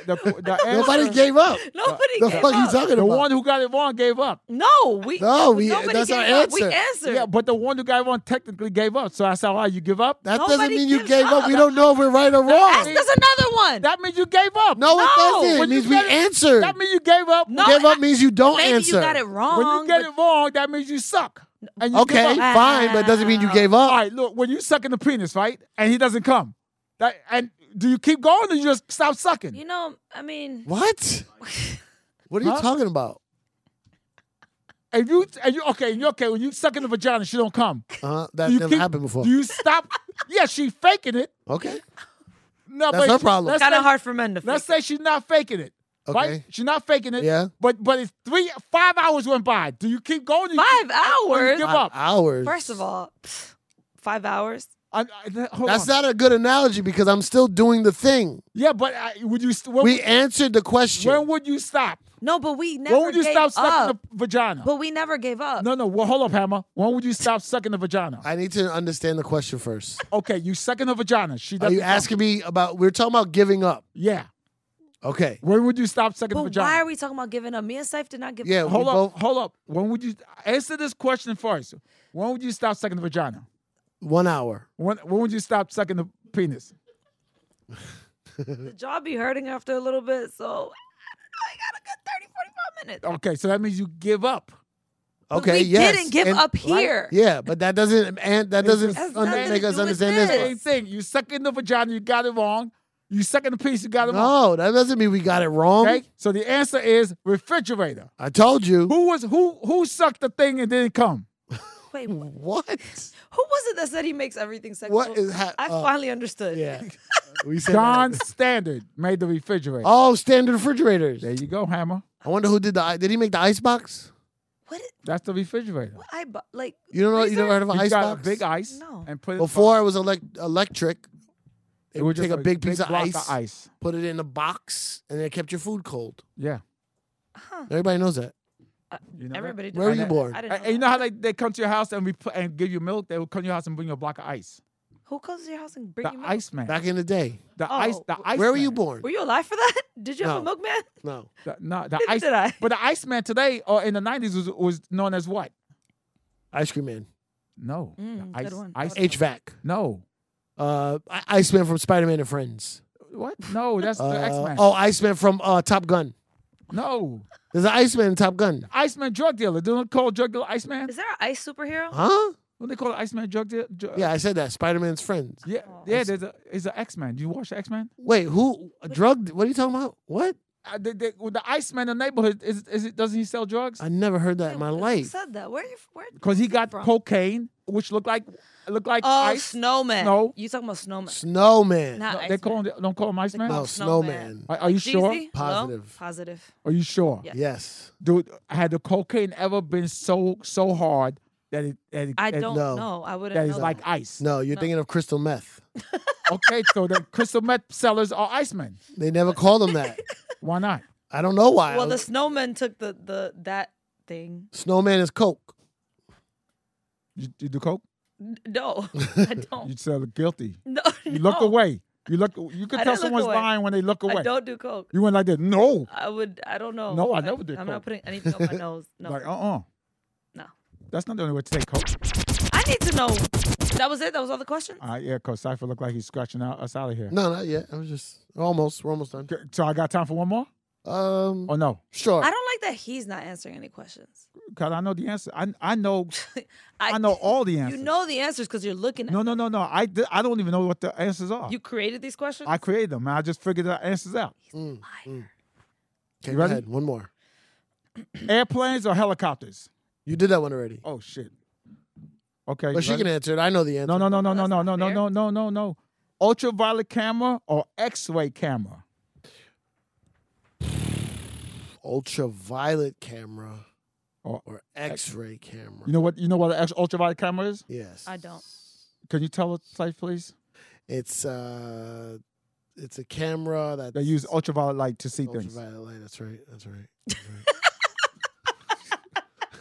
Speaker 3: the, the, the
Speaker 2: Nobody
Speaker 3: answer-
Speaker 2: gave up.
Speaker 4: Nobody
Speaker 2: The
Speaker 4: gave
Speaker 2: fuck you
Speaker 4: up.
Speaker 2: talking
Speaker 3: The
Speaker 2: about?
Speaker 3: one who got it wrong gave up.
Speaker 4: No, we
Speaker 2: No, we-
Speaker 4: nobody
Speaker 2: that's our
Speaker 4: gave up. We
Speaker 2: answer.
Speaker 4: answered.
Speaker 3: Yeah, but the one who got it wrong technically gave up. So I said, "Why you give up?"
Speaker 2: that doesn't
Speaker 4: Nobody
Speaker 2: mean you
Speaker 4: gives
Speaker 2: gave up.
Speaker 4: up.
Speaker 2: We don't know if we're right or
Speaker 4: Ask us
Speaker 2: wrong.
Speaker 4: another one.
Speaker 3: That means you gave up.
Speaker 2: No, it
Speaker 4: No,
Speaker 2: doesn't. It
Speaker 3: When you
Speaker 2: means we
Speaker 3: get it-
Speaker 2: answered.
Speaker 3: That means you gave up.
Speaker 4: No,
Speaker 2: give up
Speaker 4: I-
Speaker 2: means you don't
Speaker 4: Maybe
Speaker 2: answer.
Speaker 4: you got it wrong.
Speaker 3: When you get
Speaker 4: but-
Speaker 3: it wrong, that means you suck. And you give
Speaker 2: Okay,
Speaker 3: up.
Speaker 2: fine, but it doesn't
Speaker 4: Ah.
Speaker 2: mean you gave up.
Speaker 3: All right, look, when you suck in the penis, right, and he doesn't come, that and do you keep going or you just stop sucking?
Speaker 4: you know, I mean,
Speaker 2: What? What are you
Speaker 3: Huh?
Speaker 2: talking about?
Speaker 3: If you and you okay, and you okay when you suck in the vagina, she don't come.
Speaker 2: Uh, that
Speaker 3: you
Speaker 2: never
Speaker 3: keep-
Speaker 2: happened before.
Speaker 3: Do you stop? yeah, she faking it.
Speaker 2: okay.
Speaker 3: No,
Speaker 2: That's
Speaker 3: but
Speaker 2: her problem.
Speaker 3: Let's,
Speaker 4: kind
Speaker 3: say-
Speaker 4: of hard for men to.
Speaker 3: let's
Speaker 4: fix.
Speaker 3: say she's not faking it. Right?
Speaker 2: Okay.
Speaker 3: She's not faking it.
Speaker 2: Yeah.
Speaker 3: But but it's three five hours went by. Do you keep going? or you
Speaker 4: five
Speaker 3: or you
Speaker 4: hours.
Speaker 3: give
Speaker 2: Five
Speaker 3: up.
Speaker 2: Hours.
Speaker 4: First of all, pff, five hours.
Speaker 3: I, I, hold
Speaker 2: That's
Speaker 3: on.
Speaker 2: not a good analogy because I'm still doing the thing.
Speaker 3: Yeah, but I, would you? st- When,
Speaker 2: We answered the question.
Speaker 3: when would you stop?
Speaker 4: No, but we never.
Speaker 3: When would you
Speaker 4: gave
Speaker 3: stop
Speaker 4: up.
Speaker 3: sucking the vagina?
Speaker 4: But we never gave up.
Speaker 3: no, no. Well, hold up, Hammer. When would you stop sucking the vagina?
Speaker 2: I need to understand the question first.
Speaker 3: Okay, you sucking the vagina. She
Speaker 2: Are
Speaker 3: doesn't.
Speaker 2: you
Speaker 3: come.
Speaker 2: asking me about? We're talking about giving up.
Speaker 3: Yeah.
Speaker 2: Okay.
Speaker 3: When would you stop sucking the
Speaker 4: But
Speaker 3: vagina?
Speaker 4: why are we talking about giving up? Me and Saif did not give
Speaker 2: Yeah,
Speaker 4: up.
Speaker 2: we
Speaker 3: hold up,
Speaker 2: both-
Speaker 3: hold up. When would you answer this question first? When would you stop sucking the vagina?
Speaker 2: One hour.
Speaker 3: When when would you stop sucking the penis?
Speaker 4: The jaw be hurting after a little bit, so I don't know. I got a good 30, 45 minutes.
Speaker 3: Okay, so that means you give up.
Speaker 2: Okay.
Speaker 4: we
Speaker 2: yes.
Speaker 4: didn't give
Speaker 2: And-
Speaker 4: up here.
Speaker 2: Yeah, but that doesn't and that doesn't
Speaker 4: Has
Speaker 2: un-
Speaker 4: nothing
Speaker 2: make
Speaker 4: to
Speaker 2: us
Speaker 4: do with
Speaker 2: understand this.
Speaker 4: this.
Speaker 2: one.
Speaker 3: Same thing. You suck in the vagina, you got it wrong. You suck in the penis, you got it wrong.
Speaker 2: No, that doesn't mean we got it wrong.
Speaker 3: Okay, so the answer is refrigerator.
Speaker 2: I told you.
Speaker 3: Who was who who sucked the thing and didn't come?
Speaker 4: Wait, who
Speaker 2: What?
Speaker 4: was it that said he makes everything sexual?
Speaker 2: What is hap-
Speaker 4: I
Speaker 2: uh,
Speaker 4: finally understood.
Speaker 2: Yeah. We said
Speaker 3: John
Speaker 2: that.
Speaker 3: Standard made the refrigerator.
Speaker 2: Oh, standard refrigerators.
Speaker 3: There you go, Hammer.
Speaker 2: I wonder who did the. i- Did he make the ice box?
Speaker 4: What? Is,
Speaker 3: That's the refrigerator.
Speaker 4: what I bu- like.
Speaker 2: You don't know. You
Speaker 4: freezer?
Speaker 2: never heard of an
Speaker 3: You
Speaker 2: ice
Speaker 3: got
Speaker 2: box?
Speaker 3: a big ice
Speaker 4: No.
Speaker 3: and put it
Speaker 2: Before it was elec electric. They
Speaker 3: It
Speaker 2: would
Speaker 3: was just
Speaker 2: take a big piece of,
Speaker 3: block
Speaker 2: ice,
Speaker 3: ice.
Speaker 2: put it in a box, and it kept your food cold.
Speaker 3: Yeah.
Speaker 4: Huh.
Speaker 2: Everybody knows that.
Speaker 3: You know that?
Speaker 4: Everybody.
Speaker 2: Where were
Speaker 4: does
Speaker 2: you
Speaker 4: that.
Speaker 2: born?
Speaker 4: I didn't know.
Speaker 3: And, and you know how they, they come to your house and we put, and give you milk? They will come to your house and bring you a block of ice.
Speaker 4: that. Who comes to your house and bring
Speaker 3: The
Speaker 4: you milk?
Speaker 3: ice man.
Speaker 2: Back in the day.
Speaker 3: The ice.
Speaker 4: Oh.
Speaker 3: The ice.
Speaker 2: Where were you
Speaker 3: man.
Speaker 2: born?
Speaker 4: Were you alive for that? Did you have a
Speaker 2: No.
Speaker 4: milkman?
Speaker 2: No.
Speaker 3: The, no, the
Speaker 4: Neither
Speaker 3: ice.
Speaker 4: did I.
Speaker 3: But the ice man today or in the nineties was was known as what?
Speaker 2: Ice cream man.
Speaker 3: No. The
Speaker 4: Mm, good
Speaker 3: ice,
Speaker 4: one.
Speaker 3: Ice.
Speaker 2: HVAC.
Speaker 3: No.
Speaker 2: Uh, I- Iceman from Spider Man and Friends.
Speaker 3: What? No. That's
Speaker 2: Uh,
Speaker 3: the X man.
Speaker 2: oh, Iceman from uh, Top Gun.
Speaker 3: No.
Speaker 2: There's an Iceman in Top Gun.
Speaker 3: Iceman drug dealer. Do they call drug dealer Iceman?
Speaker 4: Is there an ice superhero?
Speaker 2: Huh?
Speaker 3: What they call it, Iceman drug dealer?
Speaker 2: Yeah, I said that. Spider Man's friends.
Speaker 3: Yeah,
Speaker 4: Oh.
Speaker 3: yeah. There's a is an X Man. You watch X Man?
Speaker 2: Wait, who? A drug? What are you talking about? What?
Speaker 3: Uh, the, the, with the Iceman in the neighborhood is is it? Doesn't he sell drugs?
Speaker 2: I never heard that
Speaker 4: Wait,
Speaker 2: in my
Speaker 4: who
Speaker 2: life.
Speaker 4: Said that. Where are you? f- Where?
Speaker 3: Because he got
Speaker 4: From-
Speaker 3: cocaine, which looked like looked like
Speaker 4: Oh,
Speaker 3: ice.
Speaker 4: snowman.
Speaker 3: No.
Speaker 4: You talking about snowman?
Speaker 2: Snowman.
Speaker 4: Not
Speaker 3: No,
Speaker 4: ice.
Speaker 3: they call him don't call him Iceman.
Speaker 2: no,
Speaker 4: Oh,
Speaker 2: snowman.
Speaker 4: snowman.
Speaker 3: Are, are you sure?
Speaker 2: Positive.
Speaker 4: Positive.
Speaker 3: Are you sure?
Speaker 4: Yeah.
Speaker 2: Yes.
Speaker 3: Dude, had the cocaine ever been so so hard that it that it,
Speaker 4: I
Speaker 3: that,
Speaker 4: don't
Speaker 2: No.
Speaker 4: know. I wouldn't.
Speaker 3: that is
Speaker 4: know.
Speaker 3: like ice.
Speaker 2: No, you're thinking of crystal meth.
Speaker 3: Okay, so the crystal meth sellers are Icemen.
Speaker 2: They never called him that.
Speaker 3: Why not?
Speaker 2: I don't know why.
Speaker 4: Well, the snowman took the the that thing.
Speaker 2: snowman is coke.
Speaker 3: You, you do coke?
Speaker 4: N- No, I
Speaker 3: You
Speaker 4: don't.
Speaker 3: sell it guilty.
Speaker 4: No,
Speaker 3: You
Speaker 4: no.
Speaker 3: look away. You look. You can
Speaker 4: I
Speaker 3: tell
Speaker 4: didn't look
Speaker 3: someone's
Speaker 4: away.
Speaker 3: lying when they look away.
Speaker 4: I don't do coke.
Speaker 3: You went like this. No.
Speaker 4: I would. I don't know.
Speaker 3: No, I never did
Speaker 4: I'm
Speaker 3: coke.
Speaker 4: not putting anything up my nose. No,
Speaker 3: Like, uh uh
Speaker 4: No.
Speaker 3: That's not the only way to take coke.
Speaker 4: I need to know. That was it. That was all the questions.
Speaker 3: Uh, yeah, Coach Cypher looked like he's scratching out us out of here.
Speaker 2: No, not yet. I was just almost. We're almost done.
Speaker 3: Okay, So I got time for one more?
Speaker 2: Um,
Speaker 3: Oh, no.
Speaker 2: sure.
Speaker 4: I don't like that he's not answering any questions.
Speaker 3: Because I know the answer. I, I know
Speaker 4: I,
Speaker 3: I know all the answers.
Speaker 4: You know the answers because you're looking. at
Speaker 3: No,
Speaker 4: them.
Speaker 3: no, no, no. I, di- I don't even know what the answers are.
Speaker 4: You created these questions.
Speaker 3: I created them. and I just figured the answers out.
Speaker 2: Mm,
Speaker 4: Liar.
Speaker 2: okay,
Speaker 3: You
Speaker 2: go
Speaker 3: ready?
Speaker 2: ahead. One more.
Speaker 3: Airplanes or helicopters?
Speaker 2: You did that one already.
Speaker 3: Oh, shit. Okay.
Speaker 2: But she
Speaker 3: ready?
Speaker 2: can answer it. I know the answer.
Speaker 3: No, no, no, no, no,
Speaker 4: That's
Speaker 3: no,
Speaker 4: not
Speaker 3: no, no,
Speaker 4: fair.
Speaker 3: no, no, no, no. Ultraviolet camera or X ray camera?
Speaker 2: Ultraviolet camera
Speaker 3: Or,
Speaker 2: or X-ray camera.
Speaker 3: Oh, you know what? You know what an ultraviolet camera is?
Speaker 2: yes.
Speaker 4: I don't.
Speaker 3: Can you tell us, Cypher, please?
Speaker 2: It's uh, it's a camera that
Speaker 3: They use ultraviolet light to see things.
Speaker 2: ultraviolet light. That's right. That's right. That's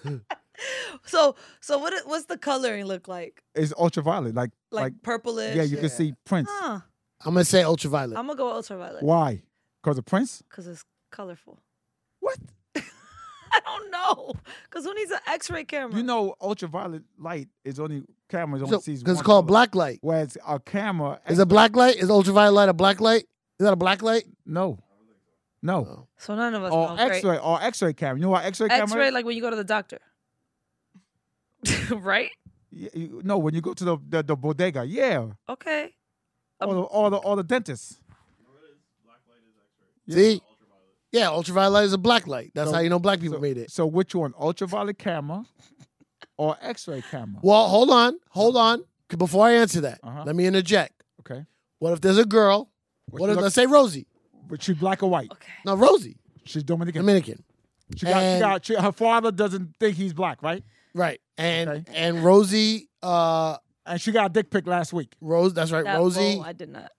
Speaker 2: right.
Speaker 4: So so what it- what's the coloring look like?
Speaker 3: It's ultraviolet, like
Speaker 4: Like,
Speaker 3: like,
Speaker 4: purplish.
Speaker 3: yeah, you can see Prince.
Speaker 4: Huh.
Speaker 2: I'm gonna say ultraviolet.
Speaker 4: I'm gonna go ultraviolet
Speaker 3: Why? Because of Prince?
Speaker 4: because it's colorful.
Speaker 3: What?
Speaker 4: I don't know. Because who needs an X-ray camera?
Speaker 3: You know, ultraviolet light is only cameras only
Speaker 2: So-
Speaker 3: sees
Speaker 2: it's
Speaker 3: one
Speaker 2: called
Speaker 3: color.
Speaker 2: black light.
Speaker 3: Whereas a camera
Speaker 2: Is it black light? Is ultraviolet light a black light? Is that a black light?
Speaker 3: no, no.
Speaker 4: So none of us
Speaker 3: Or
Speaker 4: know.
Speaker 3: Oh, X-ray or X-ray camera. You know what X-ray camera?
Speaker 4: X-ray, like when you go to the doctor, right?
Speaker 3: Yeah, you, no, when you go to the the, the bodega, yeah,
Speaker 4: Okay.
Speaker 3: or, the, or the or the dentist.
Speaker 2: See? Yeah, ultraviolet light is a black light. That's how you know black people made it.
Speaker 3: So which one, ultraviolet camera or X-ray camera?
Speaker 2: Well, hold on, hold on. 'Cause Before I answer that,
Speaker 3: Uh-huh.
Speaker 2: let me interject.
Speaker 3: Okay,
Speaker 2: What if there's a girl?
Speaker 3: What
Speaker 2: What
Speaker 3: she
Speaker 2: if,
Speaker 3: look-
Speaker 2: let's say Rosie.
Speaker 3: but she's black or white.
Speaker 4: Okay.
Speaker 2: No, Rosie,
Speaker 3: She's Dominican.
Speaker 2: Dominican.
Speaker 3: she got, she
Speaker 2: and-
Speaker 3: got she, her father doesn't think he's black, right?
Speaker 2: Right. And
Speaker 3: Okay.
Speaker 2: and Rosie, uh,
Speaker 3: And she got a dick pic last week.
Speaker 2: Rose. That's right.
Speaker 4: That-
Speaker 2: Rosie.
Speaker 4: whoa, I did not.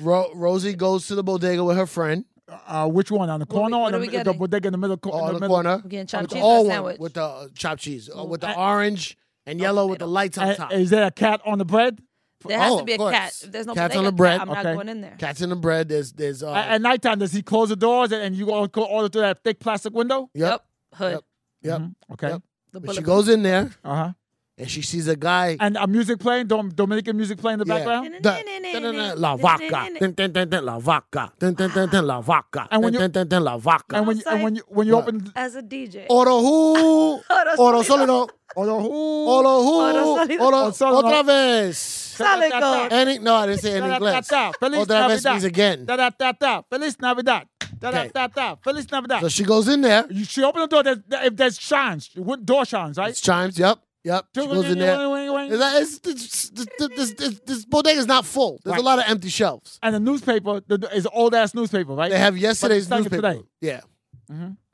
Speaker 2: Ro- Rosie goes to the bodega with her friend
Speaker 3: Uh, which one on the
Speaker 4: we-
Speaker 3: corner
Speaker 4: what
Speaker 3: or the,
Speaker 4: are we
Speaker 3: the
Speaker 4: getting?
Speaker 3: bodega in the middle? co- in
Speaker 2: on
Speaker 3: the
Speaker 2: the
Speaker 3: middle?
Speaker 2: corner.
Speaker 4: I'm getting chopped
Speaker 2: the
Speaker 4: cheese
Speaker 2: all
Speaker 4: and a
Speaker 2: one
Speaker 4: sandwich.
Speaker 2: with the uh, chopped cheese, uh, with the orange and yellow with the lights on
Speaker 3: And-
Speaker 2: top.
Speaker 3: Is there a cat on the bread?
Speaker 4: There has
Speaker 2: Oh,
Speaker 4: to
Speaker 2: of
Speaker 4: be a cat.
Speaker 2: course.
Speaker 4: If there's no
Speaker 2: Cats on
Speaker 4: bodega,
Speaker 2: the bread.
Speaker 4: I'm
Speaker 3: Okay.
Speaker 4: not going in there.
Speaker 2: Cats in the bread. There's there's uh,
Speaker 3: At at nighttime, does he close the doors and, and you all go all through that thick plastic window?
Speaker 2: yep.
Speaker 4: Hood.
Speaker 2: Yep. Yep.
Speaker 3: Mhm. Okay.
Speaker 2: Yep.
Speaker 4: The
Speaker 2: But she
Speaker 4: bullet.
Speaker 2: goes in there
Speaker 3: Uh huh.
Speaker 2: and she sees a guy.
Speaker 3: And a music playing, Dom- Dominican music playing in the
Speaker 2: Yeah.
Speaker 3: background.
Speaker 2: Da- da- da- da- La vaca, Dun- dun- dun- dun, la vaca, Dun- dun- dun- dun, la vaca,
Speaker 3: And
Speaker 2: Dun-
Speaker 3: when you-
Speaker 2: dun- dun- dun, la vaca.
Speaker 3: And when you, and when you when you open
Speaker 4: As a DJ.
Speaker 2: Oro who,
Speaker 4: Oro
Speaker 2: oro solido,
Speaker 3: Oro who?
Speaker 2: oro who,
Speaker 4: solido.
Speaker 2: oro
Speaker 3: Oro solido.
Speaker 2: otra vez.
Speaker 4: Solid
Speaker 3: Da- da-
Speaker 4: gold.
Speaker 3: da-
Speaker 2: Any, no, I didn't say it in
Speaker 3: da- da-
Speaker 2: English. Oh,
Speaker 3: da- da. Feliz
Speaker 2: Otra vez
Speaker 3: Navidad.
Speaker 2: means again.
Speaker 3: Da da da da. Feliz Navidad. Da da
Speaker 2: Okay.
Speaker 3: da da. Feliz Navidad.
Speaker 2: So she goes in there.
Speaker 3: you she open the door. There's, there- if there's shines, wood- door shines, right?
Speaker 2: It's chimes. Yep, yep. She goes in there. Is
Speaker 3: And
Speaker 2: that- is- this, this, this, this, this bodega is not full. There's
Speaker 3: Right.
Speaker 2: a lot of empty shelves.
Speaker 3: the newspaper the, is old ass newspaper, right?
Speaker 2: They have yesterday's
Speaker 3: But it's
Speaker 2: newspaper.
Speaker 3: not today.
Speaker 2: Yeah,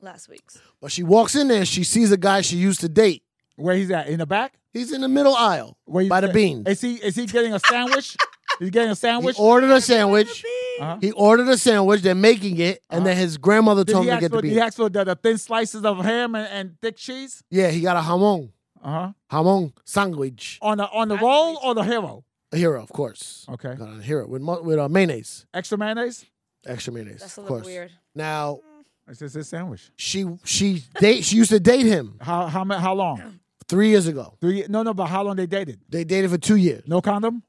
Speaker 4: Last week's.
Speaker 2: but she walks in there. and She sees a guy she used to date.
Speaker 3: Where he's at in the back.
Speaker 2: He's in the middle aisle
Speaker 3: Where he's
Speaker 2: by the
Speaker 3: at.
Speaker 2: bean.
Speaker 3: Is he is he getting a sandwich? he's getting a
Speaker 2: He
Speaker 3: sandwich.
Speaker 2: ordered a sandwich.
Speaker 3: Uh-huh.
Speaker 2: He ordered a sandwich. They're making it, and then his grandmother
Speaker 3: Did
Speaker 2: told
Speaker 3: he
Speaker 2: him to
Speaker 3: ask
Speaker 2: get
Speaker 3: for,
Speaker 2: the
Speaker 3: did he
Speaker 2: bean.
Speaker 3: ask for the, the thin slices of ham and, and thick cheese?
Speaker 2: Yeah, he got a hamon,
Speaker 3: Uh huh.
Speaker 2: hamon sandwich.
Speaker 3: On the on the roll or the hero?
Speaker 2: A hero, of course.
Speaker 3: Okay.
Speaker 2: Got a hero with mu- with uh, mayonnaise,
Speaker 3: Extra mayonnaise.
Speaker 2: extra mayonnaise.
Speaker 4: That's a
Speaker 2: of
Speaker 4: little
Speaker 2: course.
Speaker 4: weird.
Speaker 2: Now
Speaker 3: It's just a sandwich.
Speaker 2: she she date she used to date him
Speaker 3: How how ma- how long?
Speaker 2: three years ago.
Speaker 3: Three? No no. But how long they dated?
Speaker 2: They dated for two years.
Speaker 3: No condom.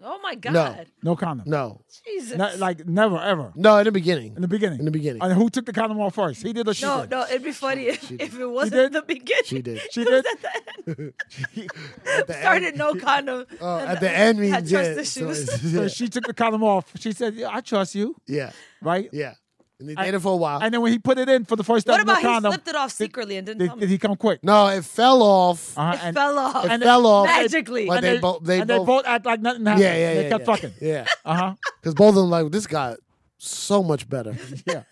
Speaker 4: Oh my God.
Speaker 3: No condom.
Speaker 2: No,
Speaker 4: Jesus.
Speaker 3: Not- like never ever
Speaker 2: no, in the beginning.
Speaker 3: in the beginning.
Speaker 2: In the beginning.
Speaker 3: And who took the condom off first? He did or she
Speaker 4: no,
Speaker 3: did?
Speaker 4: no, it'd be funny if, if it
Speaker 3: did?
Speaker 4: wasn't the beginning.
Speaker 2: She did.
Speaker 3: She did.
Speaker 4: At the end. Started no condom.
Speaker 2: Oh,
Speaker 4: and
Speaker 2: at the end means
Speaker 4: had
Speaker 2: yeah.
Speaker 4: trust
Speaker 2: so
Speaker 4: issues.
Speaker 2: it's-
Speaker 3: So
Speaker 2: yeah,
Speaker 3: she took the condom off. She said, yeah, "I trust you,"
Speaker 2: yeah,
Speaker 3: right?
Speaker 2: yeah. And they
Speaker 3: I-
Speaker 2: dated for a while.
Speaker 3: And then when he put it in for the first time,
Speaker 4: What about
Speaker 3: no
Speaker 4: he
Speaker 3: condom,
Speaker 4: slipped it off secretly and didn't tell
Speaker 3: did,
Speaker 4: me?
Speaker 3: did he come quick?
Speaker 2: no, it fell off.
Speaker 3: Uh-huh,
Speaker 4: It fell off.
Speaker 2: It fell off.
Speaker 4: Magically.
Speaker 2: But
Speaker 3: and
Speaker 2: they both- they
Speaker 3: and
Speaker 2: both-
Speaker 3: they both act like nothing happened.
Speaker 2: yeah, yeah, yeah.
Speaker 3: They kept
Speaker 2: yeah.
Speaker 3: fucking.
Speaker 2: Yeah,
Speaker 3: Uh huh.
Speaker 2: because both of them like this guy so much better.
Speaker 3: Yeah.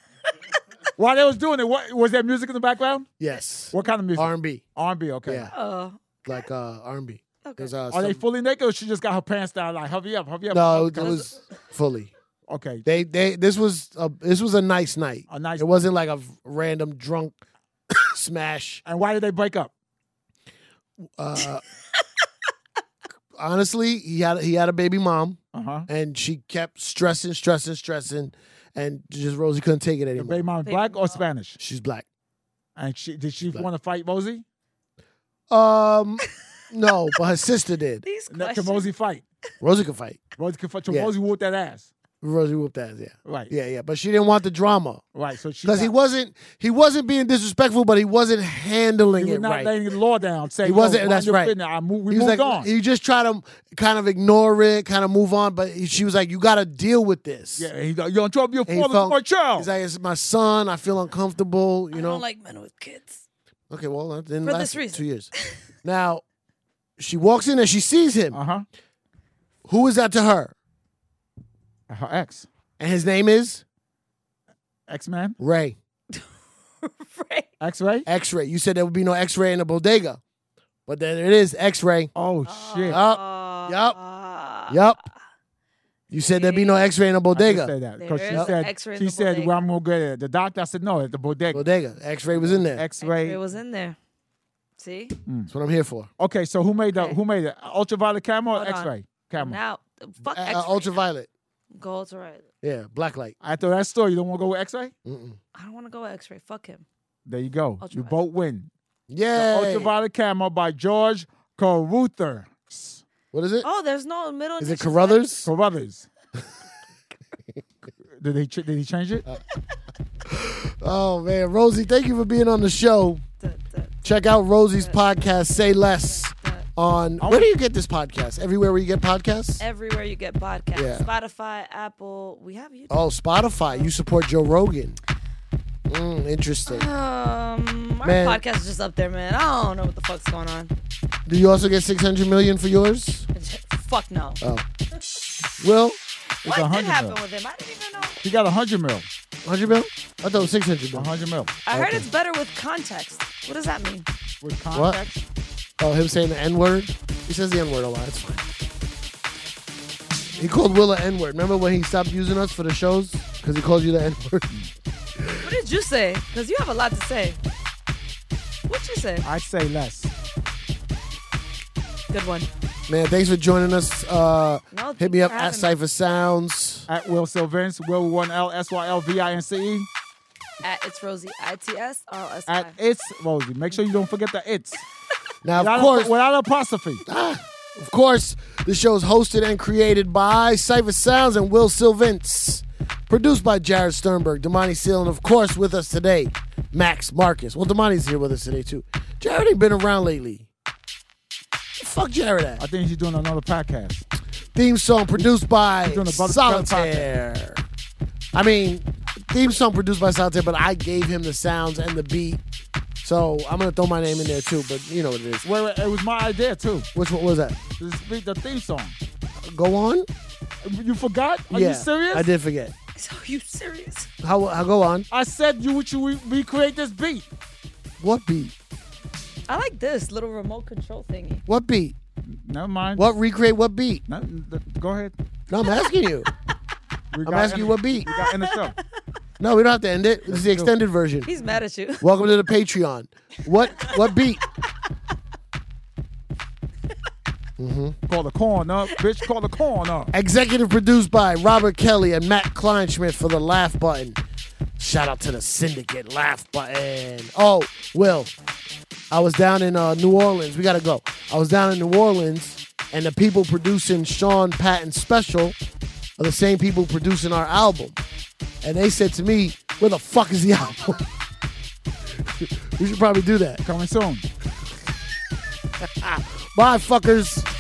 Speaker 3: While they was doing it, what was there music in the background?
Speaker 2: Yes,
Speaker 3: What kind of music?
Speaker 2: R and B.
Speaker 3: R&B. Okay.
Speaker 2: Yeah,
Speaker 4: Oh,
Speaker 2: like uh, R and B. uh,
Speaker 4: okay.
Speaker 3: Are they fully naked, or she just got her pants down? Like, hurry up, hurry up.
Speaker 2: No, it was fully.
Speaker 3: Okay.
Speaker 2: They they this was a this was a nice night.
Speaker 3: A nice-
Speaker 2: It wasn't like a v- random drunk smash.
Speaker 3: And why did they break up?
Speaker 2: Uh, honestly, he had he had a baby mom.
Speaker 3: Uh huh.
Speaker 2: and she kept stressing, stressing, stressing, and just Rosie couldn't take it
Speaker 3: The
Speaker 2: anymore.
Speaker 3: baby mom
Speaker 4: Baby
Speaker 3: black or
Speaker 4: mom.
Speaker 3: Spanish?
Speaker 2: She's black.
Speaker 3: And she did she
Speaker 2: Black.
Speaker 3: want to fight Rosie?
Speaker 2: Um, no, but her sister did.
Speaker 4: These
Speaker 3: No,
Speaker 4: questions.
Speaker 3: Can Rosie fight?
Speaker 2: Rosie could fight.
Speaker 3: Rosie can fight. so
Speaker 2: Yeah.
Speaker 3: Rosie whooped that ass.
Speaker 2: Rosie whooped ass. Yeah,
Speaker 3: Right.
Speaker 2: yeah, yeah. But she didn't want the drama
Speaker 3: Right. So she
Speaker 2: because he
Speaker 3: got-
Speaker 2: wasn't he wasn't being disrespectful, but he wasn't handling
Speaker 3: He was
Speaker 2: it
Speaker 3: not
Speaker 2: right.
Speaker 3: laying the law down. Saying,
Speaker 2: He wasn't-
Speaker 3: "Yo,
Speaker 2: that's
Speaker 3: mind your
Speaker 2: right.
Speaker 3: business." I move, we
Speaker 2: he was
Speaker 3: moved
Speaker 2: like
Speaker 3: on.
Speaker 2: he just tried to kind of ignore it, kind of move on. But he- she was like, "You got to deal with this."
Speaker 3: yeah, he's like, you're in trouble. You're
Speaker 2: And he
Speaker 3: falling for my
Speaker 2: felt,
Speaker 3: child.
Speaker 2: he's like, "It's my son. I feel uncomfortable." You
Speaker 4: I
Speaker 2: know,
Speaker 4: don't like men with kids.
Speaker 2: Okay, well, that didn't
Speaker 4: For
Speaker 2: last
Speaker 4: this reason.
Speaker 2: two years. now, she walks in and she sees him.
Speaker 3: uh huh.
Speaker 2: Who is that to her?
Speaker 3: Her ex,
Speaker 2: And his name is
Speaker 3: X Man,
Speaker 2: Ray.
Speaker 4: right.
Speaker 3: X Ray.
Speaker 2: X Ray. You said there would be no X Ray in the bodega, but there it is. X Ray.
Speaker 3: Oh shit.
Speaker 2: Yup. Yup. You said there'd be no X Ray in the
Speaker 3: I did say
Speaker 2: bodega.
Speaker 3: that because she
Speaker 4: There's
Speaker 3: said
Speaker 4: X-ray in
Speaker 3: she
Speaker 4: the
Speaker 3: said
Speaker 4: bodega.
Speaker 3: well, I'm gonna get it. The doctor said no, at the bodega.
Speaker 2: Bodega. X Ray was in there.
Speaker 3: X Ray.
Speaker 4: It was in there. See?
Speaker 2: That's what I'm here for.
Speaker 3: Okay, so who made the
Speaker 4: Okay.
Speaker 3: who made it? Ultraviolet camera or
Speaker 4: Hold on.
Speaker 3: X-ray camera?
Speaker 4: Now, fuck
Speaker 2: Uh,
Speaker 4: Oh, X-ray.
Speaker 2: uh, ultraviolet.
Speaker 4: Go ultraviolet.
Speaker 2: Yeah, black light.
Speaker 3: After that story, you don't want to go with X-ray?
Speaker 2: Mm-mm.
Speaker 4: I don't want to go X-ray. Fuck him.
Speaker 3: There you go. You
Speaker 4: Ultraviolet.
Speaker 3: both win. The
Speaker 2: Yay.
Speaker 3: Ultraviolet camera by George Caruther.
Speaker 2: What is it? Is
Speaker 4: Oh, there's no middle.
Speaker 2: it
Speaker 4: initials.
Speaker 2: Carruthers?
Speaker 3: Carruthers. did they ch- did he change it?
Speaker 2: Oh man, Rosie, thank you for being on the show.
Speaker 4: Duh, duh.
Speaker 2: Check out Rosie's podcast, Say Less. On
Speaker 4: Oh.
Speaker 2: where do you get this podcast? Everywhere where you get podcasts?
Speaker 4: Everywhere you get podcasts,
Speaker 2: Yeah.
Speaker 4: Spotify, Apple. We have YouTube.
Speaker 2: Oh, Spotify. You support Joe Rogan. Mm, interesting.
Speaker 4: Um, our
Speaker 2: Man.
Speaker 4: podcast is just up there, man. I don't know what the fuck's going on.
Speaker 2: Do you also get 600 million for yours?
Speaker 4: Fuck no.
Speaker 2: Uh, Will?
Speaker 4: what
Speaker 3: a
Speaker 4: did
Speaker 3: hundred
Speaker 4: happen
Speaker 3: mil.
Speaker 4: with him? I didn't even know.
Speaker 3: He got 100 mil.
Speaker 2: 100 mil? I thought it was 600 mil.
Speaker 4: Uh-huh.
Speaker 3: 100 mil.
Speaker 4: I heard it's better with context. What does that mean?
Speaker 3: With
Speaker 2: What?
Speaker 3: context.
Speaker 2: Oh, him saying the N word? He says the N word a lot. It's fine. He called Will an N word. Remember when he stopped using us for the shows? Because he called you the N word?
Speaker 4: What did you say? Because you have a lot to say. What you say?
Speaker 3: I say less.
Speaker 4: Good one.
Speaker 2: Man, thanks for joining us. Uh,
Speaker 4: No,
Speaker 2: hit me up
Speaker 4: for
Speaker 2: at
Speaker 4: having me.
Speaker 2: Cypher Sounds.
Speaker 3: At Will Sylvince, Will with one L S Y L V I N C E.
Speaker 4: At it's Rosie. I T S R S I.
Speaker 3: At it's Rosie. Make sure you don't forget the it's.
Speaker 2: Now, of
Speaker 3: Without a-
Speaker 2: course,
Speaker 3: without apostrophe.
Speaker 2: Of course, the show is hosted and created by Cypher Sounds and Will Silvince. Produced by Jared Sternberg, Damani Seal, and of course, with us today, Max Marcus. Well, Damani's here with us today, too. Jared ain't been around lately. Fuck Jared at.
Speaker 3: I think he's doing another podcast.
Speaker 2: Theme song produced by
Speaker 3: doing a brother- brother
Speaker 2: Solitaire. I mean, theme song produced by Solitaire, but I gave him the sounds and the beat. So I'm going to throw my name in there, too, but you know what it is.
Speaker 3: Well, it was my idea too.
Speaker 2: Which one was that?
Speaker 3: This is the theme song.
Speaker 2: Go on?
Speaker 3: You forgot? Are
Speaker 2: yeah.
Speaker 3: you serious?
Speaker 2: I did forget.
Speaker 4: So you serious?
Speaker 2: How, how go on?
Speaker 3: I said you would you re- recreate this beat.
Speaker 2: What beat?
Speaker 4: I like this little remote control thingy.
Speaker 2: What beat?
Speaker 3: Never mind.
Speaker 2: What recreate? What beat?
Speaker 3: No, th- go ahead.
Speaker 2: No, I'm asking you. I'm
Speaker 3: We got
Speaker 2: asking
Speaker 3: in-
Speaker 2: you what beat.
Speaker 3: we got in the show.
Speaker 2: No, we don't have to end it. This is the extended version.
Speaker 4: He's mad at you.
Speaker 2: Welcome to the Patreon. What what beat?
Speaker 3: Call the corn up, bitch. Call the corn up.
Speaker 2: Executive produced by Robert Kelly and Matt Kleinschmidt for the Laugh Button. Shout out to the Syndicate Laugh Button. Oh, Will, I was down in uh, New Orleans. We gotta go. I was down in New Orleans, and the people producing Sean Patton's special are the same people producing our album. And they said to me, "Where the fuck is the album?" we should probably do that.
Speaker 3: Coming soon.
Speaker 2: Bye, fuckers.